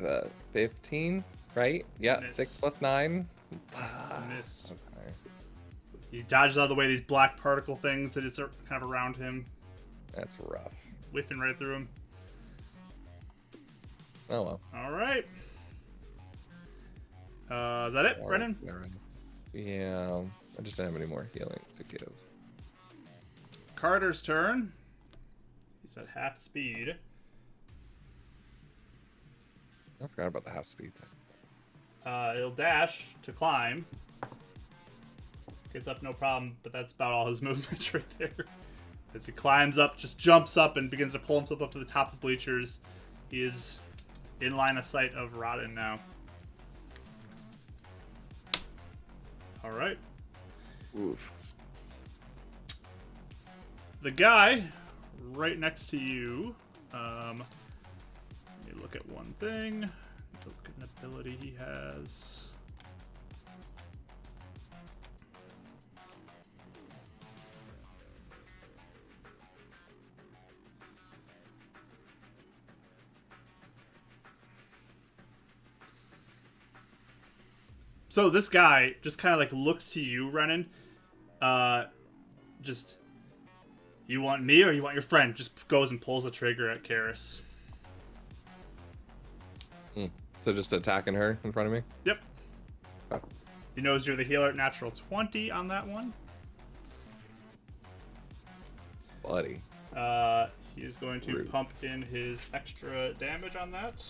Speaker 4: uh, 15, right? Yeah,
Speaker 2: Miss.
Speaker 4: 6 plus 9.
Speaker 2: Miss.
Speaker 4: Okay.
Speaker 2: He dodges out of the way of these black particle things that is ar- kind of around him,
Speaker 4: That's rough.
Speaker 2: whipping right through him.
Speaker 4: Oh well.
Speaker 2: All right. Uh, is that it,
Speaker 4: Or
Speaker 2: Brennan?
Speaker 4: Clarence. Yeah, I just don't have any more healing to give.
Speaker 2: Carter's turn. He's at half speed.
Speaker 4: I forgot about the half speed. Thing.
Speaker 2: Uh, he'll dash to climb. Gets up no problem, but that's about all his movement right there. As he climbs up, just jumps up and begins to pull himself up to the top of the bleachers. He is in line of sight of Rodden now. All right.
Speaker 4: Oof.
Speaker 2: the guy right next to you. Um, let me look at one thing. Look at an ability he has. So this guy just kind of like looks to you, Renan. Uh, just you want me or you want your friend? Just goes and pulls the trigger at Karis.
Speaker 4: So just attacking her in front of me.
Speaker 2: Yep.
Speaker 4: Oh.
Speaker 2: He knows you're the healer at natural 20 on that one.
Speaker 4: Bloody.
Speaker 2: Uh, he is going to
Speaker 4: Rude.
Speaker 2: pump in his extra damage on that.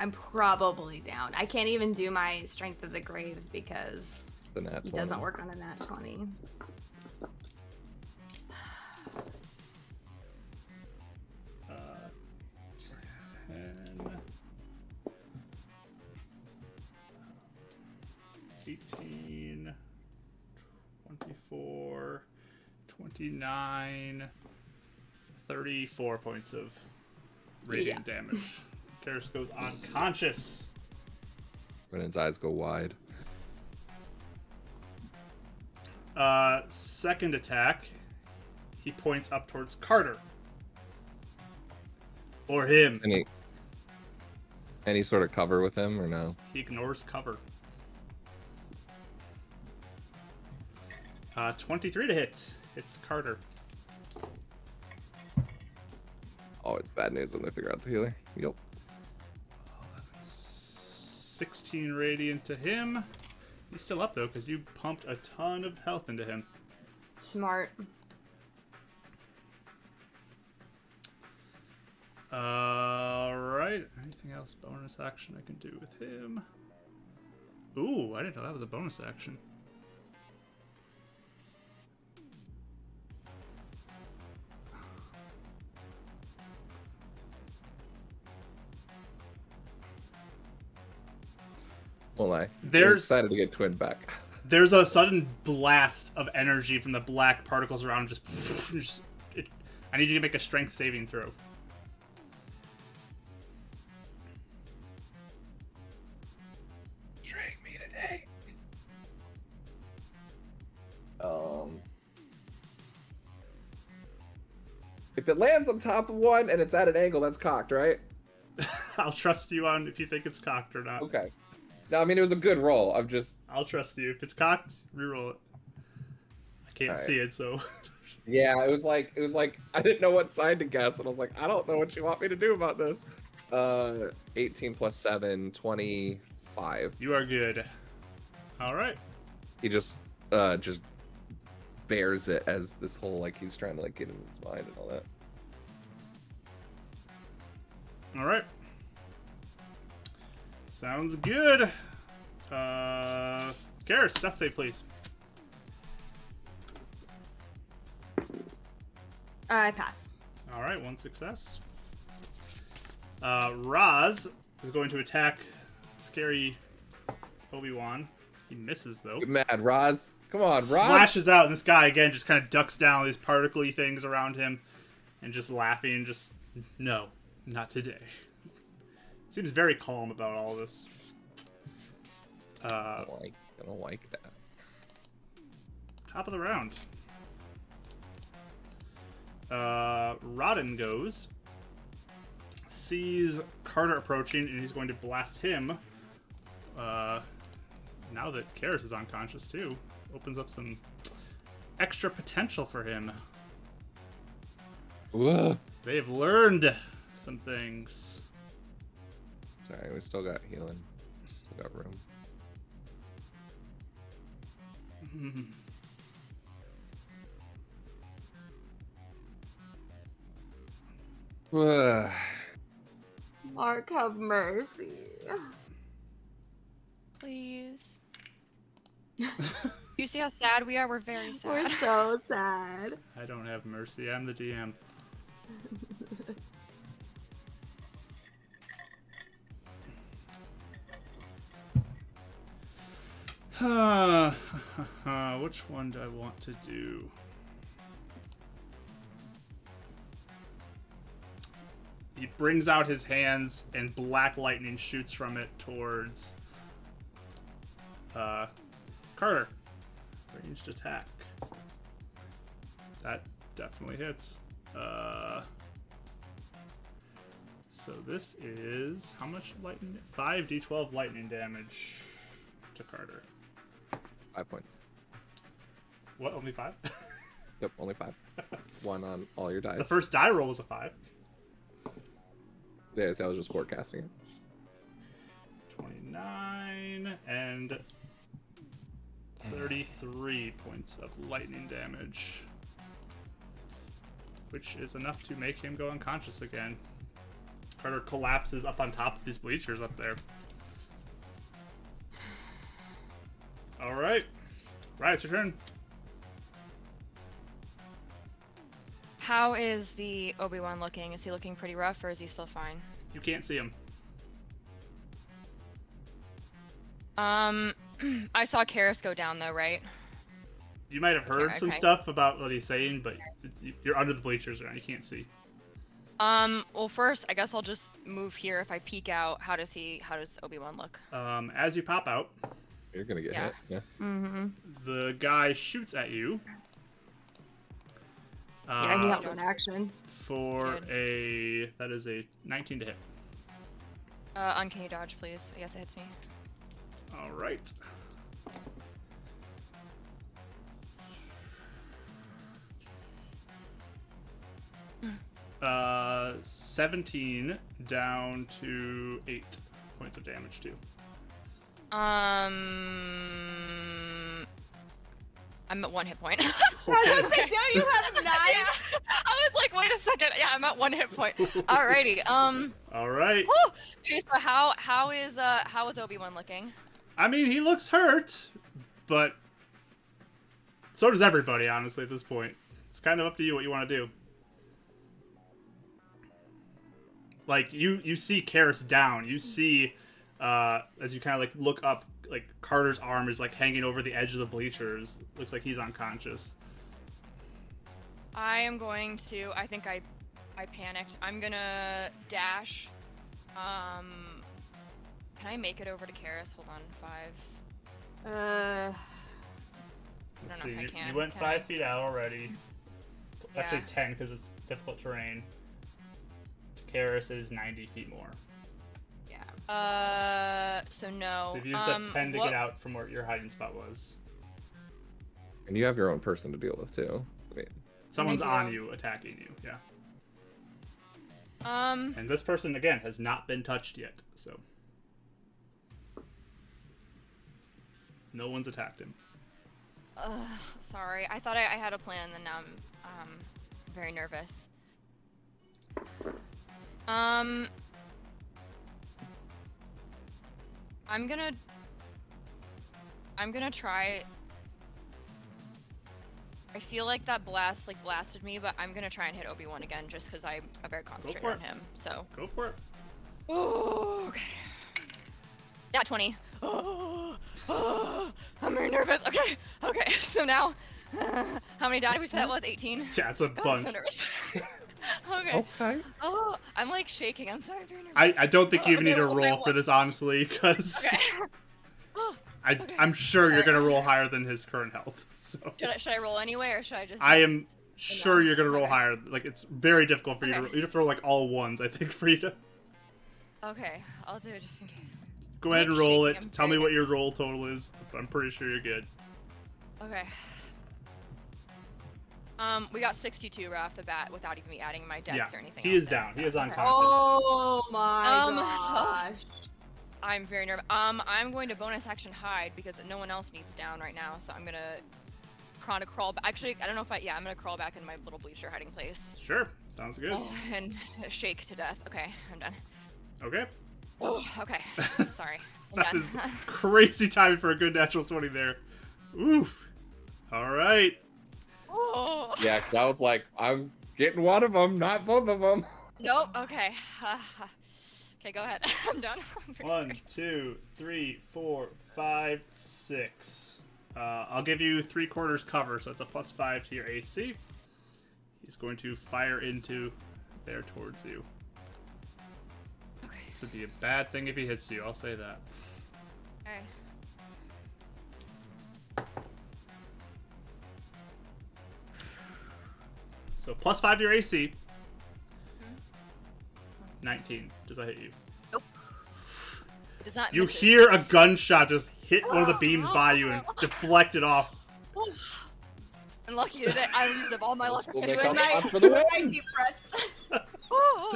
Speaker 5: I'm probably down. I can't even do my strength of the grave because
Speaker 4: The nat
Speaker 5: it doesn't
Speaker 4: 20.
Speaker 5: work on a nat 20.
Speaker 2: Uh, and uh, 18, 24, 29, 34 points of radiant damage. Karis goes unconscious.
Speaker 4: Brennan's eyes go wide.
Speaker 2: Uh, second attack, he points up towards Carter. Or him.
Speaker 4: Any any sort of cover with him or no?
Speaker 2: He ignores cover. Uh, 23 to hit. It's Carter.
Speaker 4: Oh, it's bad news when they figure out the healer. Yep.
Speaker 2: 16 radiant to him. He's still up though, because you pumped a ton of health into him.
Speaker 5: Smart.
Speaker 2: Alright. Uh, Anything else bonus action I can do with him? Ooh, I didn't know that was a bonus action.
Speaker 4: Won't lie.
Speaker 2: There's-
Speaker 4: excited to get Twin back.
Speaker 2: There's a sudden blast of energy from the black particles around. Just, just it, I need you to make a strength saving throw.
Speaker 4: Drag me today. Um. If it lands on top of one and it's at an angle, that's cocked, right?
Speaker 2: I'll trust you on if you think it's cocked or not.
Speaker 4: Okay. No, I mean it was a good roll. I'm just
Speaker 2: I'll trust you. If it's cocked, reroll it. I can't
Speaker 4: Alright.
Speaker 2: see it, so
Speaker 4: Yeah, it was like it was like I didn't know what side to guess, and I was like, I don't know what you want me to do about this. Uh, 18 plus 7, 25.
Speaker 2: you are good. All right.
Speaker 4: He just uh just bears it as this whole like he's trying to like get in his mind and all that.
Speaker 2: All right. Sounds good. Uh, Garrus, death save, please.
Speaker 5: I pass.
Speaker 2: All right, one success. Uh, Raz is going to attack scary Obi Wan. He misses though.
Speaker 4: Get mad, Roz. Come on, Roz.
Speaker 2: Slashes out, and this guy again just kind of ducks down these particly things around him, and just laughing. Just no, not today. Seems very calm about all this.
Speaker 4: I
Speaker 2: Uh,
Speaker 4: don't like, I don't like that.
Speaker 2: top of the round. Uh, Rodden goes, sees Carter approaching, and he's going to blast him. Uh, now that Karis is unconscious too, opens up some extra potential for him.
Speaker 4: Whoa.
Speaker 2: They have learned some things.
Speaker 4: Sorry, we still got healing. Still got room. Ugh.
Speaker 5: Mark, have mercy.
Speaker 3: Please. you see how sad we are? We're very
Speaker 5: We're
Speaker 3: sad.
Speaker 5: so sad.
Speaker 2: I don't have mercy. I'm the DM. Which one do I want to do? He brings out his hands and black lightning shoots from it towards uh, Carter. Ranged attack. That definitely hits. Uh, so this is how much lightning? Five d12 lightning damage to Carter.
Speaker 4: Five points.
Speaker 2: What? Only five?
Speaker 4: Yep, only five. One on all your dice.
Speaker 2: the first die roll was a five.
Speaker 4: Yeah, see, I was just forecasting it.
Speaker 2: 29 and 33 points of lightning damage. Which is enough to make him go unconscious again. Carter collapses up on top of these bleachers up there. Alright. Right, it's your turn.
Speaker 3: How is the Obi Wan looking? Is he looking pretty rough, or is he still fine?
Speaker 2: You can't see him.
Speaker 3: Um, I saw Karis go down though, right?
Speaker 2: You might have heard some
Speaker 3: okay.
Speaker 2: stuff about what he's saying, but y- you're under the bleachers right now. You can't see.
Speaker 3: Um, well, first, I guess I'll just move here. If I peek out, how does he? How does Obi Wan look?
Speaker 2: Um, as you pop out,
Speaker 4: You're gonna get
Speaker 3: Yeah.
Speaker 4: hit. Yeah.
Speaker 2: the guy shoots at you. Uh,
Speaker 5: yeah, he held an action.
Speaker 2: for a that is a 19 to hit.
Speaker 3: Uh, uncanny dodge, please. I guess it hits me.
Speaker 2: All right. Uh, 17 down to 8 points of damage too.
Speaker 3: Um, I'm at one hit point.
Speaker 5: I was like, don't you have a
Speaker 3: Yeah.
Speaker 5: knife?
Speaker 3: I was like, wait a second. Yeah, I'm at one hit point. Alrighty. Um.
Speaker 2: All right.
Speaker 3: whew. Okay, so how how is uh how is Obi Wan looking?
Speaker 2: I mean, he looks hurt, but so does everybody, honestly, at this point. It's kind of up to you what you want to do. Like you, you see Karis down. You see, uh, as you kind of like look up, like Carter's arm is like hanging over the edge of the bleachers. Looks like he's unconscious.
Speaker 3: I am going to. I think I I panicked. I'm gonna dash. Um. Can I make it over to Karis? Hold on. Five.
Speaker 5: Uh,
Speaker 2: Let's
Speaker 3: know
Speaker 2: see.
Speaker 3: if I
Speaker 2: You,
Speaker 3: can.
Speaker 2: you went
Speaker 3: Can
Speaker 2: five
Speaker 3: I?
Speaker 2: feet out already. Actually,
Speaker 3: Yeah.
Speaker 2: ten because it's difficult terrain. Karis is ninety feet more.
Speaker 5: yeah.
Speaker 3: Uh. So no.
Speaker 2: So if you just
Speaker 3: um,
Speaker 2: have 10 to
Speaker 3: what-
Speaker 2: get out from where your hiding spot was,
Speaker 4: And you have your own person to deal with too. I mean,
Speaker 2: someone's
Speaker 3: do
Speaker 2: on
Speaker 3: that.
Speaker 2: you attacking you. Yeah.
Speaker 3: Um.
Speaker 2: And this person, again, has not been touched yet. So. No one's attacked him.
Speaker 3: Ugh, sorry. I thought I, I had a plan, and now I'm um, very nervous. Um, I'm gonna, I'm gonna try. I feel like that blast like blasted me, but I'm gonna try and hit Obi Wan again just because I'm very concentrated
Speaker 2: for
Speaker 3: on
Speaker 2: it.
Speaker 3: him. So.
Speaker 2: Go for it.
Speaker 3: Oh, okay. Not 20. Oh, oh, I'm very nervous. Okay, okay. So now, how many did we say that was? 18?
Speaker 2: Yeah, it's a
Speaker 3: God, I'm
Speaker 2: bunch.
Speaker 3: so nervous. okay. Oh.
Speaker 4: okay.
Speaker 3: I'm like shaking. I'm sorry. I'm very nervous.
Speaker 2: I, I don't think you
Speaker 3: Oh,
Speaker 2: even need
Speaker 3: okay,
Speaker 2: to
Speaker 3: okay,
Speaker 2: roll for
Speaker 3: what-
Speaker 2: this, honestly, because
Speaker 3: Okay. Oh,
Speaker 2: I
Speaker 3: okay.
Speaker 2: I'm sure you're
Speaker 3: Alright.
Speaker 2: going to roll higher than his current health. So
Speaker 3: should, I, should I roll anyway or should I just.
Speaker 2: I am sure
Speaker 3: Yeah,
Speaker 2: you're going to roll
Speaker 3: okay.
Speaker 2: higher. Like, it's very difficult for you
Speaker 3: Okay.
Speaker 2: to You have to roll, like, all ones, I think, for you to.
Speaker 3: Okay, I'll do it just in case.
Speaker 2: Go ahead
Speaker 3: Like
Speaker 2: and roll
Speaker 3: shaking, I'm
Speaker 2: it. Tell me
Speaker 3: very
Speaker 2: what your roll total is. but I'm pretty sure you're good.
Speaker 3: Okay. Um, we got 62 right off the bat without even me adding my dex
Speaker 2: Yeah,
Speaker 3: or anything.
Speaker 2: he
Speaker 3: else
Speaker 2: is
Speaker 3: in,
Speaker 2: down. He
Speaker 3: so-
Speaker 2: is
Speaker 3: okay.
Speaker 2: unconscious.
Speaker 5: Oh my
Speaker 3: Um,
Speaker 5: gosh.
Speaker 3: I'm very nervous. Um, I'm going to bonus action hide because no one else needs down right now, so I'm gonna kind of crawl. Ba- Actually, I don't know if I. Yeah, I'm gonna crawl back in my little bleacher hiding place Oh,
Speaker 2: Sure. Sounds good.
Speaker 3: and shake to death. Okay, I'm done.
Speaker 2: Okay.
Speaker 3: Okay, sorry. I'm
Speaker 2: That
Speaker 3: done.
Speaker 2: is crazy timing for a good natural 20 there. Oof. All right.
Speaker 3: oh.
Speaker 4: Yeah, 'cause I was like, I'm getting one of them, not both of them.
Speaker 3: Nope. Okay. okay, go ahead. I'm done. I'm very
Speaker 2: One,
Speaker 3: sorry.
Speaker 2: two, three, four, five, six. Uh, I'll give you three quarters cover, so it's a plus five to your AC. He's going to fire into there towards you.
Speaker 3: Okay.
Speaker 2: This would be a bad thing if he hits you, I'll say that.
Speaker 3: Okay.
Speaker 2: So plus five to your AC.
Speaker 3: Mm-hmm.
Speaker 2: 19. Does that hit you?
Speaker 3: It Does not.
Speaker 2: You
Speaker 3: miss it.
Speaker 2: hear a gunshot just hit one of the beams by you and deflect it off.
Speaker 3: I'm lucky today. I used up all my luck.
Speaker 4: School
Speaker 3: already.
Speaker 4: makeup.
Speaker 5: When I,
Speaker 4: That's for the
Speaker 5: when I
Speaker 4: win.
Speaker 5: deep breaths.
Speaker 3: Okay.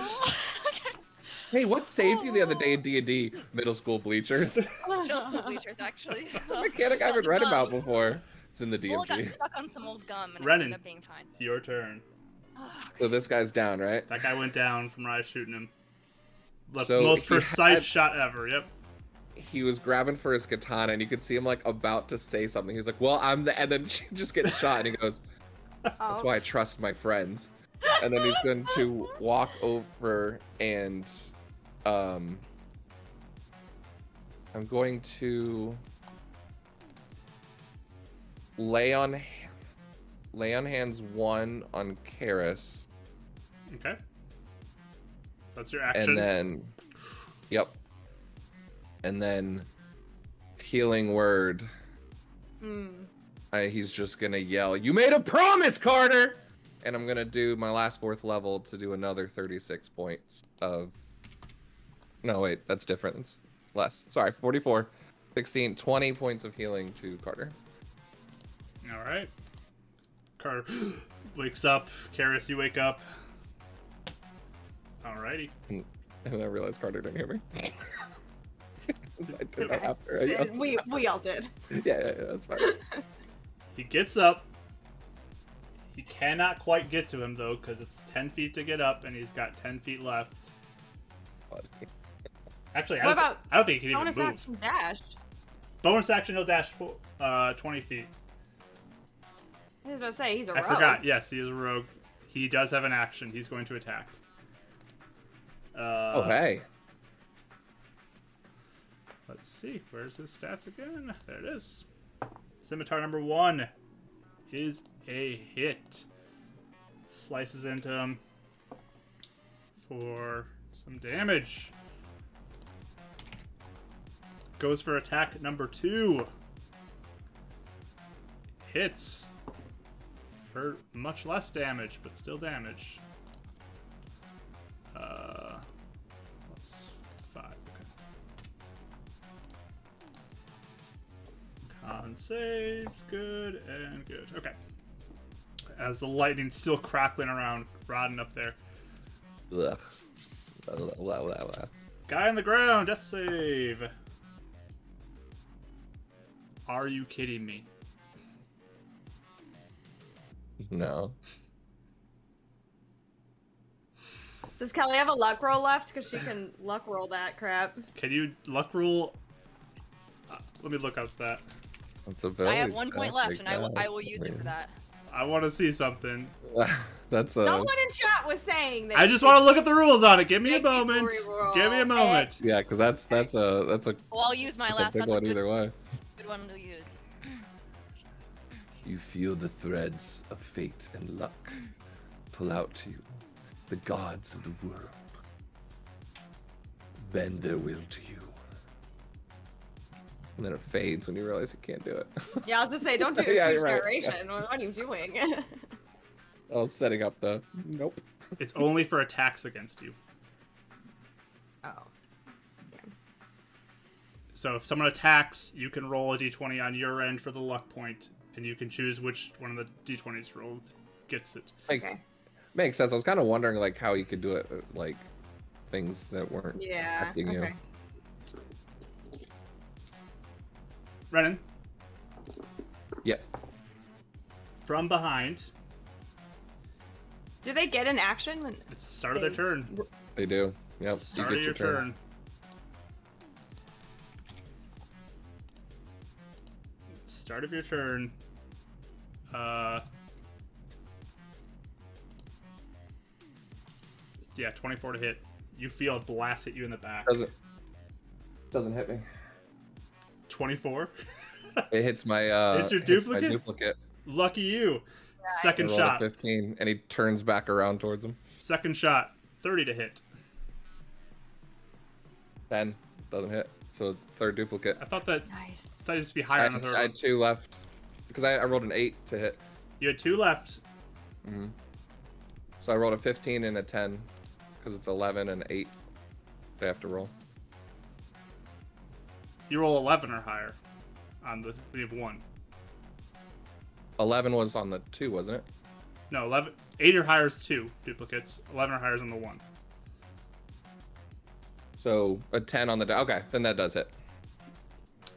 Speaker 4: Hey, what saved you the other day in D and D? Middle school bleachers.
Speaker 3: Middle school bleachers, actually.
Speaker 4: A mechanic I haven't read about before. It's in the
Speaker 3: Well, it got
Speaker 4: DMG.
Speaker 3: stuck on some old gum and
Speaker 2: Renan.
Speaker 3: it ended up being fine.
Speaker 2: Your turn.
Speaker 4: So this guy's down, right?
Speaker 2: That guy went down from Rai shooting him. The
Speaker 4: So
Speaker 2: most
Speaker 4: he
Speaker 2: precise
Speaker 4: had-
Speaker 2: shot ever. Yep.
Speaker 4: He was grabbing for his katana, and you could see him like about to say something. He's like, "Well, I'm the," and then she just gets shot, and he goes,
Speaker 5: Oh,
Speaker 4: "That's why I trust my friends." And then he's going to walk over and, um, I'm going to lay on, lay on hands one on Karis,
Speaker 2: Okay. So that's your
Speaker 4: and
Speaker 2: action.
Speaker 4: then yep and then healing word
Speaker 5: Mm.
Speaker 4: I, he's just gonna yell you made a promise carter and i'm gonna do my last fourth level to do another 36 points of no wait that's different it's less sorry 44 16 20 points of healing to carter
Speaker 2: All right. Carter wakes up. Karis, you wake up. Alrighty.
Speaker 4: and, and i realized carter didn't hear me I did that
Speaker 2: Okay.
Speaker 4: after. I
Speaker 5: So
Speaker 4: yelled.
Speaker 5: we we all did.
Speaker 4: yeah, yeah, yeah, that's fine.
Speaker 2: He gets up. He cannot quite get to him though, because it's ten feet to get up, and he's got ten feet left. Actually, I
Speaker 5: What
Speaker 2: don't,
Speaker 5: about
Speaker 2: I don't think he can even
Speaker 5: Bonus
Speaker 2: move.
Speaker 5: action dash.
Speaker 2: Bonus action, he'll dash tw- uh, 20 feet.
Speaker 5: I was about to say he's a
Speaker 2: I
Speaker 5: rogue.
Speaker 2: forgot. Yes, he is a rogue. He does have an action. He's going to attack. Uh,
Speaker 4: oh hey
Speaker 2: Let's see. Where's his stats again? There it is. Scimitar number one is a hit. Slices into him for some damage. Goes for attack number two. Hits. For much less damage, but still damage. Uh, plus five. Okay. Con saves, good and good. Okay. As the lightning's still crackling around, rotting up there.
Speaker 4: Ugh. Blah, blah, blah, blah, blah.
Speaker 2: Guy on the ground, death save. Are you kidding me?
Speaker 4: No.
Speaker 5: Does Kelly have a luck roll left? Because she can luck roll that crap.
Speaker 2: Can you luck rule? Uh, let me look up that.
Speaker 4: That's a
Speaker 3: I
Speaker 4: village.
Speaker 3: have one point left, and I will, I will
Speaker 4: guess.
Speaker 3: use it for that.
Speaker 2: I want to see something.
Speaker 4: That's a.
Speaker 5: Someone in chat was saying that.
Speaker 2: I just want to look up the rules on it. Give me a
Speaker 5: Make me
Speaker 2: moment.
Speaker 5: reroll
Speaker 2: Give me a
Speaker 5: it.
Speaker 2: moment.
Speaker 4: Yeah, because that's that's a that's a
Speaker 3: Well, I'll use my
Speaker 4: that's a
Speaker 3: last.
Speaker 4: big
Speaker 3: That's a
Speaker 4: one
Speaker 3: good,
Speaker 4: either way.
Speaker 3: good one to use.
Speaker 4: You feel the threads of fate and luck pull out to you, the gods of the world bend their will to you. And then it fades when you realize you can't do it.
Speaker 5: Yeah, I was just say, don't do this
Speaker 4: Yeah,
Speaker 5: huge
Speaker 4: you're right, yeah.
Speaker 5: narration. What what are you doing?
Speaker 4: I was setting up the nope.
Speaker 2: It's only for attacks against you.
Speaker 5: oh.
Speaker 2: So if someone attacks, you can roll a d20 on your end for the luck point, and you can choose which one of the d20s rolled gets it.
Speaker 4: Like,
Speaker 5: Okay.
Speaker 4: makes sense. I was kind of wondering like how you could do it, uh, like things that weren't.
Speaker 5: Yeah.
Speaker 4: Affecting you.
Speaker 5: okay.
Speaker 2: Renan,
Speaker 4: Yeah.
Speaker 2: from behind,
Speaker 5: Do they get an action? When...
Speaker 2: it's the start of their
Speaker 5: They-
Speaker 2: turn.
Speaker 4: They do. Yep.
Speaker 2: Start of your turn. Start of your turn. Uh. Yeah, 24 to hit. You feel a blast hit you in the back.
Speaker 4: Doesn't doesn't hit me.
Speaker 2: 24?
Speaker 4: It hits my uh.
Speaker 2: Hits your
Speaker 4: my
Speaker 2: duplicate?
Speaker 4: duplicate.
Speaker 2: Lucky you.
Speaker 4: I
Speaker 2: Second
Speaker 4: rolled a
Speaker 2: shot.
Speaker 4: Fifteen, and he turns back around towards him.
Speaker 2: Second shot. 30 to hit.
Speaker 4: Ten doesn't hit. So third duplicate.
Speaker 2: I thought that
Speaker 5: Nice.
Speaker 2: I thought it'd just be
Speaker 4: I,
Speaker 2: higher on the
Speaker 4: had-
Speaker 2: third
Speaker 4: I
Speaker 2: one.
Speaker 4: had two left because I, I rolled an eight to hit.
Speaker 2: You had two left.
Speaker 4: So I rolled a 15 and a 10 because it's 11 and 8 they have to roll.
Speaker 2: You roll 11 or higher on the we have one.
Speaker 4: 11 was on the 2, wasn't it?
Speaker 2: No, 11, 8 or higher is two duplicates. 11 or higher is on the one.
Speaker 4: So a 10 on the die. Okay, then that does hit.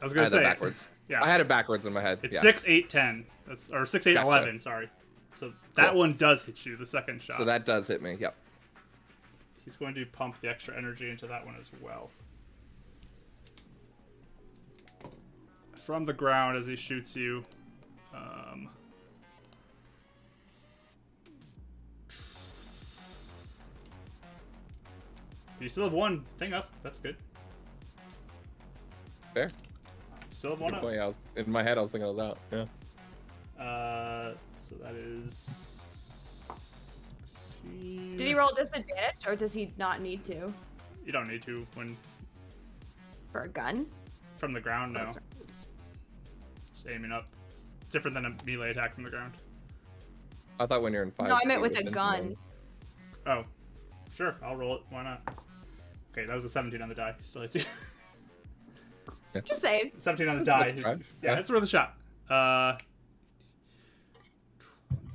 Speaker 2: I was
Speaker 4: I
Speaker 2: going
Speaker 4: had
Speaker 2: to say.
Speaker 4: that backwards.
Speaker 2: Yeah.
Speaker 4: I had it backwards in my head.
Speaker 2: it's
Speaker 4: yeah.
Speaker 2: 6, 8, 10. That's, or 6, 8,
Speaker 4: Gotcha.
Speaker 2: 11, sorry. So that
Speaker 4: Cool.
Speaker 2: one does hit you, the second shot.
Speaker 4: So that does hit me. Yep.
Speaker 2: He's going to pump the extra energy into that one as well. From the ground as he shoots you. Um, you still have one thing up. That's good.
Speaker 4: Fair.
Speaker 2: Still have one
Speaker 4: Good
Speaker 2: up.
Speaker 4: point. I was, in my head, I was thinking I was out. Yeah.
Speaker 2: Uh, so that is.
Speaker 5: Did he roll disadvantage or does he not need to
Speaker 2: You don't need to when
Speaker 5: for a gun?
Speaker 2: from the ground. No,
Speaker 5: That's
Speaker 2: it's just aiming up. It's different than a melee attack from the ground.
Speaker 4: I thought when you're in 5.
Speaker 5: No, I meant
Speaker 4: feet
Speaker 5: with
Speaker 4: it
Speaker 5: a
Speaker 4: didn't
Speaker 5: gun.
Speaker 4: really-
Speaker 2: Oh, sure. I'll roll it. Why not? Okay, that was a 17 on the die. Still hits you.
Speaker 5: Just saying.
Speaker 2: 17 on the
Speaker 4: That's
Speaker 2: die.
Speaker 4: worth a try.
Speaker 2: Yeah,
Speaker 4: Yeah.
Speaker 2: it's worth a shot. Uh,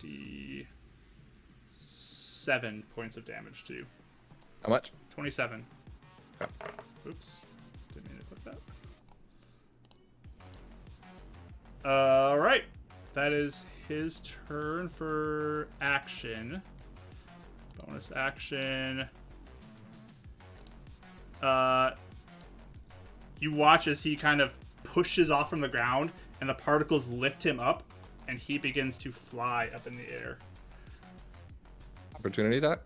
Speaker 2: 27 points of damage to you.
Speaker 4: How much?
Speaker 2: 27.
Speaker 4: Okay.
Speaker 2: Oops. Didn't mean to put that. All right. That is his turn for action. Bonus action. Uh, you watch as he kind of pushes off from the ground, and the particles lift him up, and he begins to fly up in the air.
Speaker 4: Opportunity attack?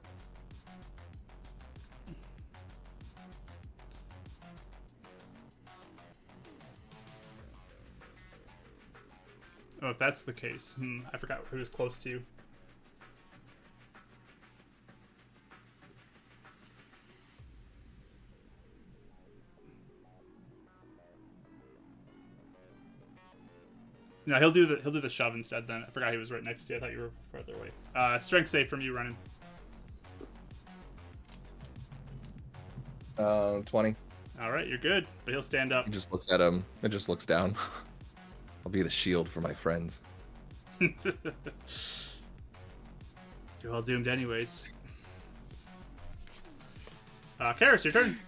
Speaker 2: Oh, if that's the case, hmm, I forgot who was close to you. No, he'll do the he'll do the shove instead. Then I forgot he was right next to you. I thought you were farther away. Uh, strength save from you, running.
Speaker 4: Um, 20.
Speaker 2: All right, you're good. But he'll stand up.
Speaker 4: He just looks at him. It just looks down. I'll be the shield for my friends.
Speaker 2: You're all doomed, anyways. Uh, Karis, your turn.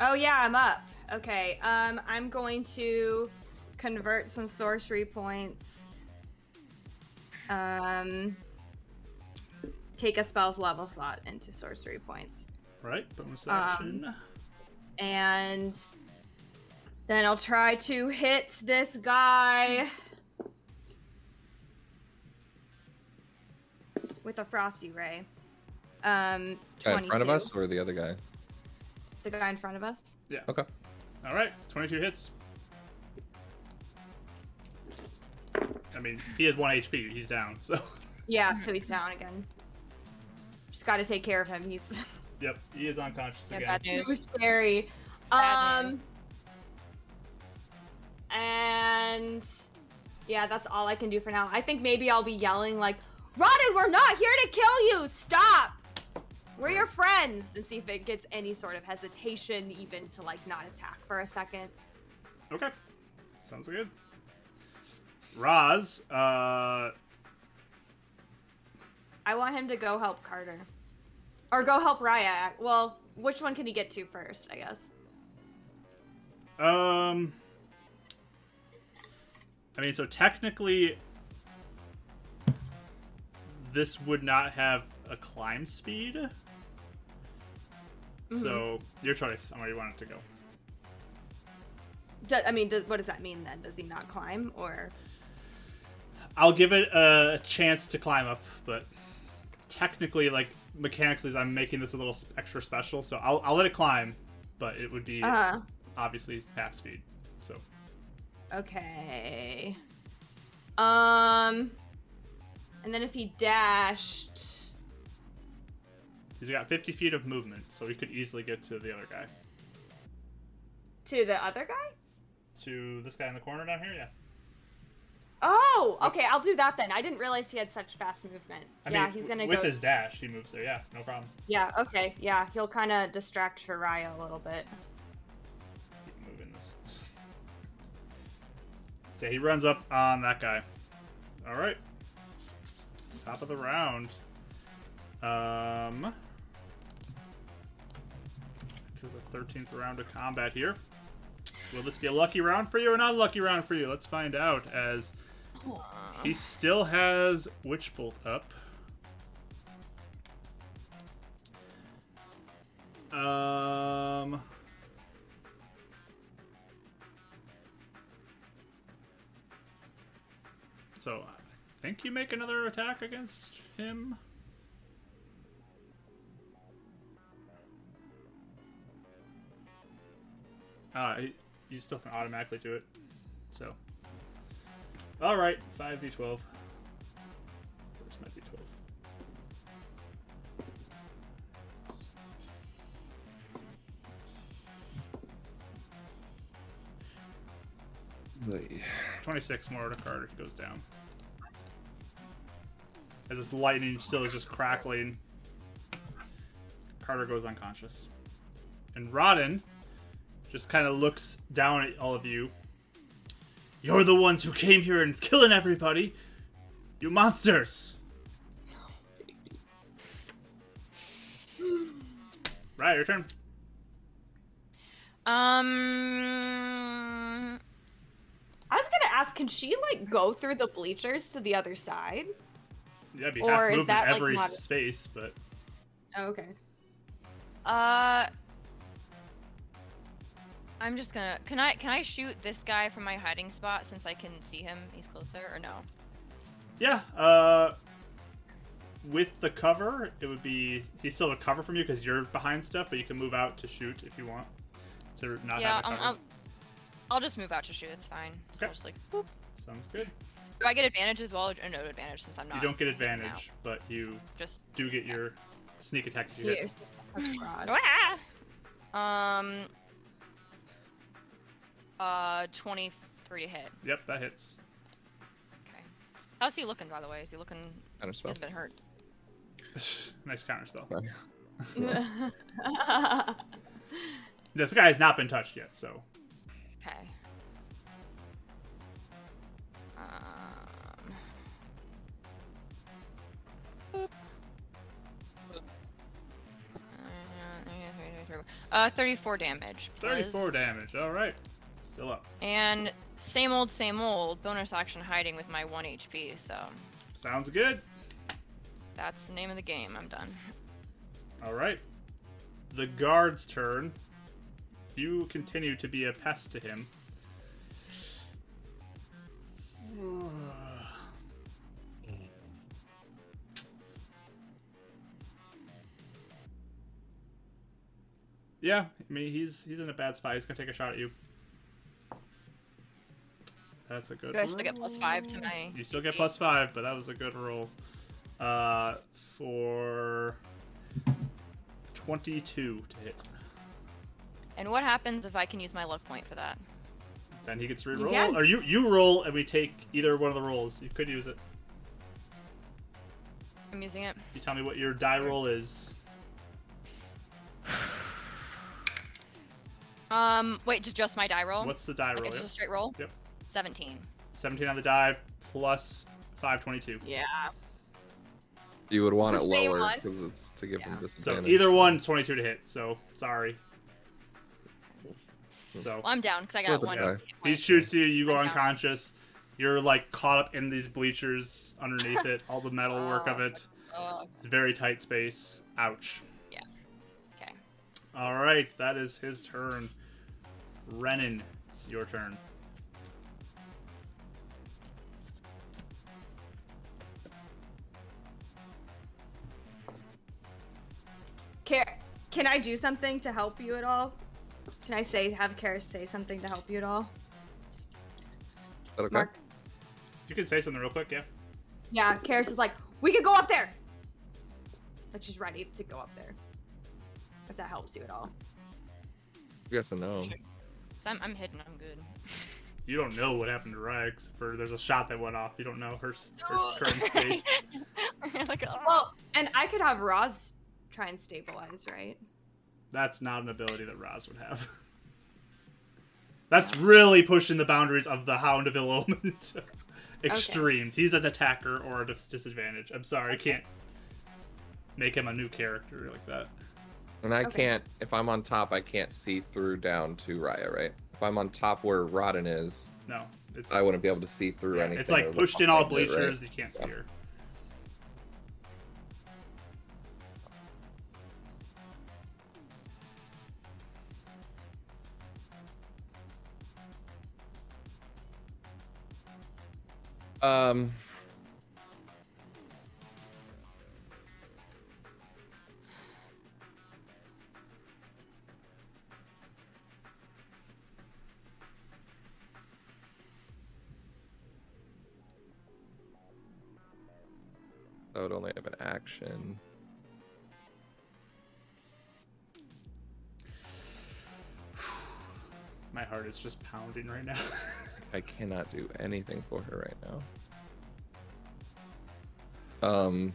Speaker 5: Oh yeah, I'm up. Okay. Um, I'm going to convert some sorcery points. Um, take a spell's level slot into sorcery points,
Speaker 2: Right, bonus
Speaker 5: Um,
Speaker 2: action.
Speaker 5: and then I'll try to hit this guy with a frosty ray. Um,
Speaker 4: Guy in front of
Speaker 5: 22.
Speaker 4: us or the other guy?
Speaker 5: The guy in front of us.
Speaker 4: Okay.
Speaker 2: All right, 22 hits. I mean, he has one HP. He's down. So,
Speaker 5: Yeah,
Speaker 3: Mm-hmm.
Speaker 5: so he's down again. Just got to take care of him. He's
Speaker 2: yep, he is unconscious
Speaker 3: Yeah,
Speaker 2: again.
Speaker 3: bad
Speaker 5: he
Speaker 3: news.
Speaker 5: was scary.
Speaker 3: Bad news.
Speaker 5: Um, and yeah, that's all I can do for now. I think maybe I'll be yelling like, "Ronan, we're not here to kill you! Stop! We're your friends!" And see if it gets any sort of hesitation, even to like not attack for a second.
Speaker 2: Okay, sounds good. Raz, uh,
Speaker 5: I want him to go help Carter, or go help Raya. Well, which one can he get to first? I guess.
Speaker 2: Um, I mean, so technically, this would not have a climb speed. So your choice on where you want it to go.
Speaker 5: Do, I mean, does, what does that mean then? Does he not climb, or
Speaker 2: I'll give it a chance to climb up, but technically, like mechanically, I'm making this a little s- extra special. So I'll, I'll let it climb, but it would be
Speaker 5: uh
Speaker 2: obviously half speed. So
Speaker 5: Okay. Um. And then if he dashed,
Speaker 2: he's got 50 feet of movement, so he could easily get to the other guy.
Speaker 5: to the other guy?
Speaker 2: To this guy in the corner down here, yeah.
Speaker 5: Oh, okay. I'll do that then. I didn't realize he had such fast movement.
Speaker 2: I
Speaker 5: yeah,
Speaker 2: mean,
Speaker 5: he's
Speaker 2: w-
Speaker 5: gonna
Speaker 2: with
Speaker 5: go.
Speaker 2: his dash, he moves there. Yeah, no problem.
Speaker 5: Yeah. Okay. Yeah, he'll kind of distract Shariah a little bit.
Speaker 2: Keep moving this. So he runs up on that guy. All right. Top of the round. Um. To the 13th round of combat here. Will this be a lucky round for you or an unlucky round for you? Let's find out as he still has Witch Bolt up. Um. So I think you make another attack against him. Uh, y- you still can automatically do it. So. Alright, 5d12. Where's my d12?
Speaker 4: Like,
Speaker 2: 26 more to Carter. He goes down. As this lightning still is just crackling, Carter goes unconscious. And Rodden just kind of looks down at all of you. You're the ones who came here and killing everybody. You monsters. right, your turn.
Speaker 3: Uh, Um.
Speaker 5: I was gonna ask, can she like go through the bleachers to the other side?
Speaker 2: Yeah, it'd be
Speaker 5: Or
Speaker 2: half
Speaker 5: is
Speaker 2: movement
Speaker 5: that, like,
Speaker 2: every
Speaker 5: not-
Speaker 2: space, but
Speaker 5: Oh, okay.
Speaker 3: Uh. I'm just gonna. Can I can I shoot this guy from my hiding spot since I can see him? He's closer or no?
Speaker 2: Yeah. Uh, with the cover, it would be he's still a cover from you because you're behind stuff, but you can move out to shoot if you want to not
Speaker 3: yeah,
Speaker 2: have a
Speaker 5: um,
Speaker 3: I'm,
Speaker 2: cover.
Speaker 3: I'll, I'll just move out to shoot. It's fine. So
Speaker 2: Okay.
Speaker 3: just like, boop.
Speaker 2: Sounds good.
Speaker 3: Do I get advantage as well? Or no advantage since I'm not.
Speaker 2: You don't get advantage,
Speaker 3: out.
Speaker 2: but you
Speaker 3: Just
Speaker 2: do get
Speaker 3: Yeah.
Speaker 2: your sneak attack. If you hit.
Speaker 5: Here's the rod.
Speaker 3: Um. Uh, 23 to hit.
Speaker 2: Yep, that hits.
Speaker 3: Okay. How's he looking, by the way? Is he looking?
Speaker 4: kind of
Speaker 3: He
Speaker 4: spell.
Speaker 3: has been hurt.
Speaker 2: nice counter spell.
Speaker 4: Sorry.
Speaker 2: This guy has not been touched yet, so
Speaker 3: Okay. Um. boop. Uh, 34 damage. please.
Speaker 2: 34 damage. All right, still up.
Speaker 3: And same old, same old. Bonus action hiding with my 1 HP, so
Speaker 2: Sounds good.
Speaker 3: that's the name of the game. I'm done.
Speaker 2: All right. The guard's turn. You continue to be a pest to him. Yeah, I mean he's he's in a bad spot. He's gonna take a shot at you. That's a good.
Speaker 3: Do I still get plus 5 to my.
Speaker 2: You still get
Speaker 3: DC?
Speaker 2: plus five, but that was a good roll. Uh, for twenty-two to hit.
Speaker 3: And what happens if I can use my luck point for that?
Speaker 2: Then he gets
Speaker 5: You
Speaker 2: re-roll,
Speaker 5: can.
Speaker 2: or you you roll, and we take either one of the rolls. You could use it.
Speaker 3: I'm using it.
Speaker 2: You tell me what your die roll is.
Speaker 3: Um, wait, just just my die roll.
Speaker 2: What's the die
Speaker 3: like
Speaker 2: roll?
Speaker 3: it's
Speaker 2: Yep.
Speaker 3: just a straight roll.
Speaker 2: Yep.
Speaker 3: Seventeen.
Speaker 2: Seventeen on the die plus five twenty-two.
Speaker 5: yeah.
Speaker 4: You would want
Speaker 5: It's
Speaker 4: it
Speaker 5: the same
Speaker 4: lower
Speaker 5: one.
Speaker 4: because it's to give them
Speaker 5: Yeah.
Speaker 2: So
Speaker 4: disadvantage.
Speaker 2: either one, 22 to hit. So sorry. So
Speaker 3: Well, I'm down because I
Speaker 4: Well,
Speaker 3: got
Speaker 4: the
Speaker 3: one.
Speaker 4: guy.
Speaker 3: hit
Speaker 2: he
Speaker 3: point.
Speaker 2: shoots you. You go
Speaker 3: I know.
Speaker 2: unconscious. You're like caught up in these bleachers underneath it. All the metal work of
Speaker 3: Oh,
Speaker 2: it.
Speaker 3: Oh,
Speaker 2: It's a very tight space. Ouch.
Speaker 3: okay.
Speaker 2: All right, that is his turn. Renan, it's your turn.
Speaker 5: Can, can I do something to help you at all? Can I say have Kara say something to help you at all?
Speaker 4: Is that okay?
Speaker 5: Mark.
Speaker 2: You can say something real quick, yeah.
Speaker 5: Yeah, Karis is like, we could go up there. Like she's ready to go up there. If that helps you at all.
Speaker 4: Yes and no.
Speaker 3: Sure. So I'm, I'm hidden. I'm good.
Speaker 2: You don't know what happened to Rex, for there's a shot that went off. You don't know her, s- her current state.
Speaker 3: like, oh.
Speaker 5: Well, and I could have Roz try and stabilize, right?
Speaker 2: That's not an ability that Roz would have. That's really pushing the boundaries of the Hound of Ill Omen to extremes. He's an attacker or a dis- disadvantage. I'm sorry, I can't make him a new character like that.
Speaker 4: And I
Speaker 5: Okay.
Speaker 4: can't, if I'm on top, I can't see through down to Raya, right? If I'm on top where Rodden is,
Speaker 2: No, it's
Speaker 4: I wouldn't be able to see through
Speaker 2: yeah,
Speaker 4: anything.
Speaker 2: It's
Speaker 4: or
Speaker 2: like
Speaker 4: look
Speaker 2: pushed in all
Speaker 4: behind it, right?
Speaker 2: bleachers. You can't see
Speaker 4: Yeah.
Speaker 2: her.
Speaker 4: Um. I would only have an action.
Speaker 2: My heart is just pounding right now.
Speaker 4: I cannot do anything for her right now. Um.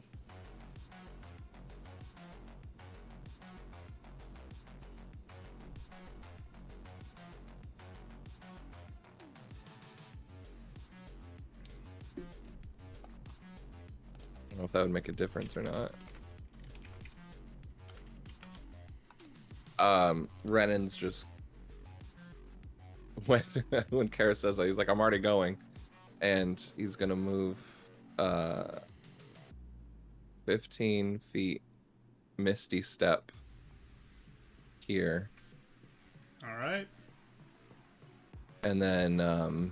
Speaker 4: I don't know if that would make a difference or not. Um, Renan's just when when Kara says that, he's like, "I'm already going," and he's gonna move uh, 15 feet, misty step here,
Speaker 2: all right.
Speaker 4: and then um,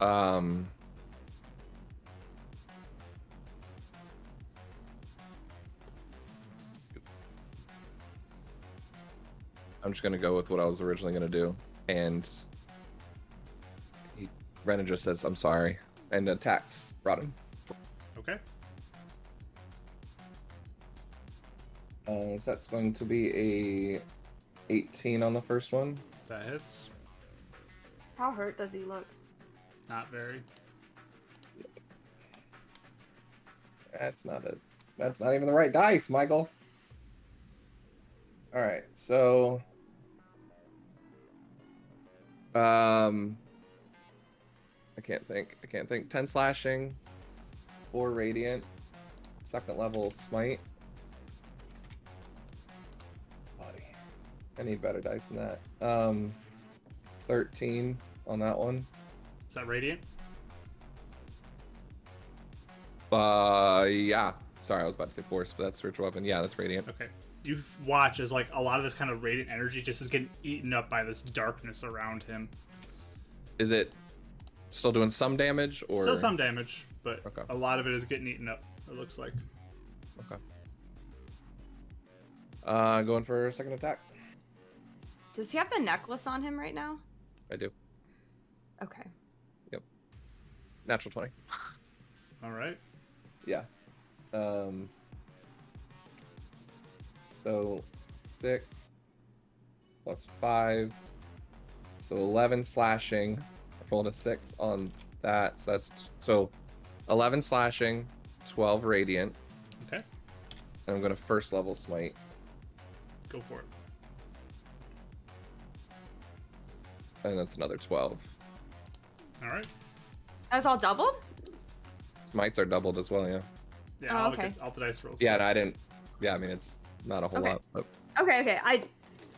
Speaker 4: um. I'm just gonna go with what I was originally gonna do, and he Renan just says, "I'm sorry," and attacks Rodden.
Speaker 2: Okay.
Speaker 4: Uh, so that's going to be a 18 on the first one.
Speaker 2: That hits.
Speaker 5: How hurt does he look?
Speaker 2: Not very.
Speaker 4: That's not a. That's not even the right dice, Michael. All right, so. Um. I can't think. I can't think. Ten slashing, four radiant, second level smite. Buddy, I need better dice than that. Um, thirteen on that one.
Speaker 2: Is that radiant?
Speaker 4: Uh, yeah. Sorry, I was about to say force, but that's spiritual weapon. Yeah, that's radiant.
Speaker 2: Okay. You f- watch as like a lot of this kind of radiant energy just is getting eaten up by this darkness around him.
Speaker 4: Is it still doing some damage or
Speaker 2: Still some damage, but
Speaker 4: Okay.
Speaker 2: a lot of it is getting eaten up. It looks like.
Speaker 4: Okay. Uh, going for a second attack.
Speaker 5: Does he have the necklace on him right now?
Speaker 4: I do.
Speaker 5: Okay.
Speaker 4: Natural twenty.
Speaker 2: All right.
Speaker 4: Yeah. Um. So six plus five, so eleven slashing. I rolled a six on that, so that's so eleven slashing, twelve radiant,
Speaker 2: Okay.
Speaker 4: and I'm gonna first level smite.
Speaker 2: Go for it.
Speaker 4: and that's another 12
Speaker 2: All right.
Speaker 5: That's all doubled?
Speaker 4: Smites are doubled as well, yeah.
Speaker 2: Yeah,
Speaker 5: Oh,
Speaker 2: I'll,
Speaker 5: okay.
Speaker 2: look at all the dice rolls.
Speaker 4: Yeah, and I didn't. Yeah, I mean it's not a whole
Speaker 5: Okay.
Speaker 4: lot. But
Speaker 5: Okay, okay. I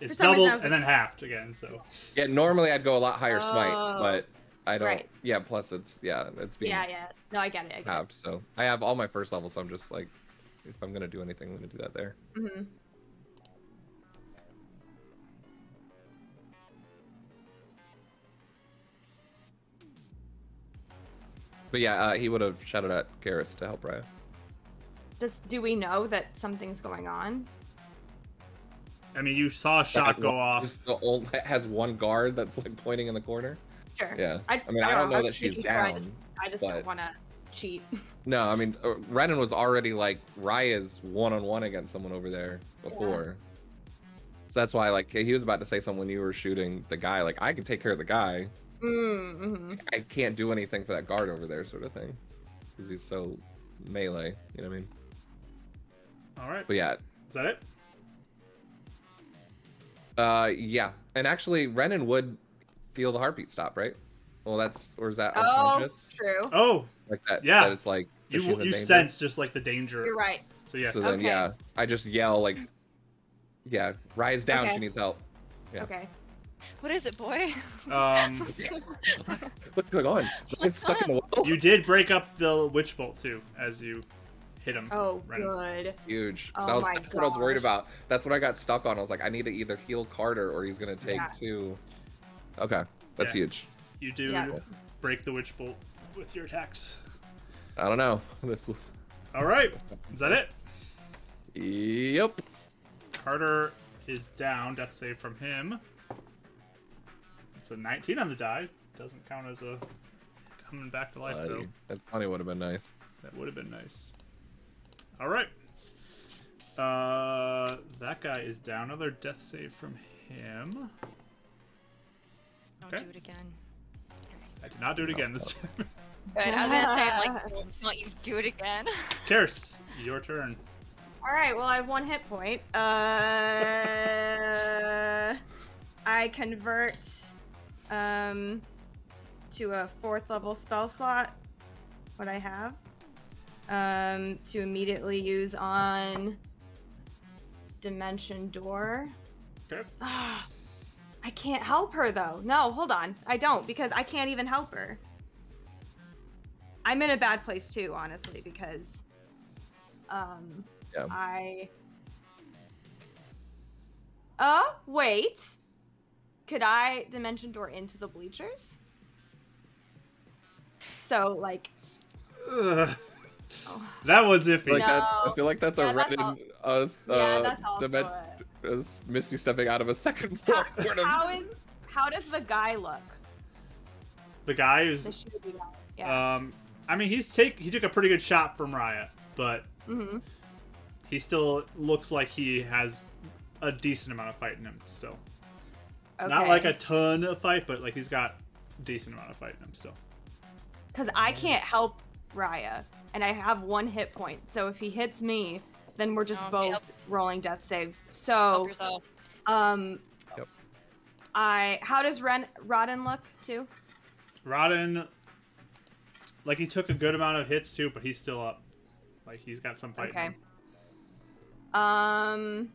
Speaker 2: it's
Speaker 5: for some reason
Speaker 2: doubled
Speaker 5: I was
Speaker 2: and
Speaker 5: like-
Speaker 2: then halved again. So
Speaker 4: yeah, normally I'd go a lot higher smite,
Speaker 5: Oh.
Speaker 4: but I don't.
Speaker 5: Right.
Speaker 4: Yeah, plus it's yeah, it's being
Speaker 5: yeah, yeah. No, I get it. I get
Speaker 4: halved. So I have all my first level, so I'm just like, if I'm gonna do anything, I'm gonna do that there.
Speaker 5: it. hmm
Speaker 4: But yeah, uh, he would have shouted at Garrus to help Raya.
Speaker 5: Does do we know that something's going on?
Speaker 2: I mean, you saw a shot go off.
Speaker 4: Just The old has one guard that's like pointing in the corner.
Speaker 5: Sure.
Speaker 4: Yeah. I mean, I don't know
Speaker 5: I'm
Speaker 4: that
Speaker 5: just
Speaker 4: she's
Speaker 5: making sure I
Speaker 4: down,
Speaker 5: just, I just
Speaker 4: but-
Speaker 5: don't want to cheat.
Speaker 4: No, I mean uh, Renan was already like Raya's one on one against someone over there before. So that's why like he was about to say something when you were shooting the guy, like I can take care of the guy.
Speaker 5: Mm-hmm.
Speaker 4: I can't do anything for that guard over there sort of thing. Because he's so melee, you know what I mean?
Speaker 2: All right.
Speaker 4: But yeah.
Speaker 2: Is that it?
Speaker 4: Uh yeah. And actually Renan would feel the heartbeat stop, right? Well that's or is that
Speaker 5: Oh,
Speaker 4: unconscious?
Speaker 5: true.
Speaker 2: Oh,
Speaker 4: Like that.
Speaker 2: Yeah.
Speaker 4: That it's like that
Speaker 2: you
Speaker 4: she's in
Speaker 2: you
Speaker 4: danger.
Speaker 2: sense just like the danger.
Speaker 5: You're right.
Speaker 2: So yes.
Speaker 4: So then,
Speaker 5: Okay.
Speaker 4: yeah, I just yell like, "Yeah, Raya's down.
Speaker 5: Okay.
Speaker 4: She needs help. Yeah.
Speaker 5: Okay.
Speaker 3: What is it, boy?
Speaker 2: um,
Speaker 4: What's going on? It's stuck in the wall.
Speaker 2: you did break up the witch bolt too as you hit him.
Speaker 5: Oh,
Speaker 2: Renan.
Speaker 5: good.
Speaker 4: Huge. 'Cause
Speaker 5: Oh
Speaker 4: that was,
Speaker 5: my
Speaker 4: that's what I was worried
Speaker 5: gosh.
Speaker 4: about. That's what I got stuck on. I was like, I need to either heal Carter or he's gonna take
Speaker 5: Yeah.
Speaker 4: two. Okay, that's
Speaker 2: Yeah.
Speaker 4: huge.
Speaker 2: You do
Speaker 5: Yeah.
Speaker 2: break the witch bolt with your attacks.
Speaker 4: I don't know. This was.
Speaker 2: All right. Is that it?
Speaker 4: Yep.
Speaker 2: Carter is down. Death save from him. It's a 19 on the die. Doesn't count as a coming back to life though.
Speaker 4: Bloody. That funny would have been nice.
Speaker 2: That would have been nice. All right. Uh, that guy is down. Another death save from him.
Speaker 3: Don't
Speaker 2: Okay.
Speaker 3: do it again.
Speaker 2: I did not do it again this time.
Speaker 3: Good. I was gonna say, I'm like, don't want you to do it again.
Speaker 2: Karis, your turn.
Speaker 5: All right. Well, I have one hit point. Uh, I convert um to a fourth level spell slot. What I have um to immediately use on dimension door.
Speaker 2: Okay.
Speaker 5: Ah, I can't help her though. No, hold on. I don't because I can't even help her. I'm in a bad place too, honestly, because um
Speaker 4: Yeah.
Speaker 5: I Oh, wait. Could I dimension door into the bleachers? So like oh,
Speaker 2: Ugh. That one's
Speaker 4: I feel
Speaker 2: iffy.
Speaker 4: like that, I
Speaker 5: No.
Speaker 4: feel like that's
Speaker 5: Yeah,
Speaker 4: a
Speaker 5: that's
Speaker 4: Renan
Speaker 5: all-
Speaker 4: us
Speaker 5: yeah,
Speaker 4: uh,
Speaker 5: that's also
Speaker 4: dimen- us Misty stepping out of a second floor.
Speaker 5: it.
Speaker 4: sort of.
Speaker 5: How is how does the guy look?
Speaker 2: The guy
Speaker 5: The
Speaker 2: who's,
Speaker 5: shooty guy. Yeah.
Speaker 2: um, I mean, he's take he took a pretty good shot from Riot, but
Speaker 5: mm-hmm.
Speaker 2: he still looks like he has a decent amount of fight in him still. Not like a ton of fight, but like he's got decent amount of fight in him still.
Speaker 5: Because I can't help Raya, and I have one hit point. So if he hits me, then we're just
Speaker 3: Oh,
Speaker 5: both
Speaker 3: yep.
Speaker 5: rolling death saves.
Speaker 3: Help
Speaker 5: So,
Speaker 3: yourself.
Speaker 5: um,
Speaker 4: Yep.
Speaker 5: I how does Ren Rodden look too?
Speaker 2: Rodden, like he took a good amount of hits too, but he's still up. Like he's got some fight. in
Speaker 5: Okay.
Speaker 2: him.
Speaker 5: Um,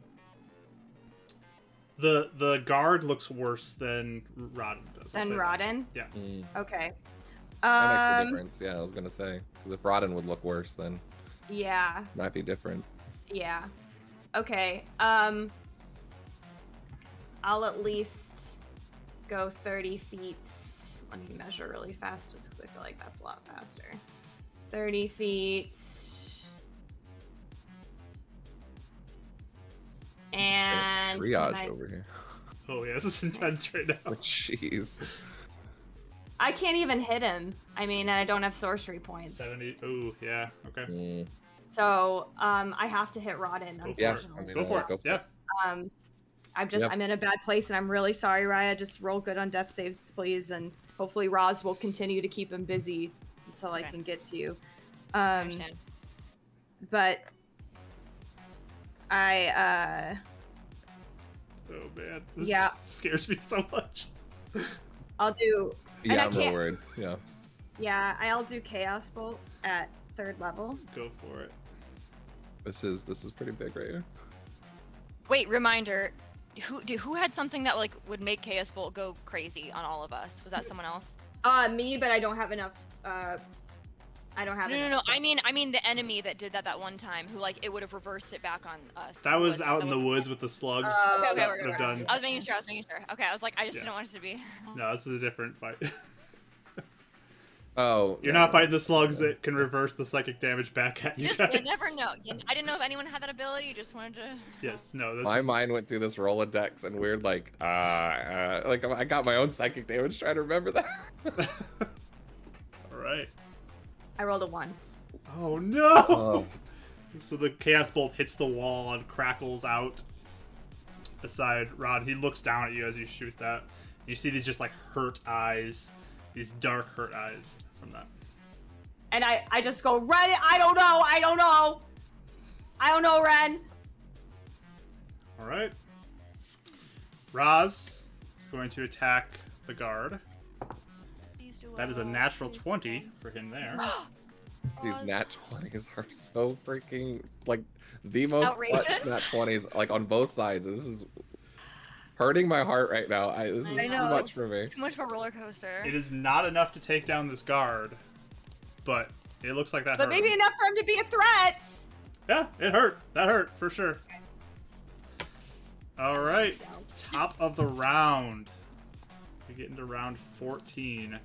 Speaker 2: The the guard looks worse than Rodden does. I'll
Speaker 5: then
Speaker 2: say that.
Speaker 5: Rodden.
Speaker 2: Yeah.
Speaker 4: Mm.
Speaker 5: Okay.
Speaker 4: That makes a
Speaker 5: Um,
Speaker 4: difference. Yeah, I was gonna say because if Rodden would look worse, then
Speaker 5: yeah,
Speaker 4: might be different.
Speaker 5: yeah. Okay. Um, I'll at least go 30 feet. Let me measure really fast just because I feel like that's a lot faster. 30 feet. And can
Speaker 4: triage
Speaker 5: I,
Speaker 4: over here.
Speaker 2: Oh yeah, this is intense right now.
Speaker 4: Oh, Jeez.
Speaker 5: I can't even hit him. I mean, and I don't have sorcery points.
Speaker 2: Seventy. Oh yeah. Okay.
Speaker 4: Mm.
Speaker 5: So um, I have to hit Rodden,
Speaker 2: Go for it.
Speaker 4: Yeah,
Speaker 5: unfortunately.
Speaker 4: I mean,
Speaker 2: Go for it.
Speaker 4: Go for
Speaker 2: yeah.
Speaker 4: it.
Speaker 5: Um, I'm just
Speaker 4: Yep.
Speaker 5: I'm in a bad place, and I'm really sorry, Raya. Just roll good on death saves, please, and hopefully Roz will continue to keep him busy until I
Speaker 3: Okay.
Speaker 5: can get to you.
Speaker 3: I
Speaker 5: Um,
Speaker 3: understand.
Speaker 5: but I uh,
Speaker 2: Oh man. This
Speaker 5: Yeah.
Speaker 2: scares me so much.
Speaker 5: I'll do. And
Speaker 4: Yeah,
Speaker 5: I
Speaker 4: I'm real
Speaker 5: can't-
Speaker 4: worried. Yeah.
Speaker 5: Yeah, I'll do chaos bolt at third level.
Speaker 2: Go for it.
Speaker 4: This is this is pretty big right here.
Speaker 3: Wait, reminder. Who do, who had something that like would make Chaos Bolt go crazy on all of us? Was that someone else?
Speaker 5: Uh, me, but I don't have enough. Uh, I don't
Speaker 3: No,
Speaker 5: have.
Speaker 3: no,
Speaker 5: enough
Speaker 3: no.
Speaker 5: stuff.
Speaker 3: I mean, I mean the enemy that did that that one time, who like it would have reversed it back on us.
Speaker 2: That was
Speaker 3: Wasn't-
Speaker 2: out in
Speaker 3: that
Speaker 2: the
Speaker 3: wasn't-
Speaker 2: woods with the slugs.
Speaker 5: Uh,
Speaker 3: Okay, okay,
Speaker 2: that
Speaker 3: we're
Speaker 2: would have
Speaker 3: good, we're
Speaker 2: done.
Speaker 3: I was making sure. I was making sure. Okay, I was like, I just
Speaker 2: Yeah.
Speaker 3: didn't want it to be.
Speaker 2: No, this is a different fight.
Speaker 4: Oh,
Speaker 2: You're
Speaker 4: no,
Speaker 2: not
Speaker 4: no.
Speaker 2: fighting the slugs that can reverse the psychic damage back at you.
Speaker 3: Just
Speaker 2: guys.
Speaker 3: you never know. You, I didn't know if anyone had that ability. Just wanted to.
Speaker 2: Yes, no. This
Speaker 4: My
Speaker 2: is-
Speaker 4: mind went through this Rolodex and weird, like, uh, uh like I got my own psychic damage trying to remember that.
Speaker 2: All right.
Speaker 5: I rolled a one.
Speaker 2: Oh no!
Speaker 4: Oh.
Speaker 2: So the chaos bolt hits the wall and crackles out. Aside, Rod, he looks down at you as you shoot that. You see these just like hurt eyes, these dark hurt eyes from that.
Speaker 5: And I, I just go Ren. I don't know. I don't know. I don't know, Ren.
Speaker 2: All right. Raz is going to attack the guard.
Speaker 3: Please do
Speaker 2: That is a
Speaker 3: well,
Speaker 2: natural
Speaker 3: please do
Speaker 2: 20 for him there.
Speaker 3: well.
Speaker 4: These nat twenties are so freaking like the most clutch
Speaker 3: Outrageous.
Speaker 4: nat twenties, like on both sides. This is hurting my heart right now. I, this is
Speaker 5: I
Speaker 4: too
Speaker 5: know.
Speaker 4: much for me.
Speaker 3: Too much of a roller coaster.
Speaker 2: It is not enough to take down this guard, but it looks like that
Speaker 5: But
Speaker 2: hurt.
Speaker 5: maybe
Speaker 2: him.
Speaker 5: enough for him to be a threat.
Speaker 2: Yeah, it hurt. That hurt for sure. All right, top of the round. We get into round fourteen.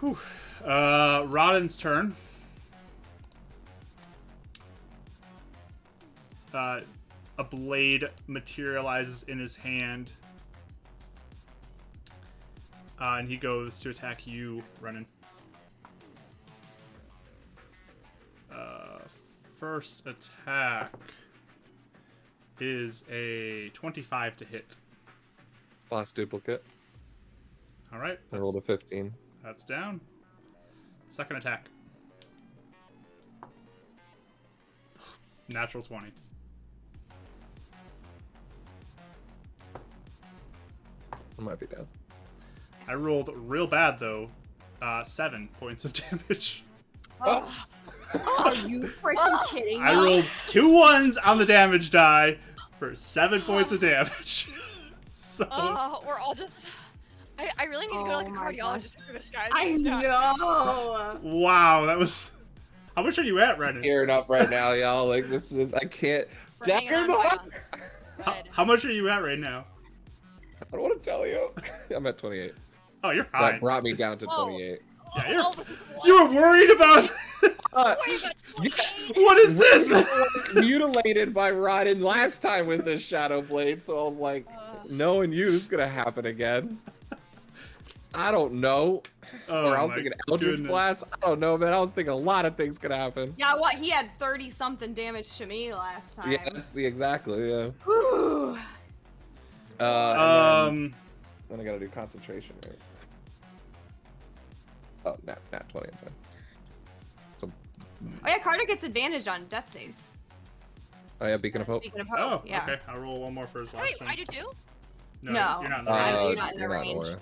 Speaker 2: Whew. Uh, Rodden's turn. Uh, a blade materializes in his hand, uh, and he goes to attack you, Renan. Uh, first attack is a 25 to hit.
Speaker 4: Last duplicate.
Speaker 2: All right,
Speaker 4: I
Speaker 2: that's,
Speaker 4: rolled a fifteen.
Speaker 2: that's down. Second attack. Natural 20.
Speaker 4: I might be down.
Speaker 2: I rolled real bad though. Uh, seven points of damage.
Speaker 4: Oh.
Speaker 5: Are you freaking kidding me?
Speaker 2: I rolled two ones on the damage die for seven points of damage. so
Speaker 3: Oh, we're all just. I, I really need to go to like a
Speaker 5: Oh my gosh.
Speaker 3: cardiologist for this guy.
Speaker 5: I
Speaker 3: This is not-
Speaker 5: know.
Speaker 2: wow, that was. How much are you at, Renan?
Speaker 4: Oh, Tearing up right now, y'all. Like this is I can't.
Speaker 3: We're hanging
Speaker 4: Dagger
Speaker 3: on by
Speaker 4: Moth!
Speaker 3: a
Speaker 2: How,
Speaker 3: thread.
Speaker 2: how much are you at right now?
Speaker 4: I don't want to tell you. I'm at 28.
Speaker 2: Oh, you're
Speaker 4: That
Speaker 2: fine.
Speaker 4: brought me down to
Speaker 3: Whoa.
Speaker 4: 28.
Speaker 2: Yeah,
Speaker 3: Oh,
Speaker 2: you're-
Speaker 3: all of us is
Speaker 2: You were
Speaker 3: one.
Speaker 2: worried about.
Speaker 4: Uh,
Speaker 3: Wait, but-
Speaker 2: what is this?
Speaker 4: mutilated by Rodden last time with this shadow blade, so I was like,
Speaker 3: Uh,
Speaker 4: knowing you is gonna happen again. I don't know.
Speaker 2: Oh,
Speaker 4: or I was
Speaker 2: my
Speaker 4: thinking Eldritch
Speaker 2: goodness.
Speaker 4: Blast. I don't know, man. I was thinking a lot of things could happen.
Speaker 5: Yeah, what? He had thirty something damage to me last time. Oh,
Speaker 4: Yeah, that's the exactly, yeah.
Speaker 5: Ooh.
Speaker 4: Uh, and then,
Speaker 2: Um,
Speaker 4: then I gotta do concentration, right? Oh, not not 20. I'm fine. So,
Speaker 5: Oh yeah, Carter gets advantage on death saves.
Speaker 4: oh, yeah, Beacon of Hope.
Speaker 5: Speaking of
Speaker 2: oh,
Speaker 5: hope, yeah.
Speaker 2: okay. I'll roll one more for his last
Speaker 3: Wait,
Speaker 2: one.
Speaker 3: I do too.
Speaker 2: No,
Speaker 5: No.
Speaker 2: you're not in the
Speaker 5: I
Speaker 4: Uh,
Speaker 5: mean,
Speaker 2: range.
Speaker 5: not in the
Speaker 4: you're not
Speaker 5: range.
Speaker 4: Aura.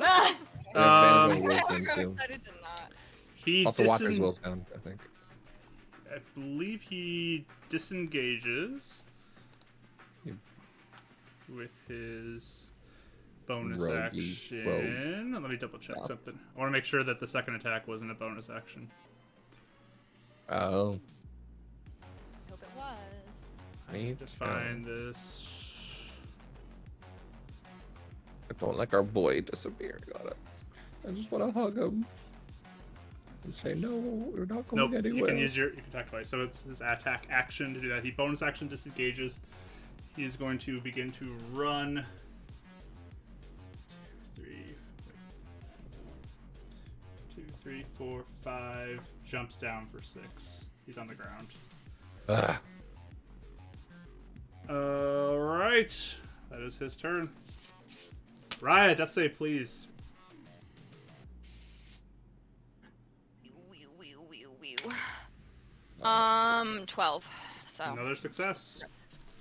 Speaker 5: Ah,
Speaker 4: And
Speaker 2: Um,
Speaker 4: advantage on
Speaker 3: I'm
Speaker 4: wisdom, too.
Speaker 3: excited to not.
Speaker 2: He
Speaker 4: Also, Walker's
Speaker 2: disen-
Speaker 4: will sound, I think.
Speaker 2: I believe he disengages
Speaker 4: Yeah.
Speaker 2: with his bonus
Speaker 4: Rogue-y E.
Speaker 2: action. Let me double check
Speaker 4: Rob.
Speaker 2: something. I want to make sure that the second attack wasn't a bonus action.
Speaker 4: Oh,
Speaker 3: Hope it was.
Speaker 2: I need to
Speaker 4: Right,
Speaker 2: find this.
Speaker 4: I don't like our boy disappearing on us. I just want to hug him and say, no, we're not going
Speaker 2: Nope, you
Speaker 4: anywhere.
Speaker 2: can use your you can attack twice. So it's his attack action to do that. He bonus action disengages. He is going to begin to run. Two, three, wait. Two, three, four, five. Jumps down for six. He's on the ground.
Speaker 4: Ugh.
Speaker 2: All right, that is his turn. Riot, that's a please.
Speaker 3: Wee, wee, wee, wee. Um, twelve. So
Speaker 2: Another success.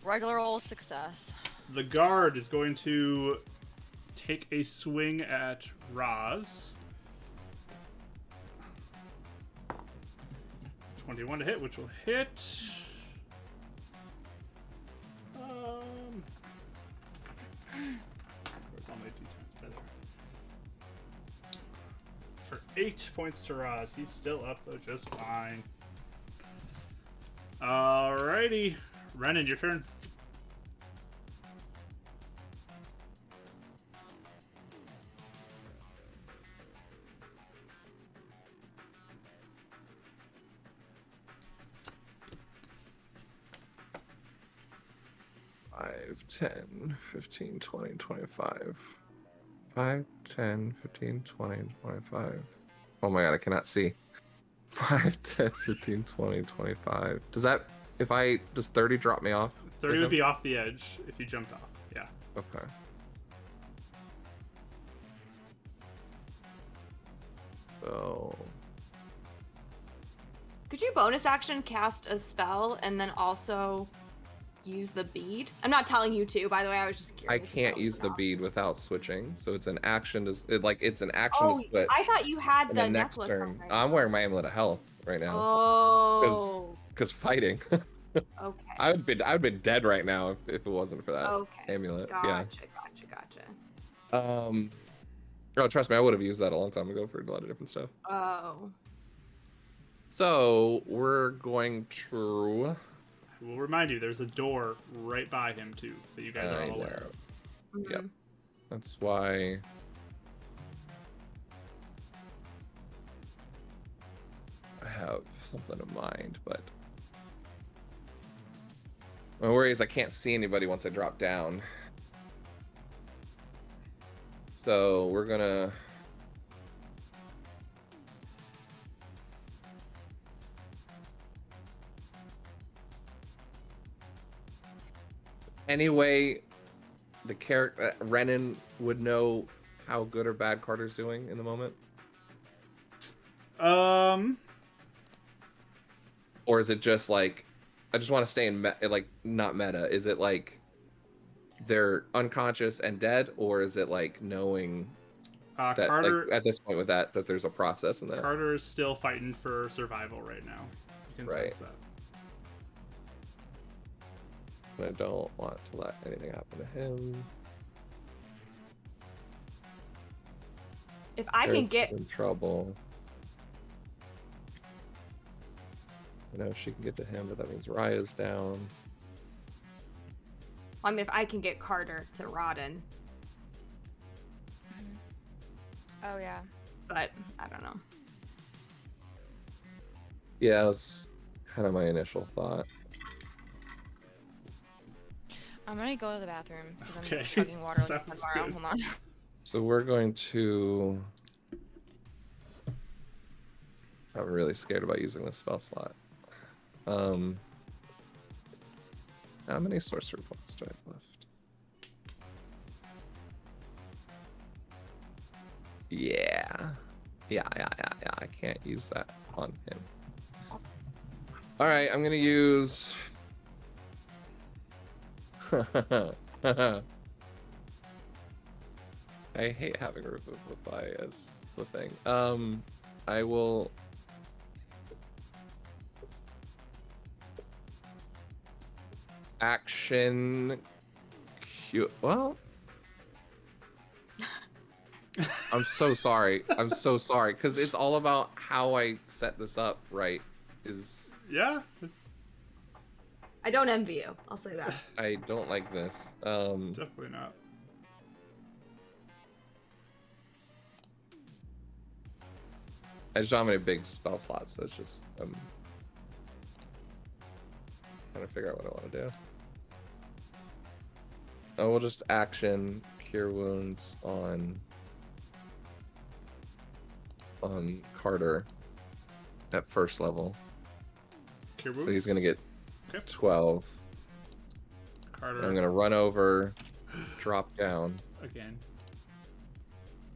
Speaker 3: regular old success.
Speaker 2: The guard is going to take a swing at Raz. 21 to hit, which will hit. Um, where's all my d10s? Right there. For eight points to Raz. He's still up, though, just fine. Alrighty. Renan, your turn.
Speaker 4: Five, 10, 15, 20, 25. 5, 10, 15, 20, 25. Oh my god, I cannot see. 5, 10, 15, 20, 25. Does that, if I, does 30 drop me off?
Speaker 2: 30 would
Speaker 4: Okay.
Speaker 2: be off the edge if you jumped off. Yeah.
Speaker 4: Okay. So,
Speaker 5: Could you bonus action cast a spell and then also use the bead? I'm not telling you to, by the way. I was just
Speaker 4: I
Speaker 5: curious. if that
Speaker 4: can't
Speaker 5: was
Speaker 4: use the
Speaker 5: allowed.
Speaker 4: bead without switching, so it's an action to, s- it, like, it's an action
Speaker 5: Oh,
Speaker 4: to switch.
Speaker 5: I thought you had
Speaker 4: and
Speaker 5: the
Speaker 4: then next
Speaker 5: necklace
Speaker 4: turn,
Speaker 5: already.
Speaker 4: I'm wearing my amulet of health right now
Speaker 5: Oh.
Speaker 4: because fighting.
Speaker 5: Okay.
Speaker 4: I would been I would been dead right now if, if it wasn't for that
Speaker 5: Okay.
Speaker 4: amulet.
Speaker 5: Gotcha. Gotcha. Gotcha.
Speaker 4: Yeah. Um. Oh, trust me, I would have used that a long time ago for a lot of different stuff.
Speaker 5: Oh.
Speaker 4: So we're going to.
Speaker 2: I will remind you, there's a door right by him, too, that you guys are
Speaker 4: I
Speaker 2: all aware
Speaker 4: know.
Speaker 2: of.
Speaker 5: Mhm.
Speaker 4: Yep. That's why. I have something in mind, but. My worry is I can't see anybody once I drop down. So we're gonna. Anyway, the character uh, Renan would know how good or bad Carter's doing in the moment,
Speaker 2: Um,
Speaker 4: or is it just like I just want to stay in me- like not meta? Is it like they're unconscious and dead, or is it like knowing
Speaker 2: uh,
Speaker 4: that
Speaker 2: Carter,
Speaker 4: like, at this point with that that there's a process in that?
Speaker 2: Carter is still fighting for survival right now. You can
Speaker 4: Right.
Speaker 2: sense that.
Speaker 4: And I don't want to let anything happen to him.
Speaker 5: If I can
Speaker 4: Earth
Speaker 5: get
Speaker 4: is in trouble. I know she can get to him, but that means Raya's down.
Speaker 5: I mean, if I can get Carter to Rodden,
Speaker 3: Oh yeah.
Speaker 5: but I don't know.
Speaker 4: Yeah, that was kind of my initial thought.
Speaker 3: I'm gonna go to the bathroom because I'm
Speaker 2: Okay,
Speaker 3: chugging water like
Speaker 2: sounds
Speaker 3: tomorrow.
Speaker 2: good.
Speaker 3: Hold on.
Speaker 4: So we're going to. I'm really scared about using this spell slot. Um, how many sorcery points do I have left? Yeah. Yeah, yeah, yeah, yeah. I can't use that on him. All right, I'm going to use. I hate having Revivify as the thing. Um, I will. Action. Q. Well. I'm so sorry. I'm so sorry because it's all about how I set this up. Right? Is
Speaker 2: Yeah.
Speaker 5: I don't envy you. I'll say that.
Speaker 4: I don't like this. Um.
Speaker 2: Definitely not.
Speaker 4: I just don't have any big spell slots, so it's just um trying to figure out what I want to do. Oh, we'll just action cure wounds on on Carter at first level,
Speaker 2: Cure
Speaker 4: so he's
Speaker 2: wounds?
Speaker 4: gonna get
Speaker 2: Okay.
Speaker 4: twelve.
Speaker 2: Carter
Speaker 4: And I'm gonna run over, drop down,
Speaker 2: again.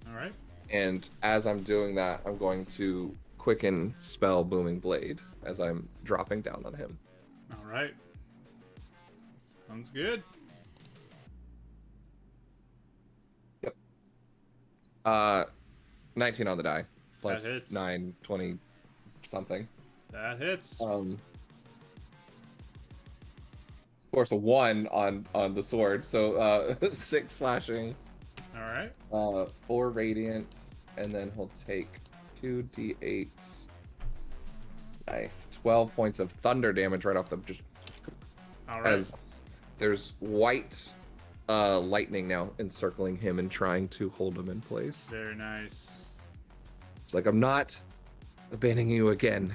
Speaker 2: All right.
Speaker 4: and as I'm doing that, I'm going to quicken spell booming blade as I'm dropping down on him.
Speaker 2: All right. Sounds good.
Speaker 4: Yep. Uh, 19 on the die. Plus
Speaker 2: hits.
Speaker 4: 9, 20 something.
Speaker 2: That hits.
Speaker 4: Um, of course, a 1 on, on the sword. So uh, 6 slashing,
Speaker 2: All right.
Speaker 4: uh, 4 radiant, and then he'll take 2d8. Nice. 12 points of thunder damage right off the just
Speaker 2: All right.
Speaker 4: as there's white uh, lightning now encircling him and trying to hold him in place.
Speaker 2: Very nice.
Speaker 4: It's like I'm not abandoning you again.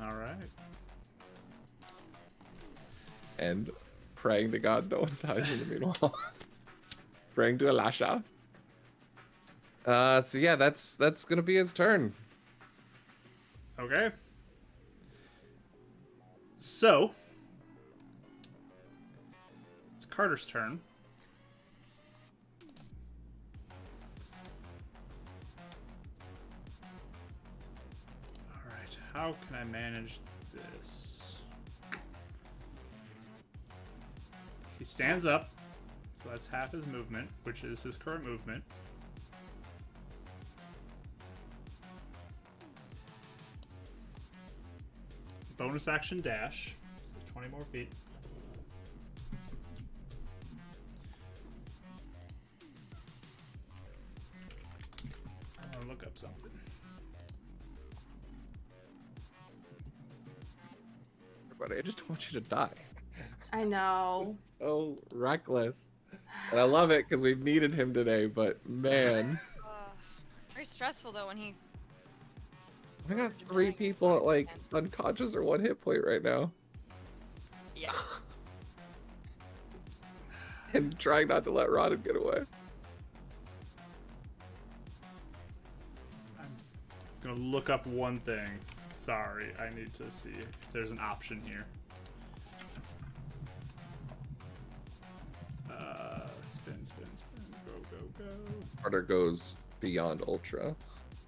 Speaker 2: All right.
Speaker 4: and praying to God no one dies in the meanwhile. praying to Elisha. Uh, so yeah, that's that's gonna be his turn.
Speaker 2: Okay. So it's Carter's turn. All right, how can I manage this? He stands up, so that's half his movement, which is his current movement. bonus action dash, so 20 more feet. I'm gonna look up something.
Speaker 4: Everybody, I just want you to die.
Speaker 5: I know.
Speaker 4: So reckless, and I love it because we've needed him today. But man,
Speaker 3: Uh, very stressful though when he.
Speaker 4: we got three people at like unconscious or one hit point right now,
Speaker 3: Yeah.
Speaker 4: and trying not to let Rodden get away.
Speaker 2: I'm gonna look up one thing. Sorry, I need to see if there's an option here. Uh, spin, spin, spin, go, go, go.
Speaker 4: Carter goes beyond ultra.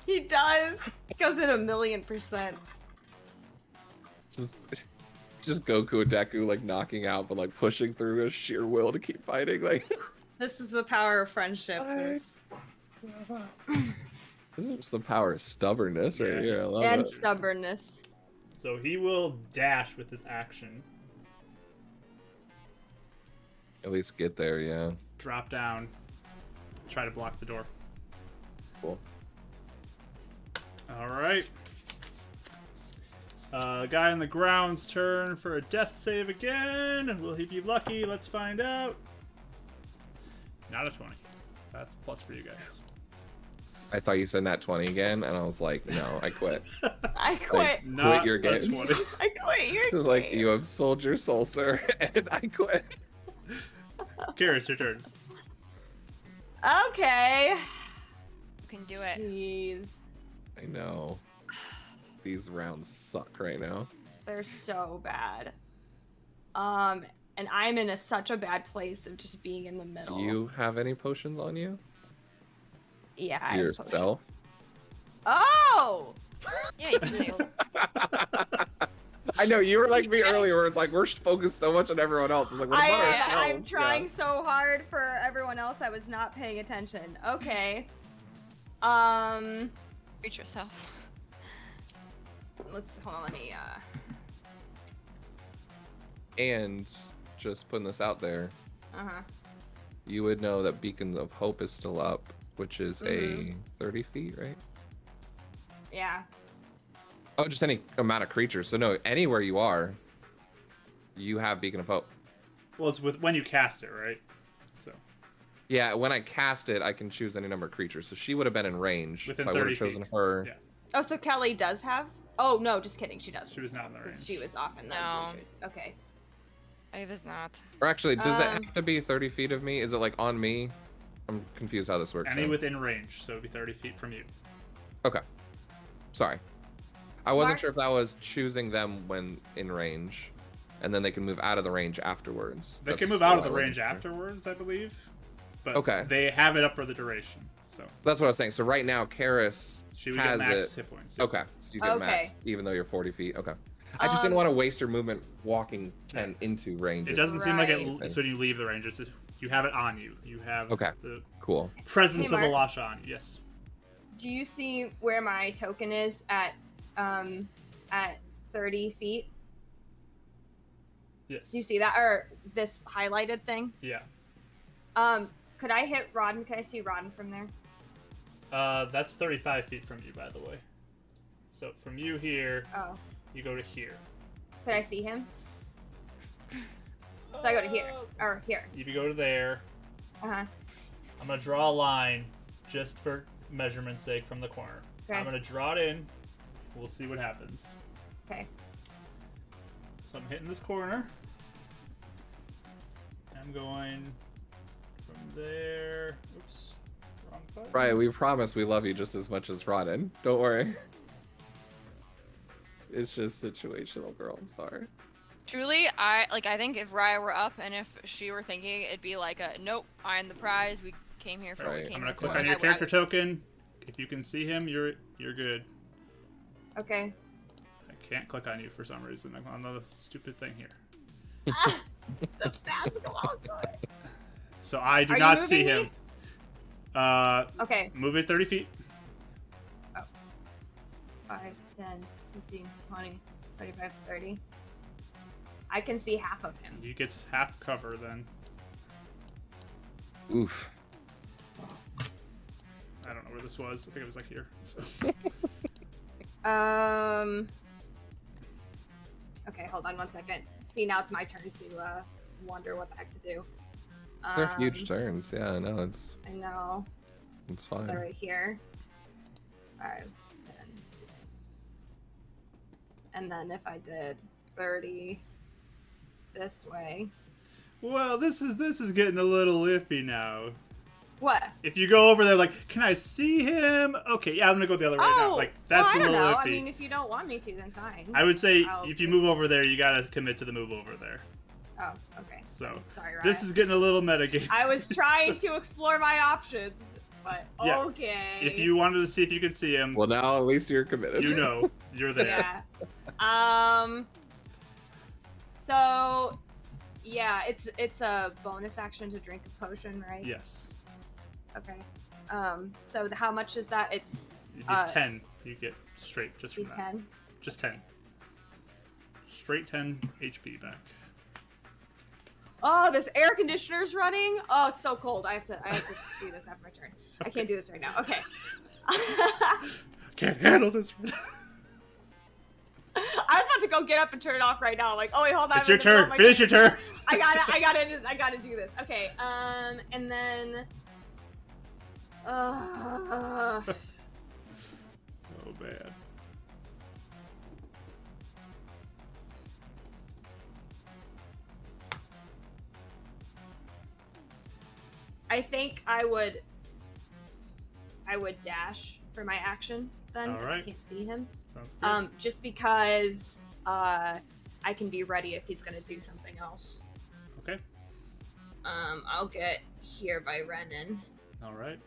Speaker 5: He does. Goes in a million percent.
Speaker 4: just just Goku and Deku like knocking out, but like pushing through his sheer will to keep fighting. Like
Speaker 5: This is the power of friendship.
Speaker 4: I-
Speaker 5: This.
Speaker 4: this is just the power of stubbornness right
Speaker 2: Yeah.
Speaker 4: here. I love
Speaker 5: And
Speaker 4: it.
Speaker 5: stubbornness.
Speaker 2: So he will dash with his action,
Speaker 4: At least get there, yeah.
Speaker 2: drop down, try to block the door.
Speaker 4: Cool.
Speaker 2: All right. Uh, guy on the ground's turn for a death save again. Will he be lucky? Let's find out. Not a 20. That's a plus for you guys.
Speaker 4: I thought you said that twenty again, and I was like, no, I quit.
Speaker 5: I quit.
Speaker 2: Not
Speaker 4: your
Speaker 2: a
Speaker 4: games.
Speaker 2: 20.
Speaker 5: I quit. You're
Speaker 4: like you have sold your soul, sir, and I quit.
Speaker 2: Curious, your turn.
Speaker 5: Okay.
Speaker 3: You can do it.
Speaker 5: Jeez.
Speaker 4: I know. These rounds suck right now.
Speaker 5: They're so bad. Um, and I'm in a, such a bad place of just being in the middle.
Speaker 4: Do you have any potions on you
Speaker 5: yeah, I have potions.
Speaker 4: yourself?
Speaker 5: Oh,
Speaker 3: Yeah, you can do it.
Speaker 4: I know you were like me earlier. Where like we're focused so much on everyone else. It's like what
Speaker 5: I,
Speaker 4: about
Speaker 5: I,
Speaker 4: ourselves?
Speaker 5: I'm trying
Speaker 4: Yeah.
Speaker 5: so hard for everyone else. I was not paying attention. Okay. Um,
Speaker 3: Treat yourself.
Speaker 5: let's hold on. Let me. Uh,
Speaker 4: And just putting this out there,
Speaker 5: uh huh.
Speaker 4: you would know that Beacon of Hope is still up, which is
Speaker 5: Mhm.
Speaker 2: Mm-hmm.
Speaker 4: a 30 feet, right?
Speaker 5: Yeah.
Speaker 4: Oh, just any amount of creatures. So, no, anywhere you are, you have Beacon of Hope.
Speaker 2: Well, it's with when you cast it, right? So
Speaker 4: Yeah, when I cast it, I can choose any number of creatures. So, she would have been in range.
Speaker 2: Within
Speaker 4: so, I would
Speaker 2: 30
Speaker 4: have chosen
Speaker 2: feet.
Speaker 4: her.
Speaker 2: Yeah.
Speaker 5: Oh, so Kelly does have. Oh no, just kidding. She doesn't.
Speaker 2: she was not in the range.
Speaker 5: She was off in the
Speaker 3: No.
Speaker 5: bleachers. Okay.
Speaker 3: I was not.
Speaker 4: Or actually, does it
Speaker 5: Um,
Speaker 4: have to be 30 feet of me? Is it like on me? I'm confused how this works.
Speaker 2: Any
Speaker 4: now.
Speaker 2: within range, so it'd be 30 feet from you.
Speaker 4: Okay. Sorry. I wasn't
Speaker 5: Mark-
Speaker 4: sure if that was choosing them when in range, and then they can move out of the range afterwards.
Speaker 2: They can
Speaker 4: That's
Speaker 2: move out of
Speaker 4: what
Speaker 2: the
Speaker 4: I wasn't
Speaker 2: range
Speaker 4: sure.
Speaker 2: afterwards, I believe. But
Speaker 4: Okay.
Speaker 2: they have it up for the duration. So
Speaker 4: That's what I was saying. So right now, Karis
Speaker 2: she would
Speaker 4: has
Speaker 2: get max
Speaker 4: it.
Speaker 2: hit points. yeah.
Speaker 4: Okay, so you get
Speaker 5: Okay.
Speaker 4: max, even though you're 40 feet. Okay. I just didn't
Speaker 5: Um,
Speaker 4: want to waste your movement walking 10 into range.
Speaker 2: It doesn't seem like it,
Speaker 5: Right.
Speaker 2: it's when you leave the range. It's just You have it on you. You have
Speaker 4: Okay.
Speaker 2: the
Speaker 4: Cool.
Speaker 2: presence
Speaker 5: Hey,
Speaker 2: of
Speaker 5: Mark.
Speaker 2: Alasha on you. Yes.
Speaker 5: Do you see where my token is at um at 30 feet?
Speaker 2: Yes.
Speaker 5: Do you see that or this highlighted thing?
Speaker 2: Yeah.
Speaker 5: Um could I hit Rodden? Could I see Rodden from there?
Speaker 2: Uh, that's 35 feet from you, by the way. So from you here,
Speaker 5: Oh,
Speaker 2: you go to here.
Speaker 5: could I see him? So I go to here
Speaker 2: Uh,
Speaker 5: or here.
Speaker 2: You go to there.
Speaker 5: Uh-huh.
Speaker 2: I'm gonna draw a line, just for measurement's sake, from the corner.
Speaker 5: Okay.
Speaker 2: I'm gonna draw it in. We'll see what happens.
Speaker 5: Okay.
Speaker 2: So I'm hitting this corner. I'm going from there. Oops, wrong button.
Speaker 4: Brian, we promise we love you just as much as Rodden. Don't worry. It's just situational, girl. I'm sorry.
Speaker 3: Truly, I like. I think if Raya were up and if she were thinking, it'd be like a nope. I'm the prize. We came here for. what
Speaker 4: Right.
Speaker 3: We
Speaker 4: I'm
Speaker 3: came
Speaker 2: I'm gonna click
Speaker 3: here
Speaker 2: on
Speaker 3: for. Like,
Speaker 2: your
Speaker 3: I-
Speaker 2: character token. If you can see him, you're you're good.
Speaker 5: Okay.
Speaker 2: I can't click on you for some reason. I'm on the stupid thing here.
Speaker 5: the basketball court.
Speaker 2: So I do
Speaker 5: Are you
Speaker 2: not see
Speaker 5: moving
Speaker 2: him. Uh,
Speaker 5: Okay.
Speaker 2: move it 30 feet.
Speaker 5: 5, 10, 15, 20, 25, 30. I can see half of him.
Speaker 2: He gets half cover then.
Speaker 4: Oof.
Speaker 2: I don't know where this was. I think it was like here. So.
Speaker 5: Um. Okay, hold on one second. See, now it's my turn to uh, wonder what the heck to do.
Speaker 4: These are
Speaker 5: Um,
Speaker 4: huge turns. Yeah, no, it's
Speaker 5: I know.
Speaker 4: it's fine.
Speaker 5: So right here. Five, 10. And then if I did 30 this way.
Speaker 2: Well, this is this is getting a little iffy now.
Speaker 5: What?
Speaker 2: If you go over there, like, can I see him? Okay, yeah, I'm gonna go the other way now. Like, that's
Speaker 5: Oh, well, I
Speaker 2: a
Speaker 5: don't
Speaker 2: little
Speaker 5: know.
Speaker 2: iffy.
Speaker 5: I mean, if you don't want me to, then fine.
Speaker 2: I would say
Speaker 5: I'll-
Speaker 2: if you move over there, you gotta commit to the move over there.
Speaker 5: Oh, okay.
Speaker 2: So
Speaker 5: Sorry, Ryan.
Speaker 2: this is getting a little metagame.
Speaker 5: I was trying to explore my options, but
Speaker 2: Yeah.
Speaker 5: okay.
Speaker 2: If you wanted to see if you could see him,
Speaker 4: Well, now at least you're committed.
Speaker 2: you know, you're there.
Speaker 5: Yeah. um. So, yeah, it's it's a bonus action to drink a potion, right?
Speaker 2: Yes,
Speaker 5: Okay. Um. So how much is that? It's
Speaker 2: you get
Speaker 5: Uh,
Speaker 2: ten. You get straight just from that.
Speaker 5: d10.
Speaker 2: Just ten. Straight ten HP back.
Speaker 5: Oh, this air conditioner's running. Oh, it's so cold. I have to I have to do this after my turn. I can't do this right now. Okay.
Speaker 2: Can't handle this.
Speaker 5: I was about to go get up and turn it off right now. Like, oh wait, hold on.
Speaker 2: it's
Speaker 5: I'm in
Speaker 2: your
Speaker 5: the middle
Speaker 2: turn.
Speaker 5: of my
Speaker 2: Finish your turn.
Speaker 5: I gotta, I gotta, just, I gotta do this. Okay. Um, and then, uh,
Speaker 2: Oh man.
Speaker 5: I think I would, I would dash for my action. Then
Speaker 2: All right.
Speaker 5: I can't see him.
Speaker 2: Sounds good.
Speaker 5: Um, just because, uh, I can be ready if he's gonna do something else.
Speaker 2: okay.
Speaker 5: Um, I'll get here by Renan.
Speaker 2: All right.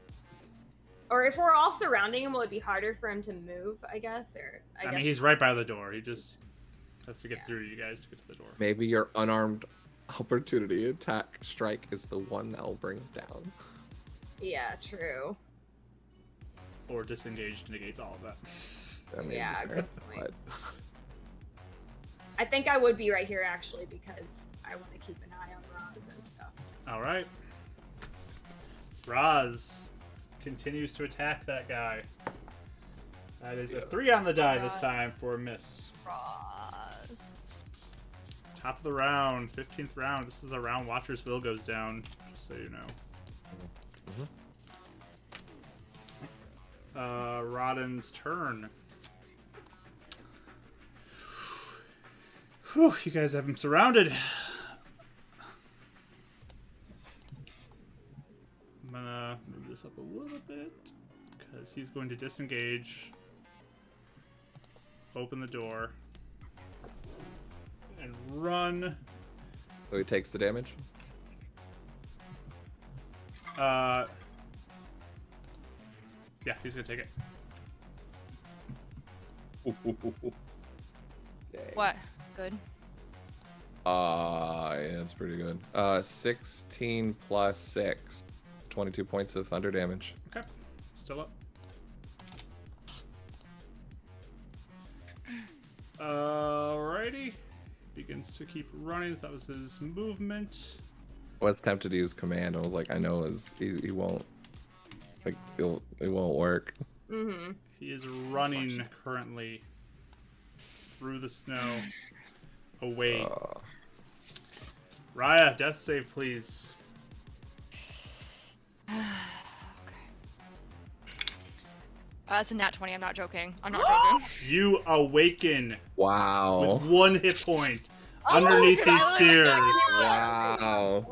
Speaker 5: Or if we're all surrounding him, will it be harder for him to move? I guess. Or I,
Speaker 2: I,
Speaker 5: guess
Speaker 2: mean, he's right by the door. He just has to get
Speaker 5: Yeah.
Speaker 2: through you guys to get to the door.
Speaker 4: Maybe your unarmed opportunity attack strike is the one that'll bring it down.
Speaker 5: Yeah. True.
Speaker 2: Or disengaged negates all of that.
Speaker 4: That may be
Speaker 5: Yeah,
Speaker 4: fair,
Speaker 5: good point.
Speaker 4: but-
Speaker 5: I think I would be right here actually because I want to keep an eye on Roz and stuff.
Speaker 2: All right. Raz continues to attack that guy. That is a three on the die this
Speaker 3: Alright.
Speaker 2: time for a miss.
Speaker 3: Roz.
Speaker 2: Top of the round, 15th round. This is the round Watchersville goes down, just so you know. Uh, Rodden's turn. Whew, you guys have him surrounded. I'm gonna move this up a little bit because he's going to disengage, open the door, and run.
Speaker 4: So he takes the damage.
Speaker 2: Uh, yeah, he's gonna take it.
Speaker 4: Dang.
Speaker 3: Uh, What? Good.
Speaker 4: Ah, yeah, that's pretty good. Uh, 16 plus 6. 22 points of thunder damage.
Speaker 2: Okay. Still up. Alrighty. Begins to keep running. So that was his movement.
Speaker 4: I was tempted to use command. I was like, I know is he, he won't. Like, he'll, it won't work.
Speaker 5: Mm-hmm.
Speaker 2: He is running currently through the snow away.
Speaker 4: Uh,
Speaker 2: Raya, death save, please.
Speaker 3: Okay. Uh, that's a nat 20. I'm not joking. I'm not joking.
Speaker 2: You awaken with
Speaker 4: wow.
Speaker 2: one hit point underneath
Speaker 3: God,
Speaker 2: these
Speaker 3: I
Speaker 2: stairs.
Speaker 4: Wow.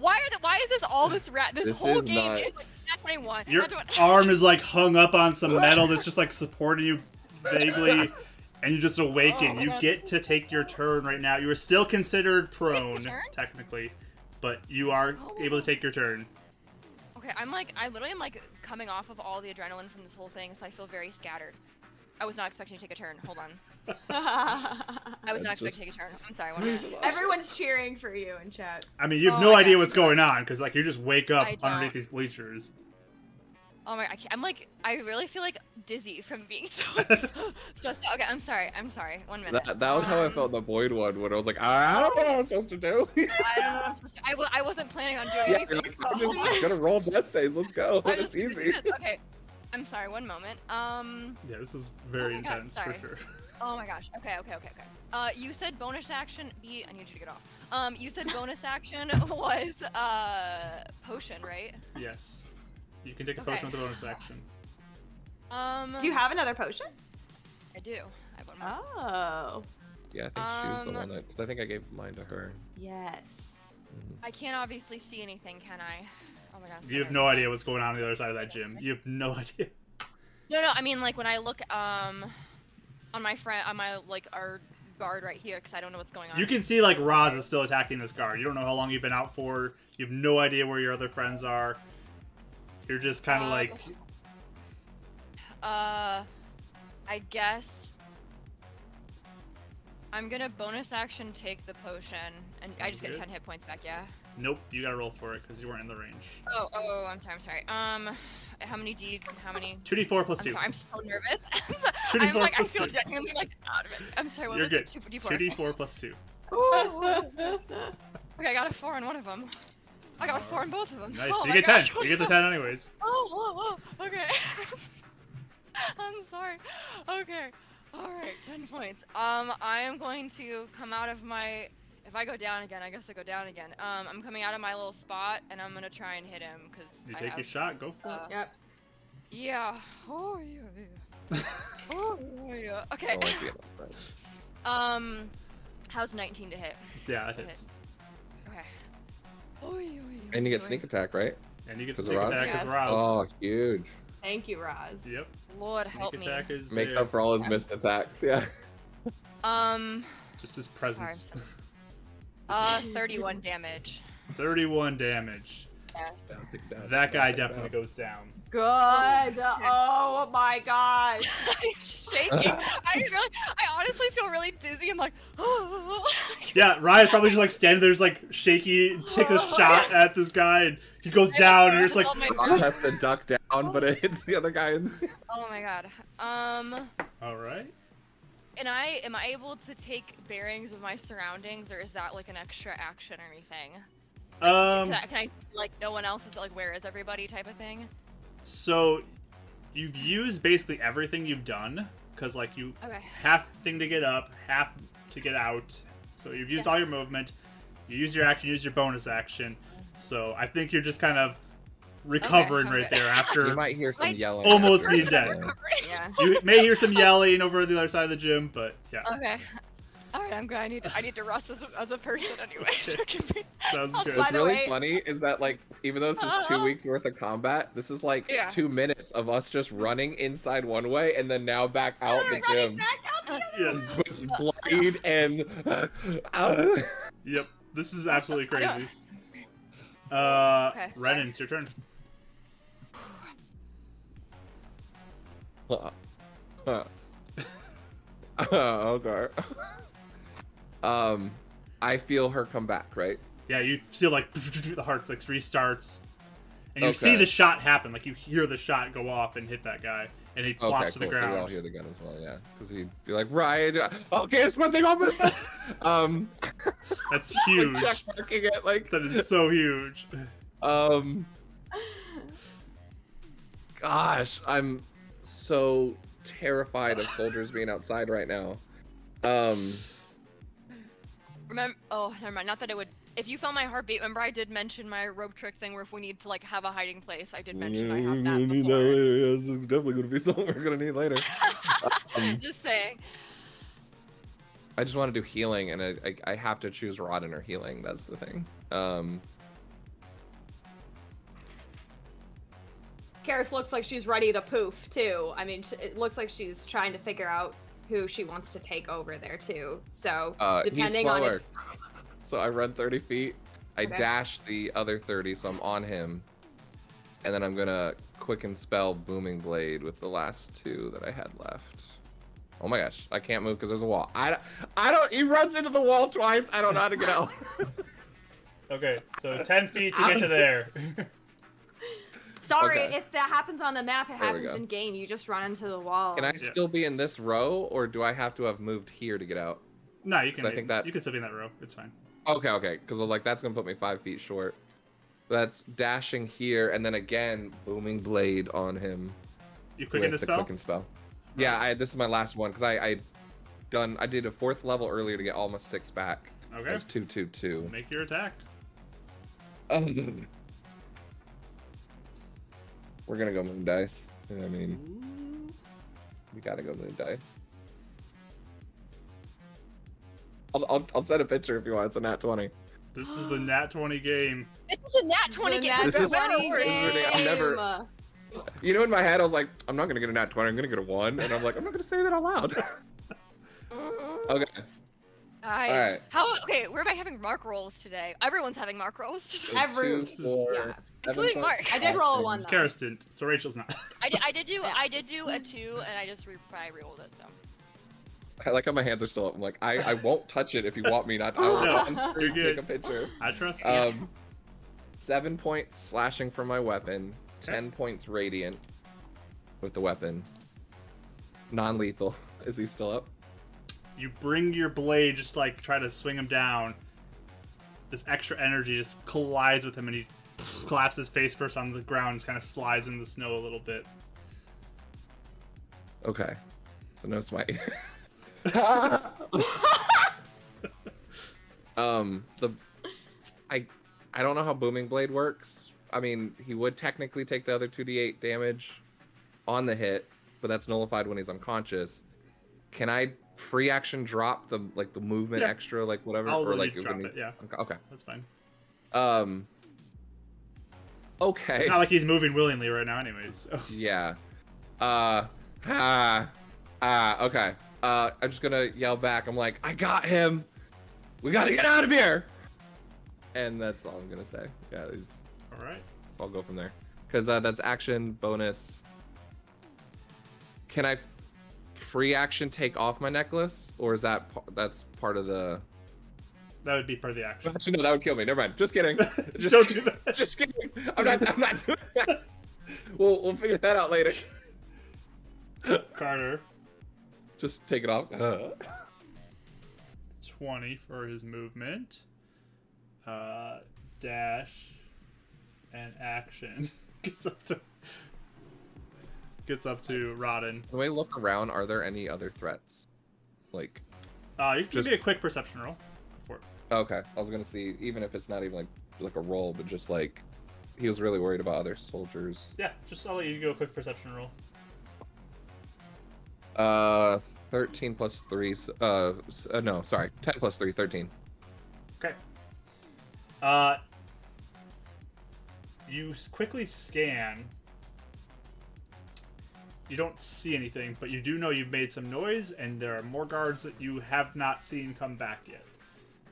Speaker 3: Why are the, Why is this all this rat? This,
Speaker 4: This
Speaker 3: whole
Speaker 4: is
Speaker 3: game
Speaker 4: not-
Speaker 3: is like nat 21.
Speaker 2: Your
Speaker 3: nat 20.
Speaker 2: arm is like hung up on some metal that's just like supporting you vaguely, and you just awaken.
Speaker 3: Oh.
Speaker 2: you get to take your turn right now. You are still considered prone,
Speaker 3: turn?
Speaker 2: technically, but you are
Speaker 3: Oh.
Speaker 2: able to take your turn.
Speaker 3: Okay, I'm like, I literally am like coming off of all the adrenaline from this whole thing, so I feel very scattered. I was not expecting to take a turn. Hold on. I was not
Speaker 4: That's just-
Speaker 3: expecting to take a turn. I'm sorry. One minute.
Speaker 5: Everyone's cheering for you in chat.
Speaker 2: I mean, you have
Speaker 3: Oh,
Speaker 2: no
Speaker 3: I
Speaker 2: idea
Speaker 3: got
Speaker 2: what's going on because like you just wake up
Speaker 3: I don't.
Speaker 2: underneath these bleachers.
Speaker 3: Oh my! I can't, I'm like, I really feel like dizzy from being so stressed out. Okay, I'm sorry. I'm sorry. One minute.
Speaker 4: That, that was how I
Speaker 3: Um,
Speaker 4: felt the Void one when I was like, I don't know what I'm supposed to do.
Speaker 3: I don't know what I'm supposed to. I, w- I wasn't planning on doing
Speaker 4: yeah,
Speaker 3: anything.
Speaker 4: like,
Speaker 3: so-
Speaker 4: I'm just gonna roll death saves. Let's go.
Speaker 3: I'm
Speaker 4: It's
Speaker 3: just gonna do
Speaker 4: easy.
Speaker 3: this. Okay. I'm sorry. One moment. Um.
Speaker 2: Yeah, this is very
Speaker 3: Oh my God,
Speaker 2: intense
Speaker 3: sorry.
Speaker 2: for sure.
Speaker 3: Oh my gosh. Okay. Okay. Okay. Okay. Uh, you said bonus action. B. I need you to get off. Um, you said bonus action was uh potion, right?
Speaker 2: Yes, you can take a
Speaker 3: Okay.
Speaker 2: potion with a bonus action.
Speaker 3: Um.
Speaker 5: Do you have another potion?
Speaker 3: I do. I have one more.
Speaker 5: Oh,
Speaker 4: Yeah, I think she was the
Speaker 3: Um,
Speaker 4: one that. Because I think I gave mine to her.
Speaker 5: yes. Oh.
Speaker 3: I can't obviously see anything, can I? Oh my gosh.
Speaker 2: You have no idea what's going on on the other side of that gym. You have no idea.
Speaker 3: No, no. I mean, like when I look um, on my friend, on my like our guard right here, because I don't know what's going on.
Speaker 2: You can see like Roz is still attacking this guard. You don't know how long you've been out for. You have no idea where your other friends are. You're just kind of
Speaker 3: Um,
Speaker 2: like,
Speaker 3: Uh, I guess I'm gonna bonus action take the potion, and I
Speaker 2: Sounds
Speaker 3: just get
Speaker 2: good.
Speaker 3: ten hit points back. Yeah.
Speaker 2: nope, you gotta roll for it because you weren't in the range.
Speaker 3: Oh, oh, oh, I'm sorry. I'm sorry. Um, how many D? How many?
Speaker 2: 2d4 plus
Speaker 3: I'm
Speaker 2: 2.
Speaker 3: sorry. I'm so nervous. I'm, so-
Speaker 2: Two D
Speaker 3: I'm
Speaker 2: four
Speaker 3: like, I
Speaker 2: plus
Speaker 3: feel
Speaker 2: two.
Speaker 3: genuinely like out of it. I'm sorry. What
Speaker 2: You're
Speaker 3: was
Speaker 2: good.
Speaker 3: it? Two D four.
Speaker 2: 2d4 plus 2.
Speaker 3: Okay, I got a four on one of them. I got a four on both of them.
Speaker 2: Nice.
Speaker 3: Oh
Speaker 2: you
Speaker 3: my
Speaker 2: get
Speaker 3: gosh.
Speaker 2: 10. You get the 10 anyways.
Speaker 3: Oh, whoa, whoa. okay. I'm sorry. Okay. All right, 10 points. Um, I am going to come out of my. If I go down again, I guess I go down again. Um, I'm coming out of my little spot and I'm gonna try and hit him because
Speaker 2: You
Speaker 3: I
Speaker 2: take
Speaker 3: have.
Speaker 2: your shot. Go for
Speaker 3: uh,
Speaker 5: Yep.
Speaker 3: yeah. Oh yeah. yeah. oh yeah, yeah. Okay.
Speaker 4: Oh, I see it. Right.
Speaker 3: Um, how's 19 to hit?
Speaker 2: it. Yeah, it hits.
Speaker 3: Okay. Oh yeah. yeah.
Speaker 4: And you get
Speaker 3: Sorry.
Speaker 4: sneak attack, right?
Speaker 2: And you get to
Speaker 4: Cause
Speaker 2: sneak
Speaker 4: Roz?
Speaker 2: attack as
Speaker 3: Yes.
Speaker 2: Roz.
Speaker 4: Oh, huge.
Speaker 5: Thank you, Roz.
Speaker 2: Yep.
Speaker 3: Lord
Speaker 2: sneak
Speaker 3: help me.
Speaker 2: attack is
Speaker 4: Makes
Speaker 2: there.
Speaker 4: up for all his missed attacks. Yeah.
Speaker 3: Um,
Speaker 2: Just his presence.
Speaker 3: Sorry, uh, 31 damage.
Speaker 2: 31 damage.
Speaker 4: Down, take it down,
Speaker 2: That
Speaker 4: take it
Speaker 2: guy
Speaker 4: down, take it
Speaker 2: definitely goes down.
Speaker 5: Good. Oh my gosh.
Speaker 3: I'm shaking. I really, I honestly feel really dizzy. I'm like,
Speaker 2: Yeah, Ryan's probably just like standing there, just like shaky, takes a shot at this guy, and he goes down, and you're just like,
Speaker 3: oh my,
Speaker 4: down. Roz has to duck down, but it hits the other guy. In...
Speaker 3: oh my god. Um,
Speaker 2: all right.
Speaker 3: and I am I able to take bearings of my surroundings, or is that like an extra action or anything?
Speaker 2: Um,
Speaker 3: can, I, can I see, like no one else is like where is everybody type of thing?
Speaker 2: So you've used basically everything you've done because like you
Speaker 3: Okay.
Speaker 2: half thing to get up, half to get out. So you've used
Speaker 3: Yeah.
Speaker 2: all your movement. You used your action, you used your bonus action. So I think you're just kind of recovering
Speaker 3: Okay,
Speaker 2: right
Speaker 3: okay.
Speaker 2: there
Speaker 4: You
Speaker 2: after
Speaker 4: might hear some
Speaker 3: Like,
Speaker 4: yelling.
Speaker 2: almost
Speaker 4: after
Speaker 2: be
Speaker 4: that.
Speaker 2: dead.
Speaker 5: Yeah.
Speaker 2: you may hear some yelling over the other side of the gym, but yeah,
Speaker 3: Okay. All right, I'm good. I need to, I need to rest as a, as a person anyway. So give me-
Speaker 2: sounds
Speaker 5: I'll
Speaker 2: good.
Speaker 5: try-
Speaker 4: What's
Speaker 5: By the
Speaker 4: really
Speaker 5: way-
Speaker 4: funny is that like even though this is two weeks worth of combat, this is like
Speaker 3: Yeah.
Speaker 4: two minutes of us just running inside one way and then now back out the gym.
Speaker 2: Yes.
Speaker 4: With bloodied and
Speaker 2: Yep. This is absolutely crazy. Uh,
Speaker 3: Okay, sorry.
Speaker 2: Renan, it's your turn.
Speaker 4: okay. Um, I feel her come back, right?
Speaker 2: Yeah, you feel like the heart like restarts, and you see
Speaker 4: Okay.
Speaker 2: the shot happen. Like you hear the shot go off and hit that guy, and he flops
Speaker 4: Okay,
Speaker 2: to
Speaker 4: cool.
Speaker 2: the
Speaker 4: So we
Speaker 2: ground.
Speaker 4: all hear the gun as well, yeah. Because he'd be like, Ryan, okay, it's one thing off my list. Um,
Speaker 2: That's huge.
Speaker 4: check marking it like
Speaker 2: that is so huge.
Speaker 4: Um. Gosh, I'm so terrified of soldiers being outside right now. Um.
Speaker 3: Remember? Oh, never mind. Not that it would. If you felt my heartbeat, remember I did mention my rope trick thing where if we need to like have a hiding place, I did mention I have that
Speaker 4: Mm-hmm.
Speaker 3: before.
Speaker 4: It's definitely gonna be something we're gonna need later. Um,
Speaker 3: Just saying.
Speaker 4: I just want to do healing, and I, I, I have to choose Rodden or healing. That's the thing. Um.
Speaker 5: Karis looks like she's ready to poof too. I mean, sh- it looks like she's trying to figure out who she wants to take over there too. So
Speaker 4: Uh, he's
Speaker 5: depending on
Speaker 4: slower.
Speaker 5: if,
Speaker 4: so I run 30 feet. I
Speaker 5: Okay.
Speaker 4: dash the other 30, so I'm on him. And then I'm gonna quicken spell Booming Blade with the last two that I had left. Oh my gosh, I can't move because there's a wall. I, don't- I don't. He runs into the wall twice. I don't know how to get out.
Speaker 2: Okay, so ten feet to get to there.
Speaker 5: sorry
Speaker 4: okay.
Speaker 5: if that happens on the map, it
Speaker 4: we
Speaker 5: happens
Speaker 4: go.
Speaker 5: in game. You just run into the wall.
Speaker 4: Can I still be in this row, or do I have to have moved here to get out?
Speaker 2: No, you can.
Speaker 4: So I think that-
Speaker 2: You can still be in that row. It's fine.
Speaker 4: Okay, okay. Because I was like, that's gonna put me five feet short. That's dashing here, and then again, Booming Blade on him.
Speaker 2: You quicken the
Speaker 4: with
Speaker 2: spell.
Speaker 4: quicken spell. Yeah, I, this is my last one because I, I done I did a fourth level earlier to get all my six back.
Speaker 2: Okay.
Speaker 4: That's two two two.
Speaker 2: Make your attack.
Speaker 4: Um, We're gonna go moon dice. You know what I mean, we gotta go moon dice. I'll, I'll, I'll send a picture if you want. It's a nat twenty.
Speaker 2: This is the nat twenty game.
Speaker 3: This is a nat 20
Speaker 5: The
Speaker 3: game.
Speaker 5: nat
Speaker 4: This is-
Speaker 5: 20
Speaker 4: this is really- I've never-
Speaker 5: game.
Speaker 4: You know, in my head, I was like, I'm not gonna get a nat twenty. I'm gonna get a one, and I'm like, I'm not gonna say that out loud. okay.
Speaker 3: Guys,
Speaker 4: Alright.
Speaker 3: how? Okay, where am I having mark rolls today? Everyone's having mark rolls today.
Speaker 5: Everyone-
Speaker 4: Two, four,
Speaker 5: yeah.
Speaker 4: seven,
Speaker 3: Including
Speaker 4: five,
Speaker 3: Mark. I
Speaker 5: did
Speaker 4: five,
Speaker 5: roll a
Speaker 4: six.
Speaker 5: one, though.
Speaker 2: Karis didn't, so Rachel's not.
Speaker 3: I did, I did do.
Speaker 5: Yeah.
Speaker 3: I did do a two, and I just re- probably rolled it. So.
Speaker 4: I like how my hands are still up. I'm like, I, I won't touch it if you want me not to. I will
Speaker 2: No,
Speaker 4: not on screen
Speaker 2: you're
Speaker 4: take a
Speaker 2: good.
Speaker 4: picture.
Speaker 2: I trust you.
Speaker 4: Um, seven points slashing from my weapon,
Speaker 2: Okay.
Speaker 4: ten points radiant with the weapon. Non lethal. Is he still up?
Speaker 2: you bring your blade, just like try to swing him down. This extra energy just collides with him, and he collapses face first on the ground, kind of slides in the snow a little bit.
Speaker 4: Okay. So no smite. um the I I don't know how booming blade works. I mean, he would technically take the other 2d8 damage on the hit, but that's nullified when he's unconscious. Can I free action drop the like the movement
Speaker 2: Yeah.
Speaker 4: extra like whatever
Speaker 2: I'll let
Speaker 4: like
Speaker 2: you drop it, yeah.
Speaker 4: unco- okay.
Speaker 2: That's fine.
Speaker 4: Um Okay.
Speaker 2: It's not like he's moving willingly right now, anyways. So.
Speaker 4: Yeah. Uh. Ah. Ah. Okay. Uh. I'm just gonna yell back. I'm like, I got him. We gotta get out of here. And that's all I'm gonna say. Yeah. Is
Speaker 2: All right.
Speaker 4: I'll go from there. Cause uh, that's action bonus. Can I f- free action take off my necklace, or is that pa- that's part of the?
Speaker 2: That would be part of the action.
Speaker 4: Actually, no, that would kill me. Never mind. Just kidding. Just
Speaker 2: Don't do that.
Speaker 4: Just kidding. I'm not. I'm not doing that. We'll we'll figure that out later.
Speaker 2: Carter,
Speaker 4: Just take it off. Uh,
Speaker 2: 20 for his movement, uh, dash, and action. gets up to. Gets up to Rodden.
Speaker 4: when we look around, are there any other threats? Like,
Speaker 2: Uh, you can
Speaker 4: Just-
Speaker 2: give me a quick perception roll. For
Speaker 4: okay, I was gonna see, even if it's not even like like a roll, but just like he was really worried about other soldiers.
Speaker 2: Yeah, just I'll let you do a quick perception roll.
Speaker 4: Uh, thirteen plus three. s- Uh, s- uh, no, sorry, ten plus three, thirteen.
Speaker 2: Okay. Uh, you s- quickly scan. You don't see anything, but you do know you've made some noise, and there are more guards that you have not seen come back yet,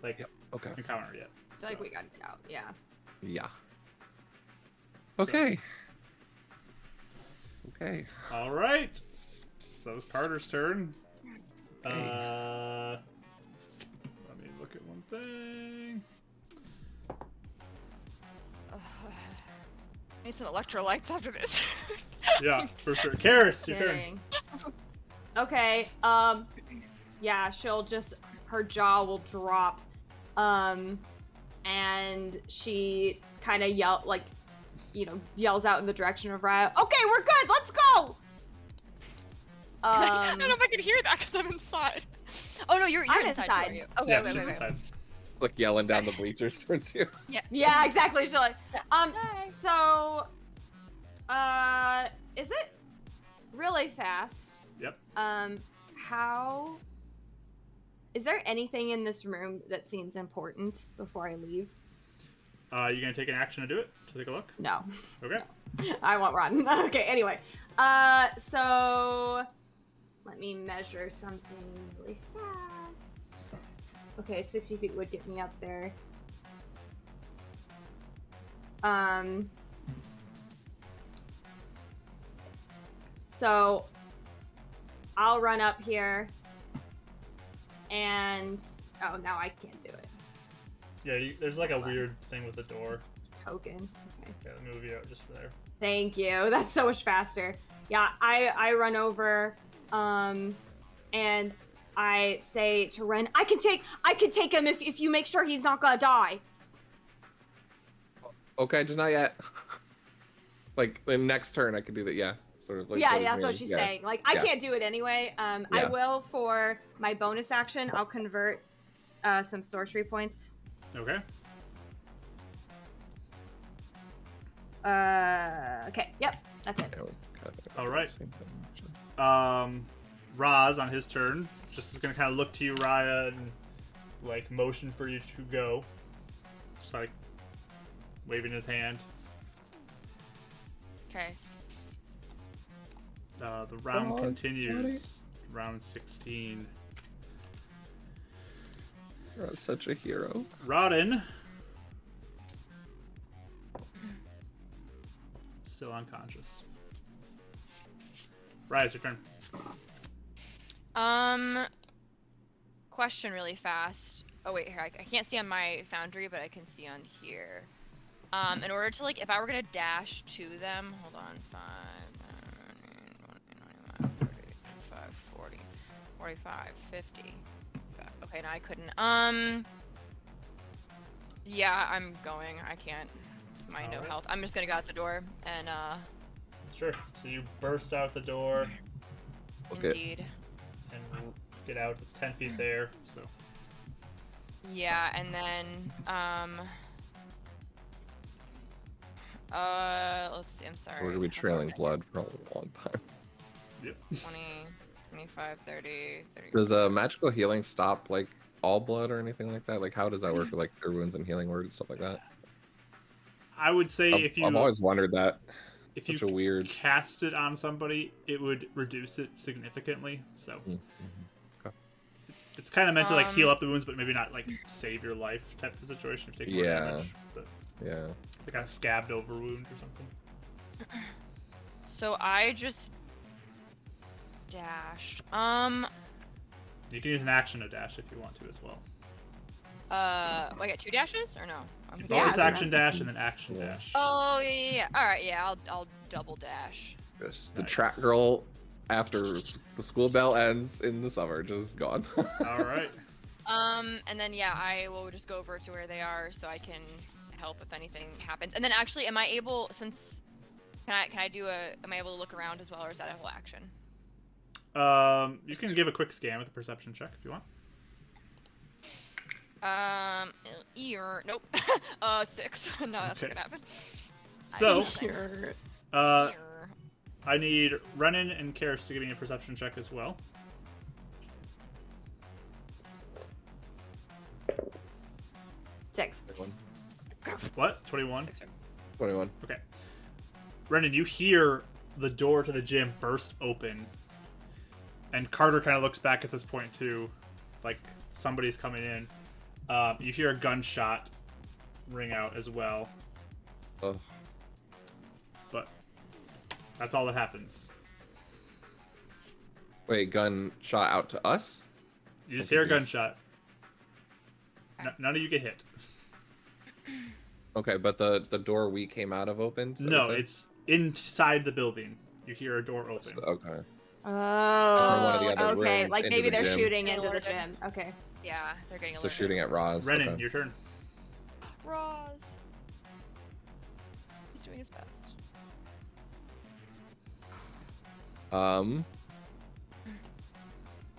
Speaker 2: like
Speaker 4: Okay.
Speaker 2: encounter yet.
Speaker 5: It's Like
Speaker 2: So,
Speaker 5: we gotta get out. Yeah.
Speaker 4: Yeah. Okay. Okay.
Speaker 2: All right. So that was Carter's turn. Uh, let me look at one thing.
Speaker 3: I need some electrolytes after this.
Speaker 2: Yeah, for sure. Karis, your turn.
Speaker 5: Kidding. okay. Um. Yeah, she'll just her jaw will drop, um, and she kind of yell like, you know, yells out in the direction of Raya. Okay, we're good. Let's go.
Speaker 3: I
Speaker 5: Um,
Speaker 3: don't know if I can hear that because I'm inside. Oh no, you're, you're
Speaker 5: I'm
Speaker 3: inside. too, are
Speaker 5: inside.
Speaker 3: you? Okay,
Speaker 2: yeah,
Speaker 3: wait,
Speaker 2: she's
Speaker 3: wait, wait.
Speaker 2: inside.
Speaker 4: Like yelling down the bleachers towards you.
Speaker 5: yeah, exactly. She'll like, um,
Speaker 3: Hi.
Speaker 5: so, uh, is it really fast?
Speaker 2: Yep.
Speaker 5: Um, how is there anything in this room that seems important before I leave?
Speaker 2: Uh, you gonna take an action to do it? To take a look.
Speaker 5: No,
Speaker 2: Okay.
Speaker 5: I want rotten. okay, anyway. Uh, so let me measure something really fast. Okay, 60 feet would get me up there. Um, so I'll run up here and oh, now I can't do it.
Speaker 2: Yeah, you, there's like a
Speaker 5: Hold on.
Speaker 2: weird thing with the door.
Speaker 5: Token. Okay.
Speaker 2: Yeah, let me move you out just there.
Speaker 5: Thank you. That's so much faster. Yeah, I I run over, um, and I say to Ren, I can take I can take him if if you make sure he's not gonna die.
Speaker 4: Okay, just not yet. like the next turn, I could do that. Yeah, sort of like.
Speaker 5: yeah,
Speaker 4: what
Speaker 5: yeah,
Speaker 4: does
Speaker 5: that's what
Speaker 4: mean?
Speaker 5: she's
Speaker 4: Yeah.
Speaker 5: saying. Like I
Speaker 4: Yeah.
Speaker 5: can't do it anyway. Um, I
Speaker 4: Yeah.
Speaker 5: will for my bonus action. I'll convert uh, some sorcery points.
Speaker 2: Okay.
Speaker 5: Uh, okay. Yep, that's it.
Speaker 4: Yeah, we'll kind of-
Speaker 2: All right.
Speaker 4: Oh, same thing, actually.
Speaker 2: Um, Raz on his turn just is gonna kind of look to you, Raya, and like motion for you to go. Just like waving his hand.
Speaker 3: Okay.
Speaker 2: Uh, the round
Speaker 4: Oh,
Speaker 2: continues. Round 16.
Speaker 4: You're such a hero.
Speaker 2: Rodden. Still unconscious. Rise, your turn.
Speaker 3: Um, question really fast. Oh wait, here I, I can't see on my foundry, but I can see on here. Um, in order to like, if I were gonna dash to them, hold on, five, nine, 20, 21, 35, 40, 45, 50. Okay, and I couldn't. Um, yeah, I'm going. I can't. My no
Speaker 2: Alright.
Speaker 3: health. I'm just gonna go out the door and uh,
Speaker 2: Sure. So you burst out the door
Speaker 4: Okay.
Speaker 3: indeed.
Speaker 2: and get out. It's 10 feet there, so.
Speaker 3: Yeah, and then um uh let's see, I'm sorry.
Speaker 4: We're gonna be
Speaker 3: how far
Speaker 4: trailing
Speaker 3: back?
Speaker 4: blood for a long time.
Speaker 2: Yep.
Speaker 3: 20, 25, 30, 30.
Speaker 4: Does uh, magical healing stop like all blood or anything like that? Like, how does that work with like cure wounds and healing word and stuff like that?
Speaker 2: I would say
Speaker 4: I've,
Speaker 2: if you
Speaker 4: I've always wondered that.
Speaker 2: if
Speaker 4: Such
Speaker 2: you
Speaker 4: a weird.
Speaker 2: cast it on somebody, it would reduce it significantly. So
Speaker 4: Mhm.
Speaker 2: it's kind of meant to like
Speaker 3: Um,
Speaker 2: heal up the wounds, but maybe not like save your life type of situation if you take more
Speaker 4: Yeah.
Speaker 2: damage. But
Speaker 4: Yeah.
Speaker 2: like a scabbed over wound or something.
Speaker 3: So I just dashed. Um
Speaker 2: You can use an action to dash if you want to as well.
Speaker 3: uh well, I got two dashes or no? I'm
Speaker 2: You
Speaker 3: gonna
Speaker 5: Yeah,
Speaker 2: bonus
Speaker 5: it's an
Speaker 2: action dash and then action
Speaker 4: Yeah.
Speaker 2: dash.
Speaker 3: Oh yeah, yeah, yeah. All right, yeah. I'll I'll double dash.
Speaker 4: Just the
Speaker 2: Nice.
Speaker 4: track girl after s- the school bell ends in the summer, just gone.
Speaker 2: All right.
Speaker 3: Um, and then yeah, I will just go over to where they are so I can help if anything happens. And then actually, am I able since can I can I do a am I able to look around as well, or is that a whole action?
Speaker 2: Um, you can give a quick scan with a perception check if you want.
Speaker 3: Um, ear, nope. uh, six. no, that's
Speaker 2: Okay.
Speaker 3: not gonna happen.
Speaker 2: So, uh,
Speaker 3: Ear.
Speaker 2: I need Renan and Karis to give me a perception check as well.
Speaker 5: Six.
Speaker 4: 21.
Speaker 2: What? Twenty-one.
Speaker 3: Six, right?
Speaker 4: 21.
Speaker 2: Okay. Renan, you hear the door to the gym burst open. And Carter kind of looks back at this point, too. Like, somebody's coming in. Um, you hear a gunshot ring out as well.
Speaker 4: Oh,
Speaker 2: But that's all that happens.
Speaker 4: wait, gun shot out to us?
Speaker 2: You just
Speaker 4: I'm
Speaker 2: hear a
Speaker 4: confused.
Speaker 2: gunshot.
Speaker 3: Okay.
Speaker 2: N- none of you get hit.
Speaker 4: Okay, but the the door we came out of opened. so
Speaker 2: no,
Speaker 4: is it?
Speaker 2: it's inside the building. You hear a door open.
Speaker 4: okay.
Speaker 5: Oh,
Speaker 4: one of the other
Speaker 5: okay.
Speaker 4: rooms
Speaker 5: Like
Speaker 4: into
Speaker 5: maybe
Speaker 4: the
Speaker 5: they're
Speaker 4: gym.
Speaker 5: shooting
Speaker 3: Yeah,
Speaker 5: into the
Speaker 3: Lord.
Speaker 5: gym. Okay.
Speaker 3: Yeah, they're getting
Speaker 4: So
Speaker 3: alerted.
Speaker 4: shooting at Roz.
Speaker 2: Renan,
Speaker 4: okay.
Speaker 2: your turn.
Speaker 3: Roz. He's doing his best.
Speaker 4: Um.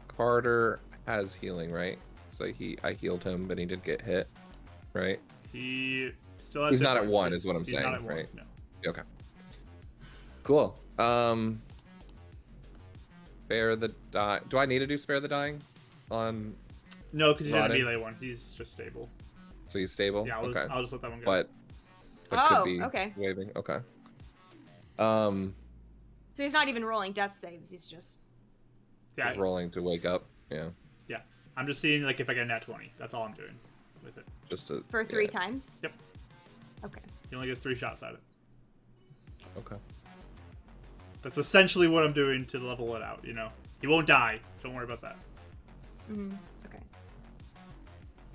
Speaker 4: Carter has healing, right? So he I healed him, but he did get hit, right?
Speaker 2: He still has.
Speaker 4: He's
Speaker 2: hit
Speaker 4: not at
Speaker 2: points.
Speaker 4: one, is what I'm
Speaker 2: He's not
Speaker 4: saying,
Speaker 2: at one,
Speaker 4: right?
Speaker 2: no.
Speaker 4: Okay. Cool. Um. Spare the die. Do I need to do spare the dying? On
Speaker 2: No, because he's not a
Speaker 4: Rotting.
Speaker 2: melee one. He's just stable.
Speaker 4: so he's stable.
Speaker 2: Yeah, I'll,
Speaker 4: okay.
Speaker 2: just, I'll just let that one go.
Speaker 4: but but
Speaker 5: Oh,
Speaker 4: could be
Speaker 5: okay.
Speaker 4: waving. Okay. Um,
Speaker 5: So he's not even rolling death saves. He's just.
Speaker 2: yeah,
Speaker 4: it's rolling to wake up. Yeah,
Speaker 2: yeah. I'm just seeing like if I get a nat twenty. That's all I'm doing with it.
Speaker 4: just to
Speaker 5: For three
Speaker 4: yeah,
Speaker 5: times?
Speaker 2: Yep.
Speaker 5: Okay.
Speaker 2: He only gets three shots at it.
Speaker 4: Okay.
Speaker 2: That's essentially what I'm doing to level it out. You know, he won't die. Don't worry about that.
Speaker 5: Mm, okay.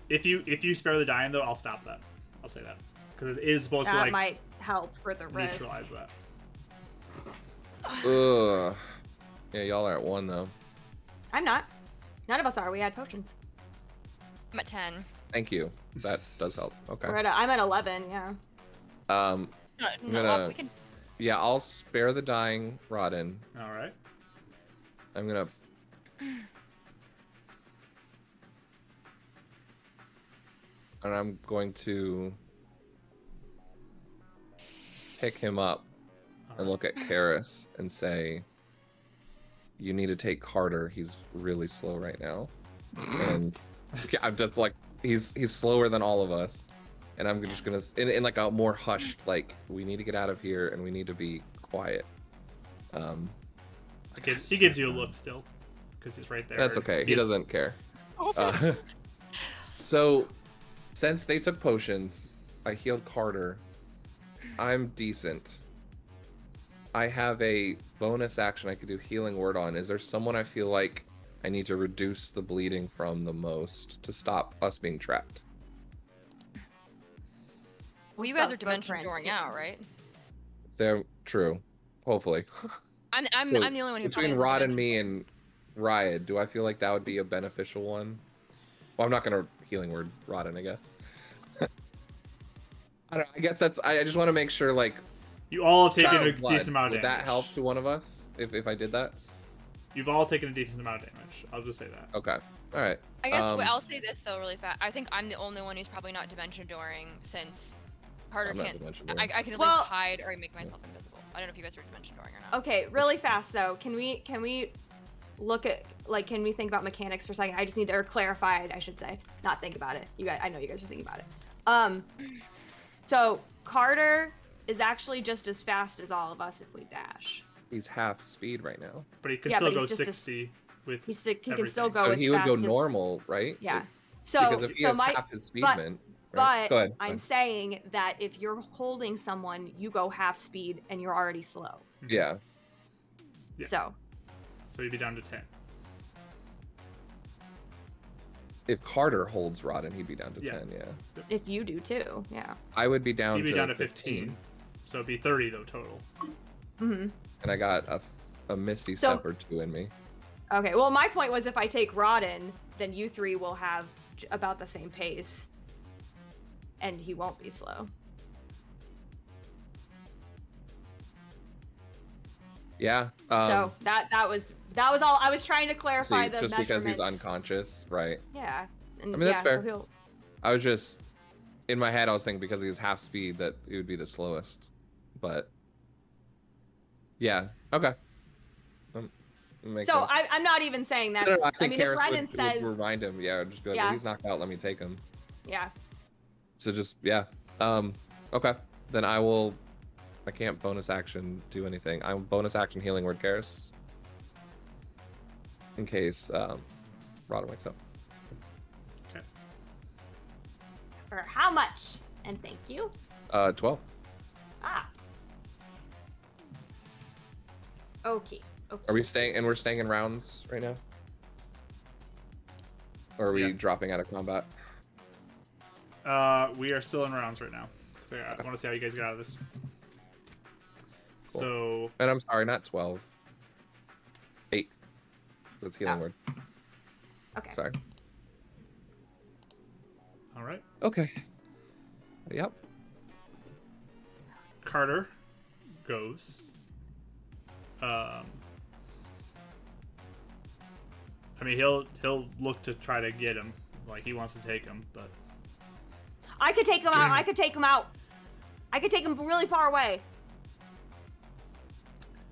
Speaker 2: If you if you spare the dying though, I'll stop that. I'll say that because it is supposed
Speaker 5: that
Speaker 2: to like
Speaker 5: might help for the risk.
Speaker 2: neutralize that.
Speaker 4: Ugh. Yeah, y'all are at one though.
Speaker 5: I'm not. None of us are. We had potions.
Speaker 3: I'm at 10.
Speaker 4: Thank you. That does help. Okay.
Speaker 5: We're at a, I'm at 11, yeah.
Speaker 4: Um,
Speaker 3: No,
Speaker 4: I'm
Speaker 3: no,
Speaker 4: gonna-
Speaker 3: we can
Speaker 4: yeah, I'll spare the dying Rodin.
Speaker 2: All right.
Speaker 4: I'm gonna. And I'm going to pick him up
Speaker 2: All
Speaker 4: and
Speaker 2: right.
Speaker 4: look at Karis and say, "You need to take Carter. He's really slow right now." And yeah, I'm- that's like he's he's slower than all of us. And I'm just gonna in, in like a more hushed, like we need to get out of here and we need to be quiet. Um,
Speaker 2: He gives- he gives you a look still because he's right there.
Speaker 4: that's okay. He
Speaker 2: He's-
Speaker 4: doesn't care. Uh, so, since they took potions, I healed Carter. I'm decent. I have a bonus action I could do healing word on. Is there someone I feel like I need to reduce the bleeding from the most to stop us being trapped?
Speaker 3: Well, you guys
Speaker 5: Stop
Speaker 3: are dimension
Speaker 5: footprints.
Speaker 3: dooring out, right?
Speaker 4: They're true. Hopefully.
Speaker 3: I'm I'm,
Speaker 4: So,
Speaker 3: I'm the only one who probably
Speaker 4: between
Speaker 3: has a
Speaker 4: Rod and
Speaker 3: dimension-
Speaker 4: me and Riot, do I feel like that would be a beneficial one? Well, I'm not gonna healing word Rodden, I guess. I don't. I guess that's. I, I just want to make sure, like,
Speaker 2: You all have taken
Speaker 4: child
Speaker 2: a
Speaker 4: blood,
Speaker 2: decent amount of
Speaker 4: would
Speaker 2: damage.
Speaker 4: that help to one of us if if I did that?
Speaker 2: You've all taken a decent amount of damage. I'll just say that.
Speaker 4: Okay. All right.
Speaker 3: I guess
Speaker 4: um,
Speaker 3: well, I'll say this though, really fast. I think I'm the only one who's probably not dimension dooring since Carter
Speaker 4: I'm not
Speaker 3: can't.
Speaker 4: dimension
Speaker 3: I, I
Speaker 4: dooring.
Speaker 3: can at
Speaker 5: Well-
Speaker 3: least hide or make myself invisible. I don't know if you guys are dimension dooring or not.
Speaker 5: Okay, really fast though. Can we can we look at like can we think about mechanics for a second? I just need to or clarify, I should say, not think about it. You guys, I know you guys are thinking about it. Um, so Carter is actually just as fast as all of us if we dash.
Speaker 4: He's half speed right now,
Speaker 2: But he can
Speaker 5: Yeah,
Speaker 2: still
Speaker 5: but
Speaker 2: go
Speaker 5: he's just a-
Speaker 2: 60 with.
Speaker 5: He's still, he can still
Speaker 2: Everything.
Speaker 5: go
Speaker 4: so
Speaker 5: as
Speaker 4: he would
Speaker 5: fast
Speaker 4: go
Speaker 5: as-
Speaker 4: normal, right?
Speaker 5: Yeah.
Speaker 4: If-
Speaker 5: So
Speaker 4: because if he
Speaker 5: so
Speaker 4: has
Speaker 5: my
Speaker 4: half his speed,
Speaker 5: but-
Speaker 4: mint, right?
Speaker 5: But
Speaker 4: go ahead.
Speaker 5: I'm saying that if you're holding someone, you go half speed and you're already slow.
Speaker 4: yeah.
Speaker 2: Yeah.
Speaker 5: So
Speaker 2: So he'd be down to 10.
Speaker 4: If Carter holds Rodden, he'd be down to
Speaker 2: Yeah.
Speaker 4: ten. Yeah.
Speaker 5: if you do too, yeah.
Speaker 4: I would be down.
Speaker 2: He'd be
Speaker 4: to
Speaker 2: down to 15.
Speaker 4: 15.
Speaker 2: So it'd be 30 though total.
Speaker 5: hmm
Speaker 4: and I got a, a misty
Speaker 5: So-
Speaker 4: step or two in me.
Speaker 5: Okay. Well, my point was if I take Rodden, then you three will have j- about the same pace, and he won't be slow.
Speaker 4: Yeah. Um,
Speaker 5: so that that was that was all I was trying to clarify
Speaker 4: see,
Speaker 5: the
Speaker 4: just because he's
Speaker 5: measurements.
Speaker 4: unconscious, right?
Speaker 5: Yeah. And
Speaker 4: I mean, that's
Speaker 5: yeah,
Speaker 4: fair.
Speaker 5: So he'll,
Speaker 4: I was just in my head. I was thinking because he's half speed that it would be the slowest, but yeah. Okay. Um, makes
Speaker 5: so
Speaker 4: sense.
Speaker 5: I, I'm not even saying that.
Speaker 4: No, no, I
Speaker 5: I
Speaker 4: think
Speaker 5: mean,
Speaker 4: Karis
Speaker 5: if Rodden
Speaker 4: would,
Speaker 5: says,
Speaker 4: would remind him. Yeah, just be like, well,
Speaker 5: Yeah.
Speaker 4: he's knocked out. Let me take him.
Speaker 5: yeah,
Speaker 4: So just yeah. Um. Okay. Then I will. I can't bonus action do anything. I'm bonus action healing word Karis. In case um, Rodden wakes up.
Speaker 5: for how much? And thank you.
Speaker 4: Uh, twelve.
Speaker 5: Ah. Okay. Okay.
Speaker 4: Are we staying? And we're staying in rounds right now. Or are we
Speaker 2: Yeah.
Speaker 4: dropping out of combat?
Speaker 2: Uh, we are still in rounds right now. So yeah, I want to see how you guys get out of this.
Speaker 4: Cool.
Speaker 2: So
Speaker 4: And I'm sorry, not 12. 8. That's healing
Speaker 5: Ah.
Speaker 4: word.
Speaker 5: Okay.
Speaker 4: Sorry.
Speaker 2: all right,
Speaker 4: Okay. Yep.
Speaker 2: Carter goes. Um, I mean he'll he'll look to try to get him, like he wants to take him, but
Speaker 5: I could take him
Speaker 2: Damn
Speaker 5: out. I
Speaker 2: it.
Speaker 5: could take him out. I could take him really far away.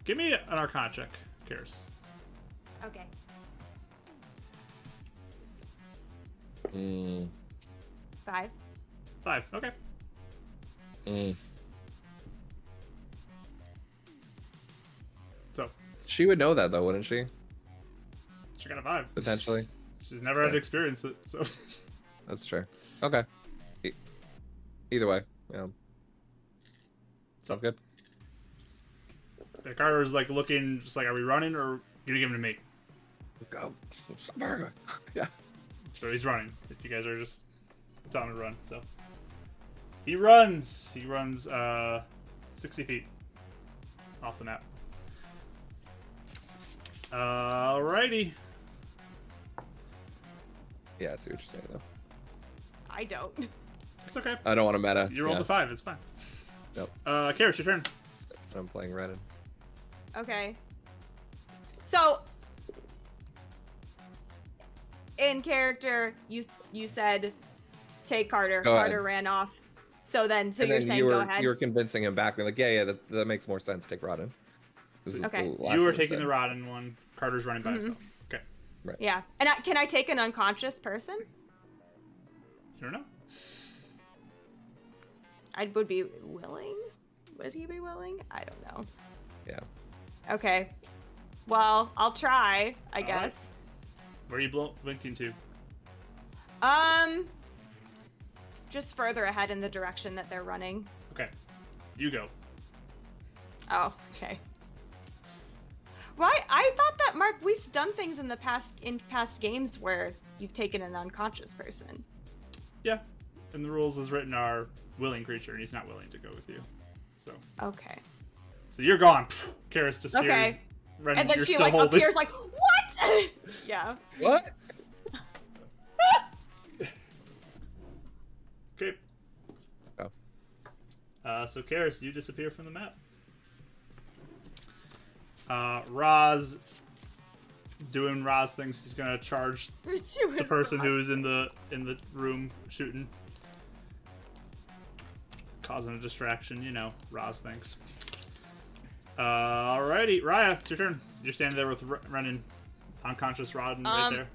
Speaker 2: give me an Arcana check. Who cares?
Speaker 5: Okay.
Speaker 4: Mm,
Speaker 5: Five.
Speaker 2: Five. Okay.
Speaker 4: mm.
Speaker 2: So
Speaker 4: She would know that though, wouldn't she?
Speaker 2: she got a five.
Speaker 4: Potentially.
Speaker 2: She's never had to
Speaker 4: Yeah.
Speaker 2: experience it, so
Speaker 4: That's true. Okay. E- either way, yeah. Sounds good.
Speaker 2: the Carter's like looking, just like, are we running or are you gonna give him to me?
Speaker 4: Go. Sparta. Yeah.
Speaker 2: So he's running. If you guys are just telling him to run, so he runs. He runs uh, 60 feet off the map. Alrighty.
Speaker 4: Yeah, I see what you're saying though.
Speaker 5: I don't.
Speaker 2: It's okay.
Speaker 4: I don't want to meta.
Speaker 2: You rolled
Speaker 4: Uh, yeah.
Speaker 2: a five. It's fine.
Speaker 4: Yep.
Speaker 2: Uh, Karis, your turn.
Speaker 4: I'm playing Reddit.
Speaker 5: Okay. So, in character, you you said, "Take Carter."
Speaker 4: Go ahead.
Speaker 5: Carter ran off. So then, so
Speaker 4: and
Speaker 5: you're
Speaker 4: then
Speaker 5: saying,
Speaker 4: you were
Speaker 5: "Go ahead."
Speaker 4: you were convincing him back. We're like, yeah, yeah, that, that makes more sense. Take Rodden. This is
Speaker 5: Okay.
Speaker 4: the last
Speaker 2: you
Speaker 4: thing
Speaker 2: were
Speaker 4: I
Speaker 2: taking
Speaker 4: said.
Speaker 2: the rod in one. Carter's running by
Speaker 5: Mhm.
Speaker 2: himself. Okay.
Speaker 5: Yeah. And I, can I take an unconscious person?
Speaker 2: You don't know.
Speaker 5: I would be willing. Would he be willing? I don't know.
Speaker 4: Yeah.
Speaker 5: Okay. Well, I'll try. I
Speaker 2: right.
Speaker 5: guess.
Speaker 2: Where are you blo- blinking to?
Speaker 5: Um. Just further ahead in the direction that they're running.
Speaker 2: Okay. You go.
Speaker 5: Oh, okay. Why? I thought that Mark, we've done things in the past in past games where you've taken an unconscious person.
Speaker 2: Yeah. And the rules as written are willing creature, and he's not willing to go with you. So,
Speaker 5: Okay.
Speaker 2: so you're gone. Karis disappears.
Speaker 5: Okay.
Speaker 2: Ren,
Speaker 5: And then
Speaker 2: you're
Speaker 5: she
Speaker 2: still
Speaker 5: like
Speaker 2: holding.
Speaker 5: appears like, what? yeah.
Speaker 4: What?
Speaker 2: Oh. Okay.
Speaker 4: Oh.
Speaker 2: Uh, so Karis, you disappear from the map. Uh, Roz, doing Roz things. He's gonna charge
Speaker 5: We're doing
Speaker 2: the person who is in the in the room shooting, causing a distraction. You know, Roz thinks. Alrighty, Raya, it's your turn. You're standing there with R- Renan, unconscious Rod, and right
Speaker 3: Um,
Speaker 2: there.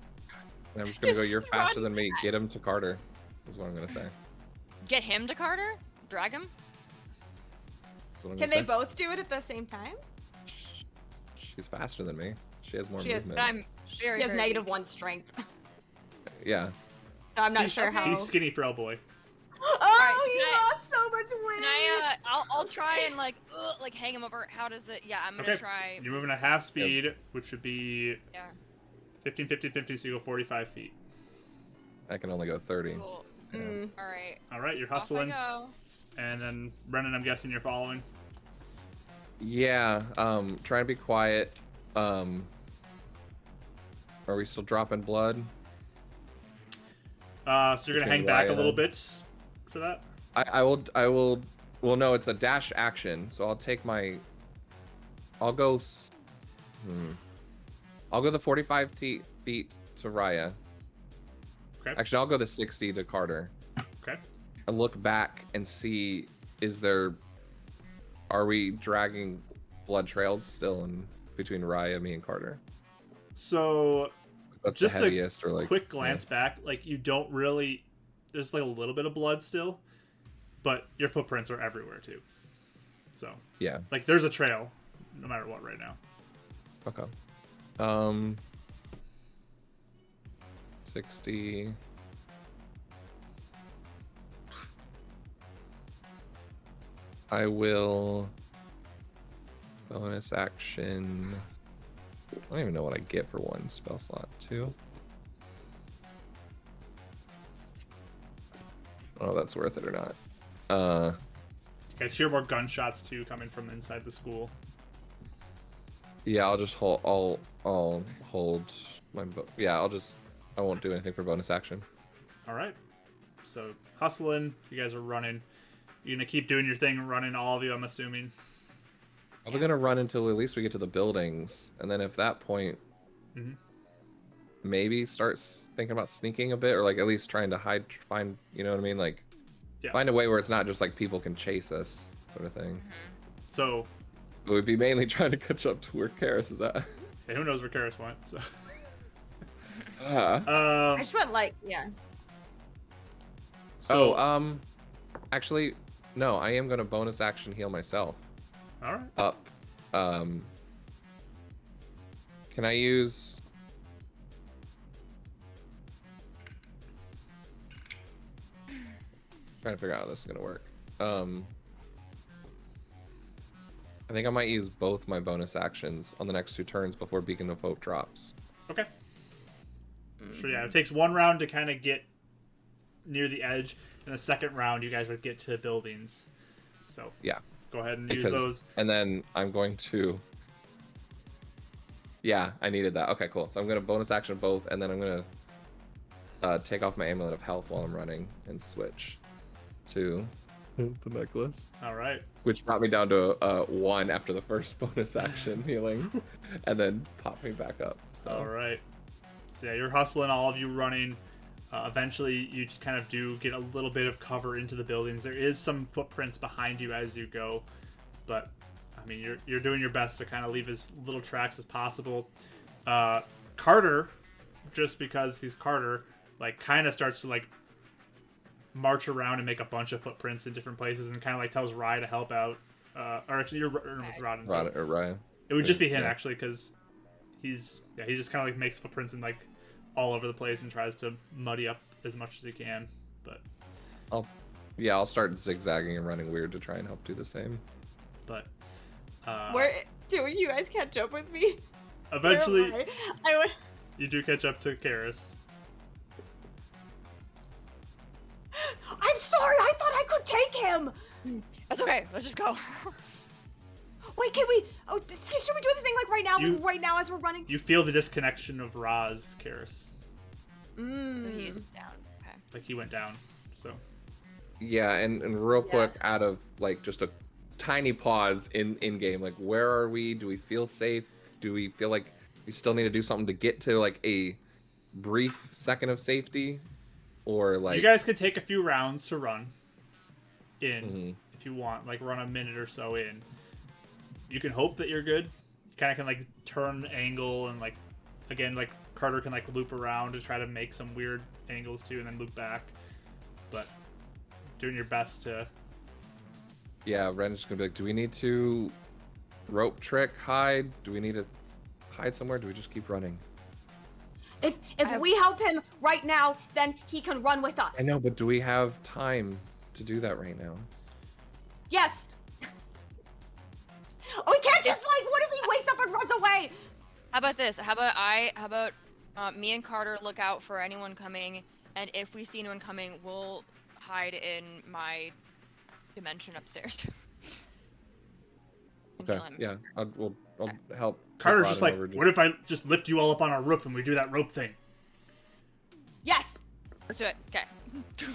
Speaker 4: And I'm just gonna go. You're faster
Speaker 5: Rodden.
Speaker 4: than me. Get him to Carter. Is what I'm gonna say.
Speaker 3: Get him to Carter? Drag him?
Speaker 4: That's what I'm
Speaker 5: Can
Speaker 4: gonna
Speaker 5: they
Speaker 4: say.
Speaker 5: both do it at the same time?
Speaker 4: She's faster than me. She has more
Speaker 5: She has-
Speaker 4: movement.
Speaker 3: But I'm very.
Speaker 5: he has
Speaker 3: very
Speaker 5: negative
Speaker 3: weak.
Speaker 5: one strength,
Speaker 4: Yeah.
Speaker 5: so I'm not
Speaker 2: He's-
Speaker 5: sure
Speaker 3: okay.
Speaker 5: how.
Speaker 2: He's skinny for boy.
Speaker 5: Oh,
Speaker 3: Alright, so can I-
Speaker 5: lost so much weight.
Speaker 3: Can I, uh, I'll, I'll try and like, uh, like hang him over. How does it? Yeah, I'm gonna
Speaker 2: Okay.
Speaker 3: try.
Speaker 2: You're moving at half speed, which would be
Speaker 3: Yeah.
Speaker 2: 15, 15, 15, so you go 45 feet.
Speaker 4: I can only go 30.
Speaker 3: Cool.
Speaker 4: Yeah.
Speaker 5: Mm,
Speaker 3: All right.
Speaker 2: All right, you're
Speaker 3: Off I
Speaker 2: hustling.
Speaker 3: go.
Speaker 2: And then, Brennan, I'm guessing you're following.
Speaker 4: Yeah, um, trying to be quiet. Um, are we still dropping blood?
Speaker 2: Uh, so you're going to
Speaker 4: Between
Speaker 2: hang back a
Speaker 4: Ryan
Speaker 2: little
Speaker 4: and-
Speaker 2: bit for that.
Speaker 4: I, I will. I will. Well, no, it's a dash action, so I'll take my. I'll go. s- Hmm. I'll go the 45 te- feet to Raya.
Speaker 2: Okay.
Speaker 4: Actually, I'll go the 60 to Carter.
Speaker 2: Okay.
Speaker 4: and look back and see is there are we dragging blood trails still in between Raya, me, and Carter?
Speaker 2: So,
Speaker 4: That's
Speaker 2: Just a
Speaker 4: the heaviest or like
Speaker 2: quick glance back, like, you don't really. There's like a little bit of blood still, but your footprints are everywhere too. So,
Speaker 4: Yeah.
Speaker 2: like, there's a trail no matter what right now.
Speaker 4: Okay. Um. Sixty. I will bonus action. I don't even know what I get for one spell slot. Two. don't know if that's worth it or not. Uh,
Speaker 2: You guys hear more gunshots too coming from inside the school.
Speaker 4: yeah, I'll just hold. I'll I'll hold my. Bo- yeah, I'll just. I won't do anything for bonus action.
Speaker 2: All right. So hustling. You guys are running. You're gonna keep doing your thing, running all of you. I'm assuming.
Speaker 4: We're gonna run until at least we get to the buildings, and then if that point,
Speaker 2: Mhm.
Speaker 4: maybe start s- thinking about sneaking a bit, or like at least trying to hide, find, you know what I mean, like
Speaker 2: Yeah.
Speaker 4: find a way where it's not just like people can chase us, sort of thing.
Speaker 2: So,
Speaker 4: But we'd be mainly trying to catch up to where Karis is at.
Speaker 2: and who knows where Karis went? So,
Speaker 4: Ah.
Speaker 5: I
Speaker 2: um,
Speaker 5: just went like, yeah.
Speaker 2: so
Speaker 4: oh, um, actually, no, I am gonna bonus action heal myself
Speaker 2: all right.
Speaker 4: up. Um, can I use? Trying to figure out how this is gonna work. Um, I think I might use both my bonus actions on the next two turns before Beacon of Hope drops.
Speaker 2: Okay. So yeah, it takes one round to kind of get near the edge, and the second round you guys would get to the buildings. So
Speaker 4: Yeah.
Speaker 2: go ahead and use
Speaker 4: because
Speaker 2: those.
Speaker 4: and then I'm going to Yeah, I needed that. Okay, cool. So I'm gonna bonus action both and then I'm gonna uh, take off my amulet of health while I'm running and switch to the necklace.
Speaker 2: All right.
Speaker 4: Which brought me down to uh, one after the first bonus action healing and then popped me back up. So
Speaker 2: All right. So yeah, you're hustling, all of you running. Uh, eventually, you kind of do get a little bit of cover into the buildings. There is some footprints behind you as you go, but I mean, you're you're doing your best to kind of leave as little tracks as possible. Uh, Carter, just because he's Carter, like kind of starts to like march around and make a bunch of footprints in different places, and kind of like tells Rye to help out. Uh, or actually, you're running with Rodden. so-
Speaker 4: Rod- uh, Ryan.
Speaker 2: it would just be him
Speaker 4: Yeah.
Speaker 2: actually, because he's yeah he just kind of like makes footprints in like all over the place and tries to muddy up as much as he can. But Oh.
Speaker 4: I'll yeah, I'll start zigzagging and running weird to try and help do the same.
Speaker 2: but uh,
Speaker 5: Where do you guys catch up with me? Where am
Speaker 2: eventually
Speaker 5: I? I went.
Speaker 2: you do catch up to Karis.
Speaker 5: I'm sorry. I thought I could take him.
Speaker 3: That's okay. Let's just go.
Speaker 5: Wait, can we? Oh, th- should we do the thing like right now?
Speaker 2: You-
Speaker 5: like right now as we're running.
Speaker 2: You feel the disconnection of Raz Karis,
Speaker 3: He's
Speaker 5: Mm.
Speaker 3: down. Okay.
Speaker 2: like he went down. So
Speaker 4: Yeah, and, and real
Speaker 5: Yeah.
Speaker 4: quick, out of like just a tiny pause in in game, like where are we? Do we feel safe? Do we feel like we still need to do something to get to like a brief second of safety, or like
Speaker 2: you guys could take a few rounds to run in
Speaker 4: Mhm.
Speaker 2: if you want, like run a minute or so in. You can hope that you're good. You kind of can like turn angle and like again like Carter can like loop around to try to make some weird angles too, and then loop back. But doing your best to
Speaker 4: yeah, Ren's just gonna be like, do we need to rope trick hide? Do we need to hide somewhere? Do we just keep running?
Speaker 5: If if
Speaker 3: I-
Speaker 5: we help him right now, then he can run with us.
Speaker 4: I know, but do we have time to do that right now?
Speaker 5: Yes. we can't just like. What if he wakes up and runs away?
Speaker 3: How about this? How about I? How about uh, me and Carter look out for anyone coming, and if we see anyone coming, we'll hide in my dimension upstairs. And
Speaker 4: Okay,
Speaker 3: heal him.
Speaker 4: yeah, I'll, we'll, I'll help.
Speaker 2: Carter's
Speaker 4: Rodden
Speaker 2: just like,
Speaker 4: over,
Speaker 2: what if I just lift you all up on our roof and we do that rope thing?
Speaker 5: Yes.
Speaker 3: Let's do it. Okay.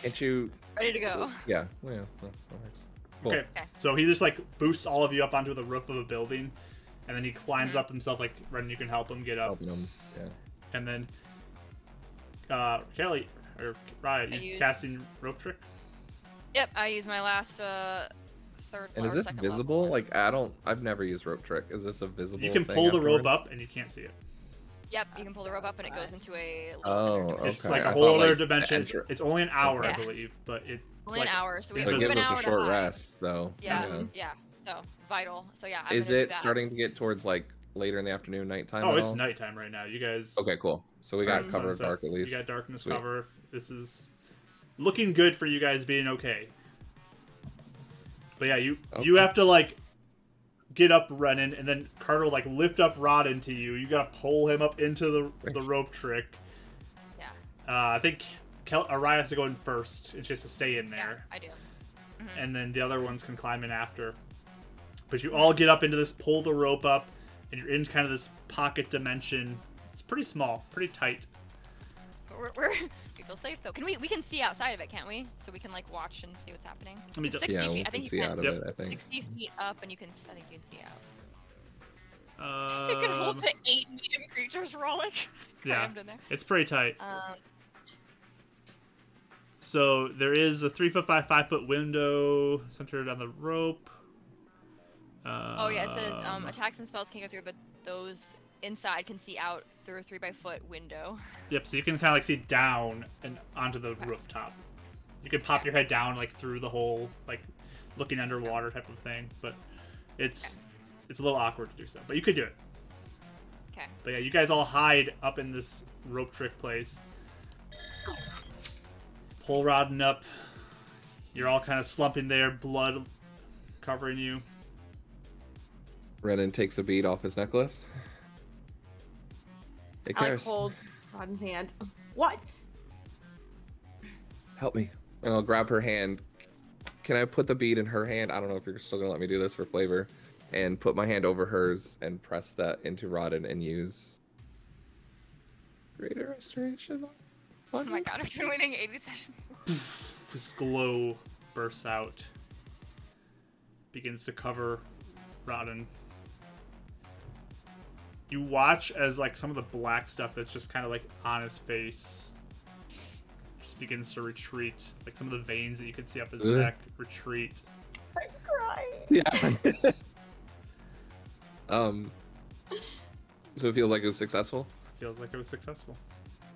Speaker 4: can't you?
Speaker 3: Ready to go.
Speaker 4: Yeah, well, yeah, yeah, that works. Cool.
Speaker 2: Okay.
Speaker 3: Okay.
Speaker 2: So he just like boosts all of you up onto the roof of a building, and then he climbs up himself. Like Ren, you can help him get up.
Speaker 4: helping him. Yeah.
Speaker 2: And then uh Kelly or Riot,
Speaker 3: I
Speaker 2: you
Speaker 3: use-
Speaker 2: casting rope trick?
Speaker 3: Yep. I use my last uh, third.
Speaker 4: And
Speaker 3: le-
Speaker 4: is
Speaker 3: or
Speaker 4: this
Speaker 3: second level.
Speaker 4: visible? Like I don't. I've never used rope trick. Is this a visible?
Speaker 2: You can
Speaker 4: thing
Speaker 2: pull the rope
Speaker 4: afterwards?
Speaker 2: up and you can't see it.
Speaker 3: Yep. You can pull the rope up, and it goes into a. little
Speaker 4: Oh,
Speaker 3: different dimension.
Speaker 4: okay.
Speaker 2: It's like
Speaker 4: I
Speaker 2: a
Speaker 4: thought,
Speaker 2: whole other
Speaker 4: like, the
Speaker 2: dimension.
Speaker 4: enter-
Speaker 2: It's only an hour,
Speaker 3: Yeah.
Speaker 2: I believe, but it- it's
Speaker 3: Only
Speaker 2: like,
Speaker 3: an hour, so we
Speaker 2: it
Speaker 3: have
Speaker 4: It
Speaker 2: goes
Speaker 3: an
Speaker 4: gives us
Speaker 3: hour
Speaker 4: a
Speaker 3: to
Speaker 4: short
Speaker 3: hide.
Speaker 4: rest, though.
Speaker 3: Yeah. yeah. So vital. So yeah. I'm
Speaker 4: Is
Speaker 3: gonna do
Speaker 4: it
Speaker 3: that.
Speaker 4: starting to get towards like later in the afternoon, nighttime?
Speaker 2: Oh,
Speaker 4: at
Speaker 2: it's
Speaker 4: all?
Speaker 2: nighttime right now. You guys
Speaker 4: Okay, cool. So we
Speaker 2: are
Speaker 4: got
Speaker 2: at
Speaker 4: cover of
Speaker 2: sunset.
Speaker 4: dark at least.
Speaker 2: You got darkness
Speaker 4: Sweet.
Speaker 2: cover. This is looking good for you guys being okay. But yeah, you you
Speaker 4: Okay.
Speaker 2: have to like get up running and then Carter will, like lift up Rod into you. You gotta pull him up into the the rope trick.
Speaker 3: Yeah.
Speaker 2: Uh, I think Kel- Araya has to go in first, and she has to stay in
Speaker 3: Yeah,
Speaker 2: there,
Speaker 3: I do.
Speaker 2: and then the other ones can climb in after. But you all get up into this, pull the rope up, and you're in kind of this pocket dimension. It's pretty small, pretty tight.
Speaker 3: But we're, we're we feel safe though. Can we we can see outside of it, can't we? So we can like watch and see what's happening.
Speaker 2: Let me
Speaker 3: It's
Speaker 2: ju-
Speaker 3: 60
Speaker 4: yeah,
Speaker 3: feet.
Speaker 4: we
Speaker 3: I
Speaker 4: can
Speaker 3: think
Speaker 4: see
Speaker 3: you
Speaker 4: out
Speaker 3: can.
Speaker 4: of
Speaker 2: Yep.
Speaker 4: it. I think.
Speaker 3: 60 feet up, and you can. I think you can see out.
Speaker 2: Um,
Speaker 3: it can hold to eight medium creatures rolling.
Speaker 2: yeah.
Speaker 3: Crammed in there.
Speaker 2: it's pretty tight.
Speaker 3: Um,
Speaker 2: So there is a three foot by five foot window centered on the rope. Uh,
Speaker 3: oh yeah, it says um, attacks and spells can't go through, but those inside can see out through a three by foot window.
Speaker 2: Yep. So you can kind of like see down and onto the rooftop. You can pop your head down like through the hole, like looking underwater type of thing. But it's it's a little awkward to do so, but you could do it.
Speaker 3: Okay.
Speaker 2: But yeah, you guys all hide up in this rope trick place. Pole rodding up. You're all kind of slumping there, blood covering you.
Speaker 4: Renan takes a bead off his necklace. Hey,
Speaker 5: I like
Speaker 4: Karis,
Speaker 5: hold Rod's hand. What?
Speaker 4: help me. And I'll grab her hand. Can I put the bead in her hand? I don't know if you're still gonna let me do this for flavor. And put my hand over hers and press that into Rodden and use Greater Restoration.
Speaker 3: Oh my god, I've been waiting 80 sessions.
Speaker 2: This glow bursts out, begins to cover Rodden. You watch as like some of the black stuff that's just kind of like on his face just begins to retreat. Like some of the veins that you could see up his
Speaker 4: Ugh.
Speaker 2: neck retreat.
Speaker 5: I'm crying.
Speaker 4: Yeah. um. So it feels like it was successful.
Speaker 2: Feels like it was successful.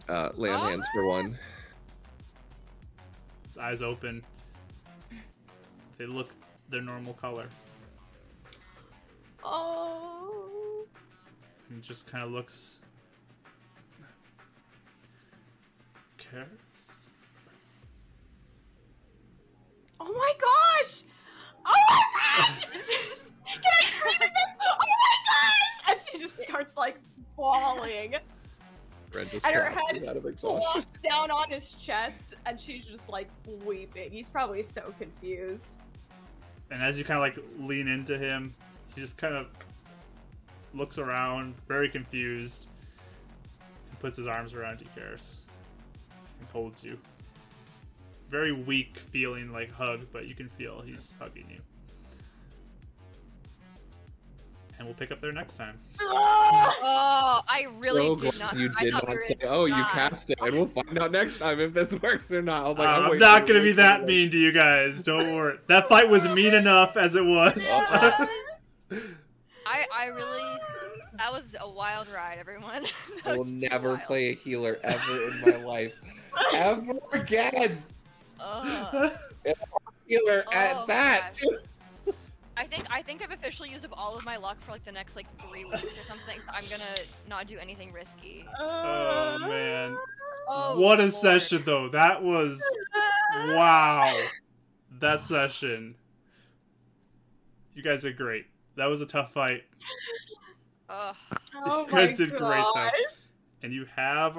Speaker 4: Uh, lay on hands for one.
Speaker 2: His eyes open. They look their normal color.
Speaker 5: Oh.
Speaker 2: and just kind of looks. Cares?
Speaker 5: Oh my gosh! Oh my gosh! Can I scream at this? Oh my gosh! And she just starts like bawling.
Speaker 4: Red just
Speaker 5: And her
Speaker 4: collapses
Speaker 5: head
Speaker 4: out of exhaustion.
Speaker 5: Plops down on his chest and she's just like weeping. He's probably so confused.
Speaker 2: And as you kind of like lean into him, he just kind of looks around, very confused, and puts his arms around you, Karis, and holds you. Very weak feeling like hug, but you can feel he's hugging you. And we'll pick up there next time.
Speaker 3: Oh, I really
Speaker 4: so
Speaker 3: did
Speaker 4: glad
Speaker 3: not.
Speaker 4: you
Speaker 3: I
Speaker 4: did
Speaker 3: thought
Speaker 4: not
Speaker 3: we were
Speaker 4: say,
Speaker 3: gonna
Speaker 4: "Oh, you
Speaker 3: die."
Speaker 4: cast it," and we'll find out next time if this works or not. I was like,
Speaker 2: Uh, I'm
Speaker 4: waiting
Speaker 2: not
Speaker 4: for
Speaker 2: gonna
Speaker 4: you
Speaker 2: be
Speaker 4: to
Speaker 2: that
Speaker 4: do
Speaker 2: mean to you guys. Don't worry. That fight was mean enough as it was.
Speaker 3: I, I really. That was a wild ride, everyone.
Speaker 4: it. I will
Speaker 3: That was
Speaker 4: never
Speaker 3: wild.
Speaker 4: play a healer ever in my life, ever again.
Speaker 3: Ugh.
Speaker 2: Oh,
Speaker 4: Healer
Speaker 3: Oh,
Speaker 4: at that.
Speaker 3: gosh. I think I think I've officially used up all of my luck for like the next like three weeks or something. So I'm gonna not do anything risky.
Speaker 2: Oh man.
Speaker 3: Oh,
Speaker 2: what a
Speaker 3: Lord.
Speaker 2: session though. That was wow. That session. You guys are great. That was a tough fight.
Speaker 3: Ugh.
Speaker 5: Oh
Speaker 2: You
Speaker 5: my
Speaker 2: guys did great, though.
Speaker 5: gosh.
Speaker 2: And you have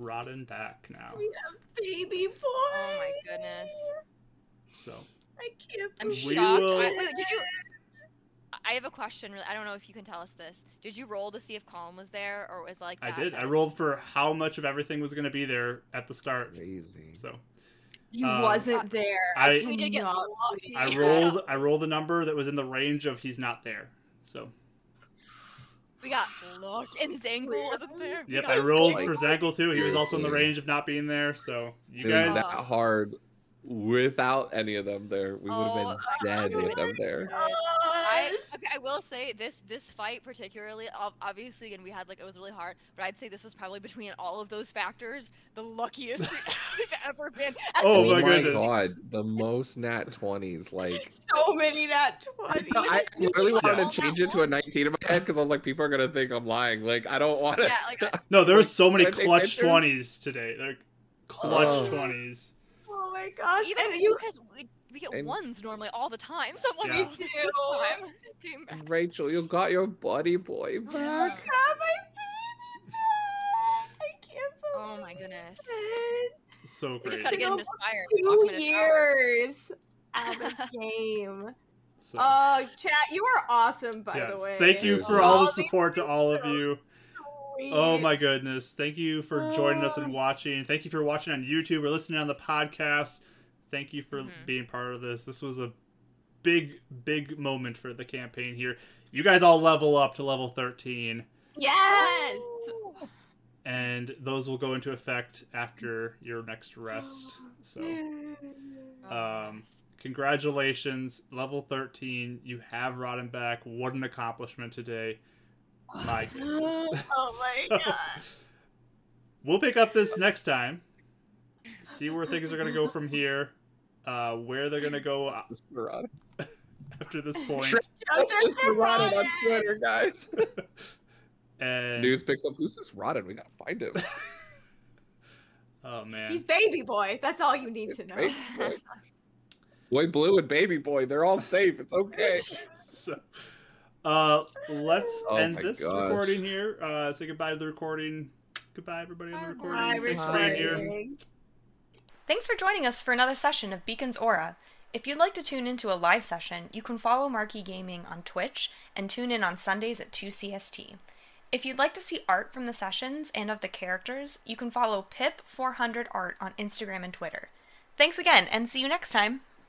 Speaker 2: Rodden back now.
Speaker 5: We have baby boy.
Speaker 3: Oh my goodness.
Speaker 2: So
Speaker 5: I can't
Speaker 3: I'm
Speaker 5: believe
Speaker 2: We
Speaker 3: shocked.
Speaker 2: will-
Speaker 3: I, wait, did you? I have a question. Really, I don't know if you can tell us this. Did you roll to see if Colin was there, or was like
Speaker 2: I
Speaker 3: that-
Speaker 2: did. I
Speaker 3: that-
Speaker 2: rolled for how much of everything was gonna be there at the start.
Speaker 4: Crazy.
Speaker 2: So
Speaker 5: He
Speaker 2: Uh,
Speaker 5: wasn't there.
Speaker 2: I-
Speaker 3: We did get
Speaker 5: cannot
Speaker 3: lucky.
Speaker 5: believe
Speaker 2: I
Speaker 5: that.
Speaker 2: rolled I rolled a number that was in the range of he's not there. So
Speaker 3: We got lucky, and Zangle wasn't there. We
Speaker 2: Yep,
Speaker 3: got
Speaker 2: I rolled
Speaker 4: like-
Speaker 2: for Zangle too. He was also in the
Speaker 4: Seriously.
Speaker 2: range of not being there, so you
Speaker 4: it
Speaker 2: guys
Speaker 4: was that hard without any of them there. We would have
Speaker 3: Oh,
Speaker 4: been dead with them there.
Speaker 5: oh
Speaker 3: I, okay, I will say this this fight particularly ob- obviously and we had like it was really hard but I'd say this was probably between all of those factors the luckiest we've ever been as
Speaker 2: Oh
Speaker 3: we
Speaker 2: my
Speaker 3: were-
Speaker 2: goodness.
Speaker 4: god, the most nat twenties. Like
Speaker 5: so many nat 20.
Speaker 4: I
Speaker 3: you
Speaker 4: literally
Speaker 3: like
Speaker 4: wanted
Speaker 3: all
Speaker 4: to
Speaker 3: Oh, that
Speaker 4: change it to a nineteen in my head because I was like, people are gonna think I'm lying. Like I don't want to.
Speaker 3: yeah like I-
Speaker 2: No, there were so many
Speaker 4: Birthday
Speaker 2: clutch
Speaker 4: pictures?
Speaker 2: twenties today. They're clutch
Speaker 4: Oh.
Speaker 2: twenties.
Speaker 5: oh my gosh.
Speaker 3: even
Speaker 5: and you
Speaker 3: because we, we get
Speaker 4: And-
Speaker 3: ones normally all the time someone
Speaker 2: Yeah.
Speaker 3: this
Speaker 5: Ew.
Speaker 3: time came back
Speaker 4: Rachel, you got your buddy boy
Speaker 5: have Oh
Speaker 4: back.
Speaker 5: my baby back. I can't believe
Speaker 3: oh my goodness
Speaker 5: it.
Speaker 2: so
Speaker 3: We
Speaker 2: great.
Speaker 3: just gotta get him
Speaker 5: Great.
Speaker 3: inspired. Knock him
Speaker 5: Two
Speaker 3: in the shower.
Speaker 5: years of the game.
Speaker 2: So,
Speaker 5: Oh, chat, you are awesome, by
Speaker 2: yes.
Speaker 5: the way.
Speaker 2: Thank you for
Speaker 4: Wow.
Speaker 2: all the
Speaker 5: All these
Speaker 2: support to all of you.
Speaker 5: Sweet.
Speaker 2: Oh my goodness. Thank you for joining us and watching. Thank you for watching on YouTube or listening on the podcast. Thank you for
Speaker 3: Mhm.
Speaker 2: being part of this. This was a big, big moment for the campaign here. You guys all level up to level 13,
Speaker 5: Yes!
Speaker 2: and those will go into effect after your next rest. So,
Speaker 3: Oh,
Speaker 2: Um,
Speaker 3: yes.
Speaker 2: congratulations, level 13. You have Rodden back. What an accomplishment today. My goodness.
Speaker 5: oh
Speaker 2: So, We'll pick up this next time. See where things are going to go from here. Uh, where they're going to go
Speaker 4: This is Rod.
Speaker 2: after this point.
Speaker 4: Sure.
Speaker 5: god.
Speaker 4: That's just for Rodden on Twitter, guys.
Speaker 2: And
Speaker 4: News picks up. Who's this Rodden? We gotta find him.
Speaker 2: oh man,
Speaker 5: He's baby boy. That's all you need to know.
Speaker 4: Baby boy. Boy Blue and Baby Boy, they're all safe. It's okay.
Speaker 2: so uh, let's
Speaker 4: Oh
Speaker 2: end
Speaker 4: my
Speaker 2: this
Speaker 4: gosh.
Speaker 2: recording here. Uh, say goodbye to the recording. Goodbye, everybody on the recording.
Speaker 5: Hi,
Speaker 2: Thanks for being here.
Speaker 5: recording.
Speaker 1: Thanks for joining us for another session of Beacon's Aura. If you'd like to tune into a live session, you can follow Marquee Gaming on Twitch and tune in on Sundays at 2 CST. If you'd like to see art from the sessions and of the characters, you can follow Pip400Art on Instagram and Twitter. Thanks again, and see you next time!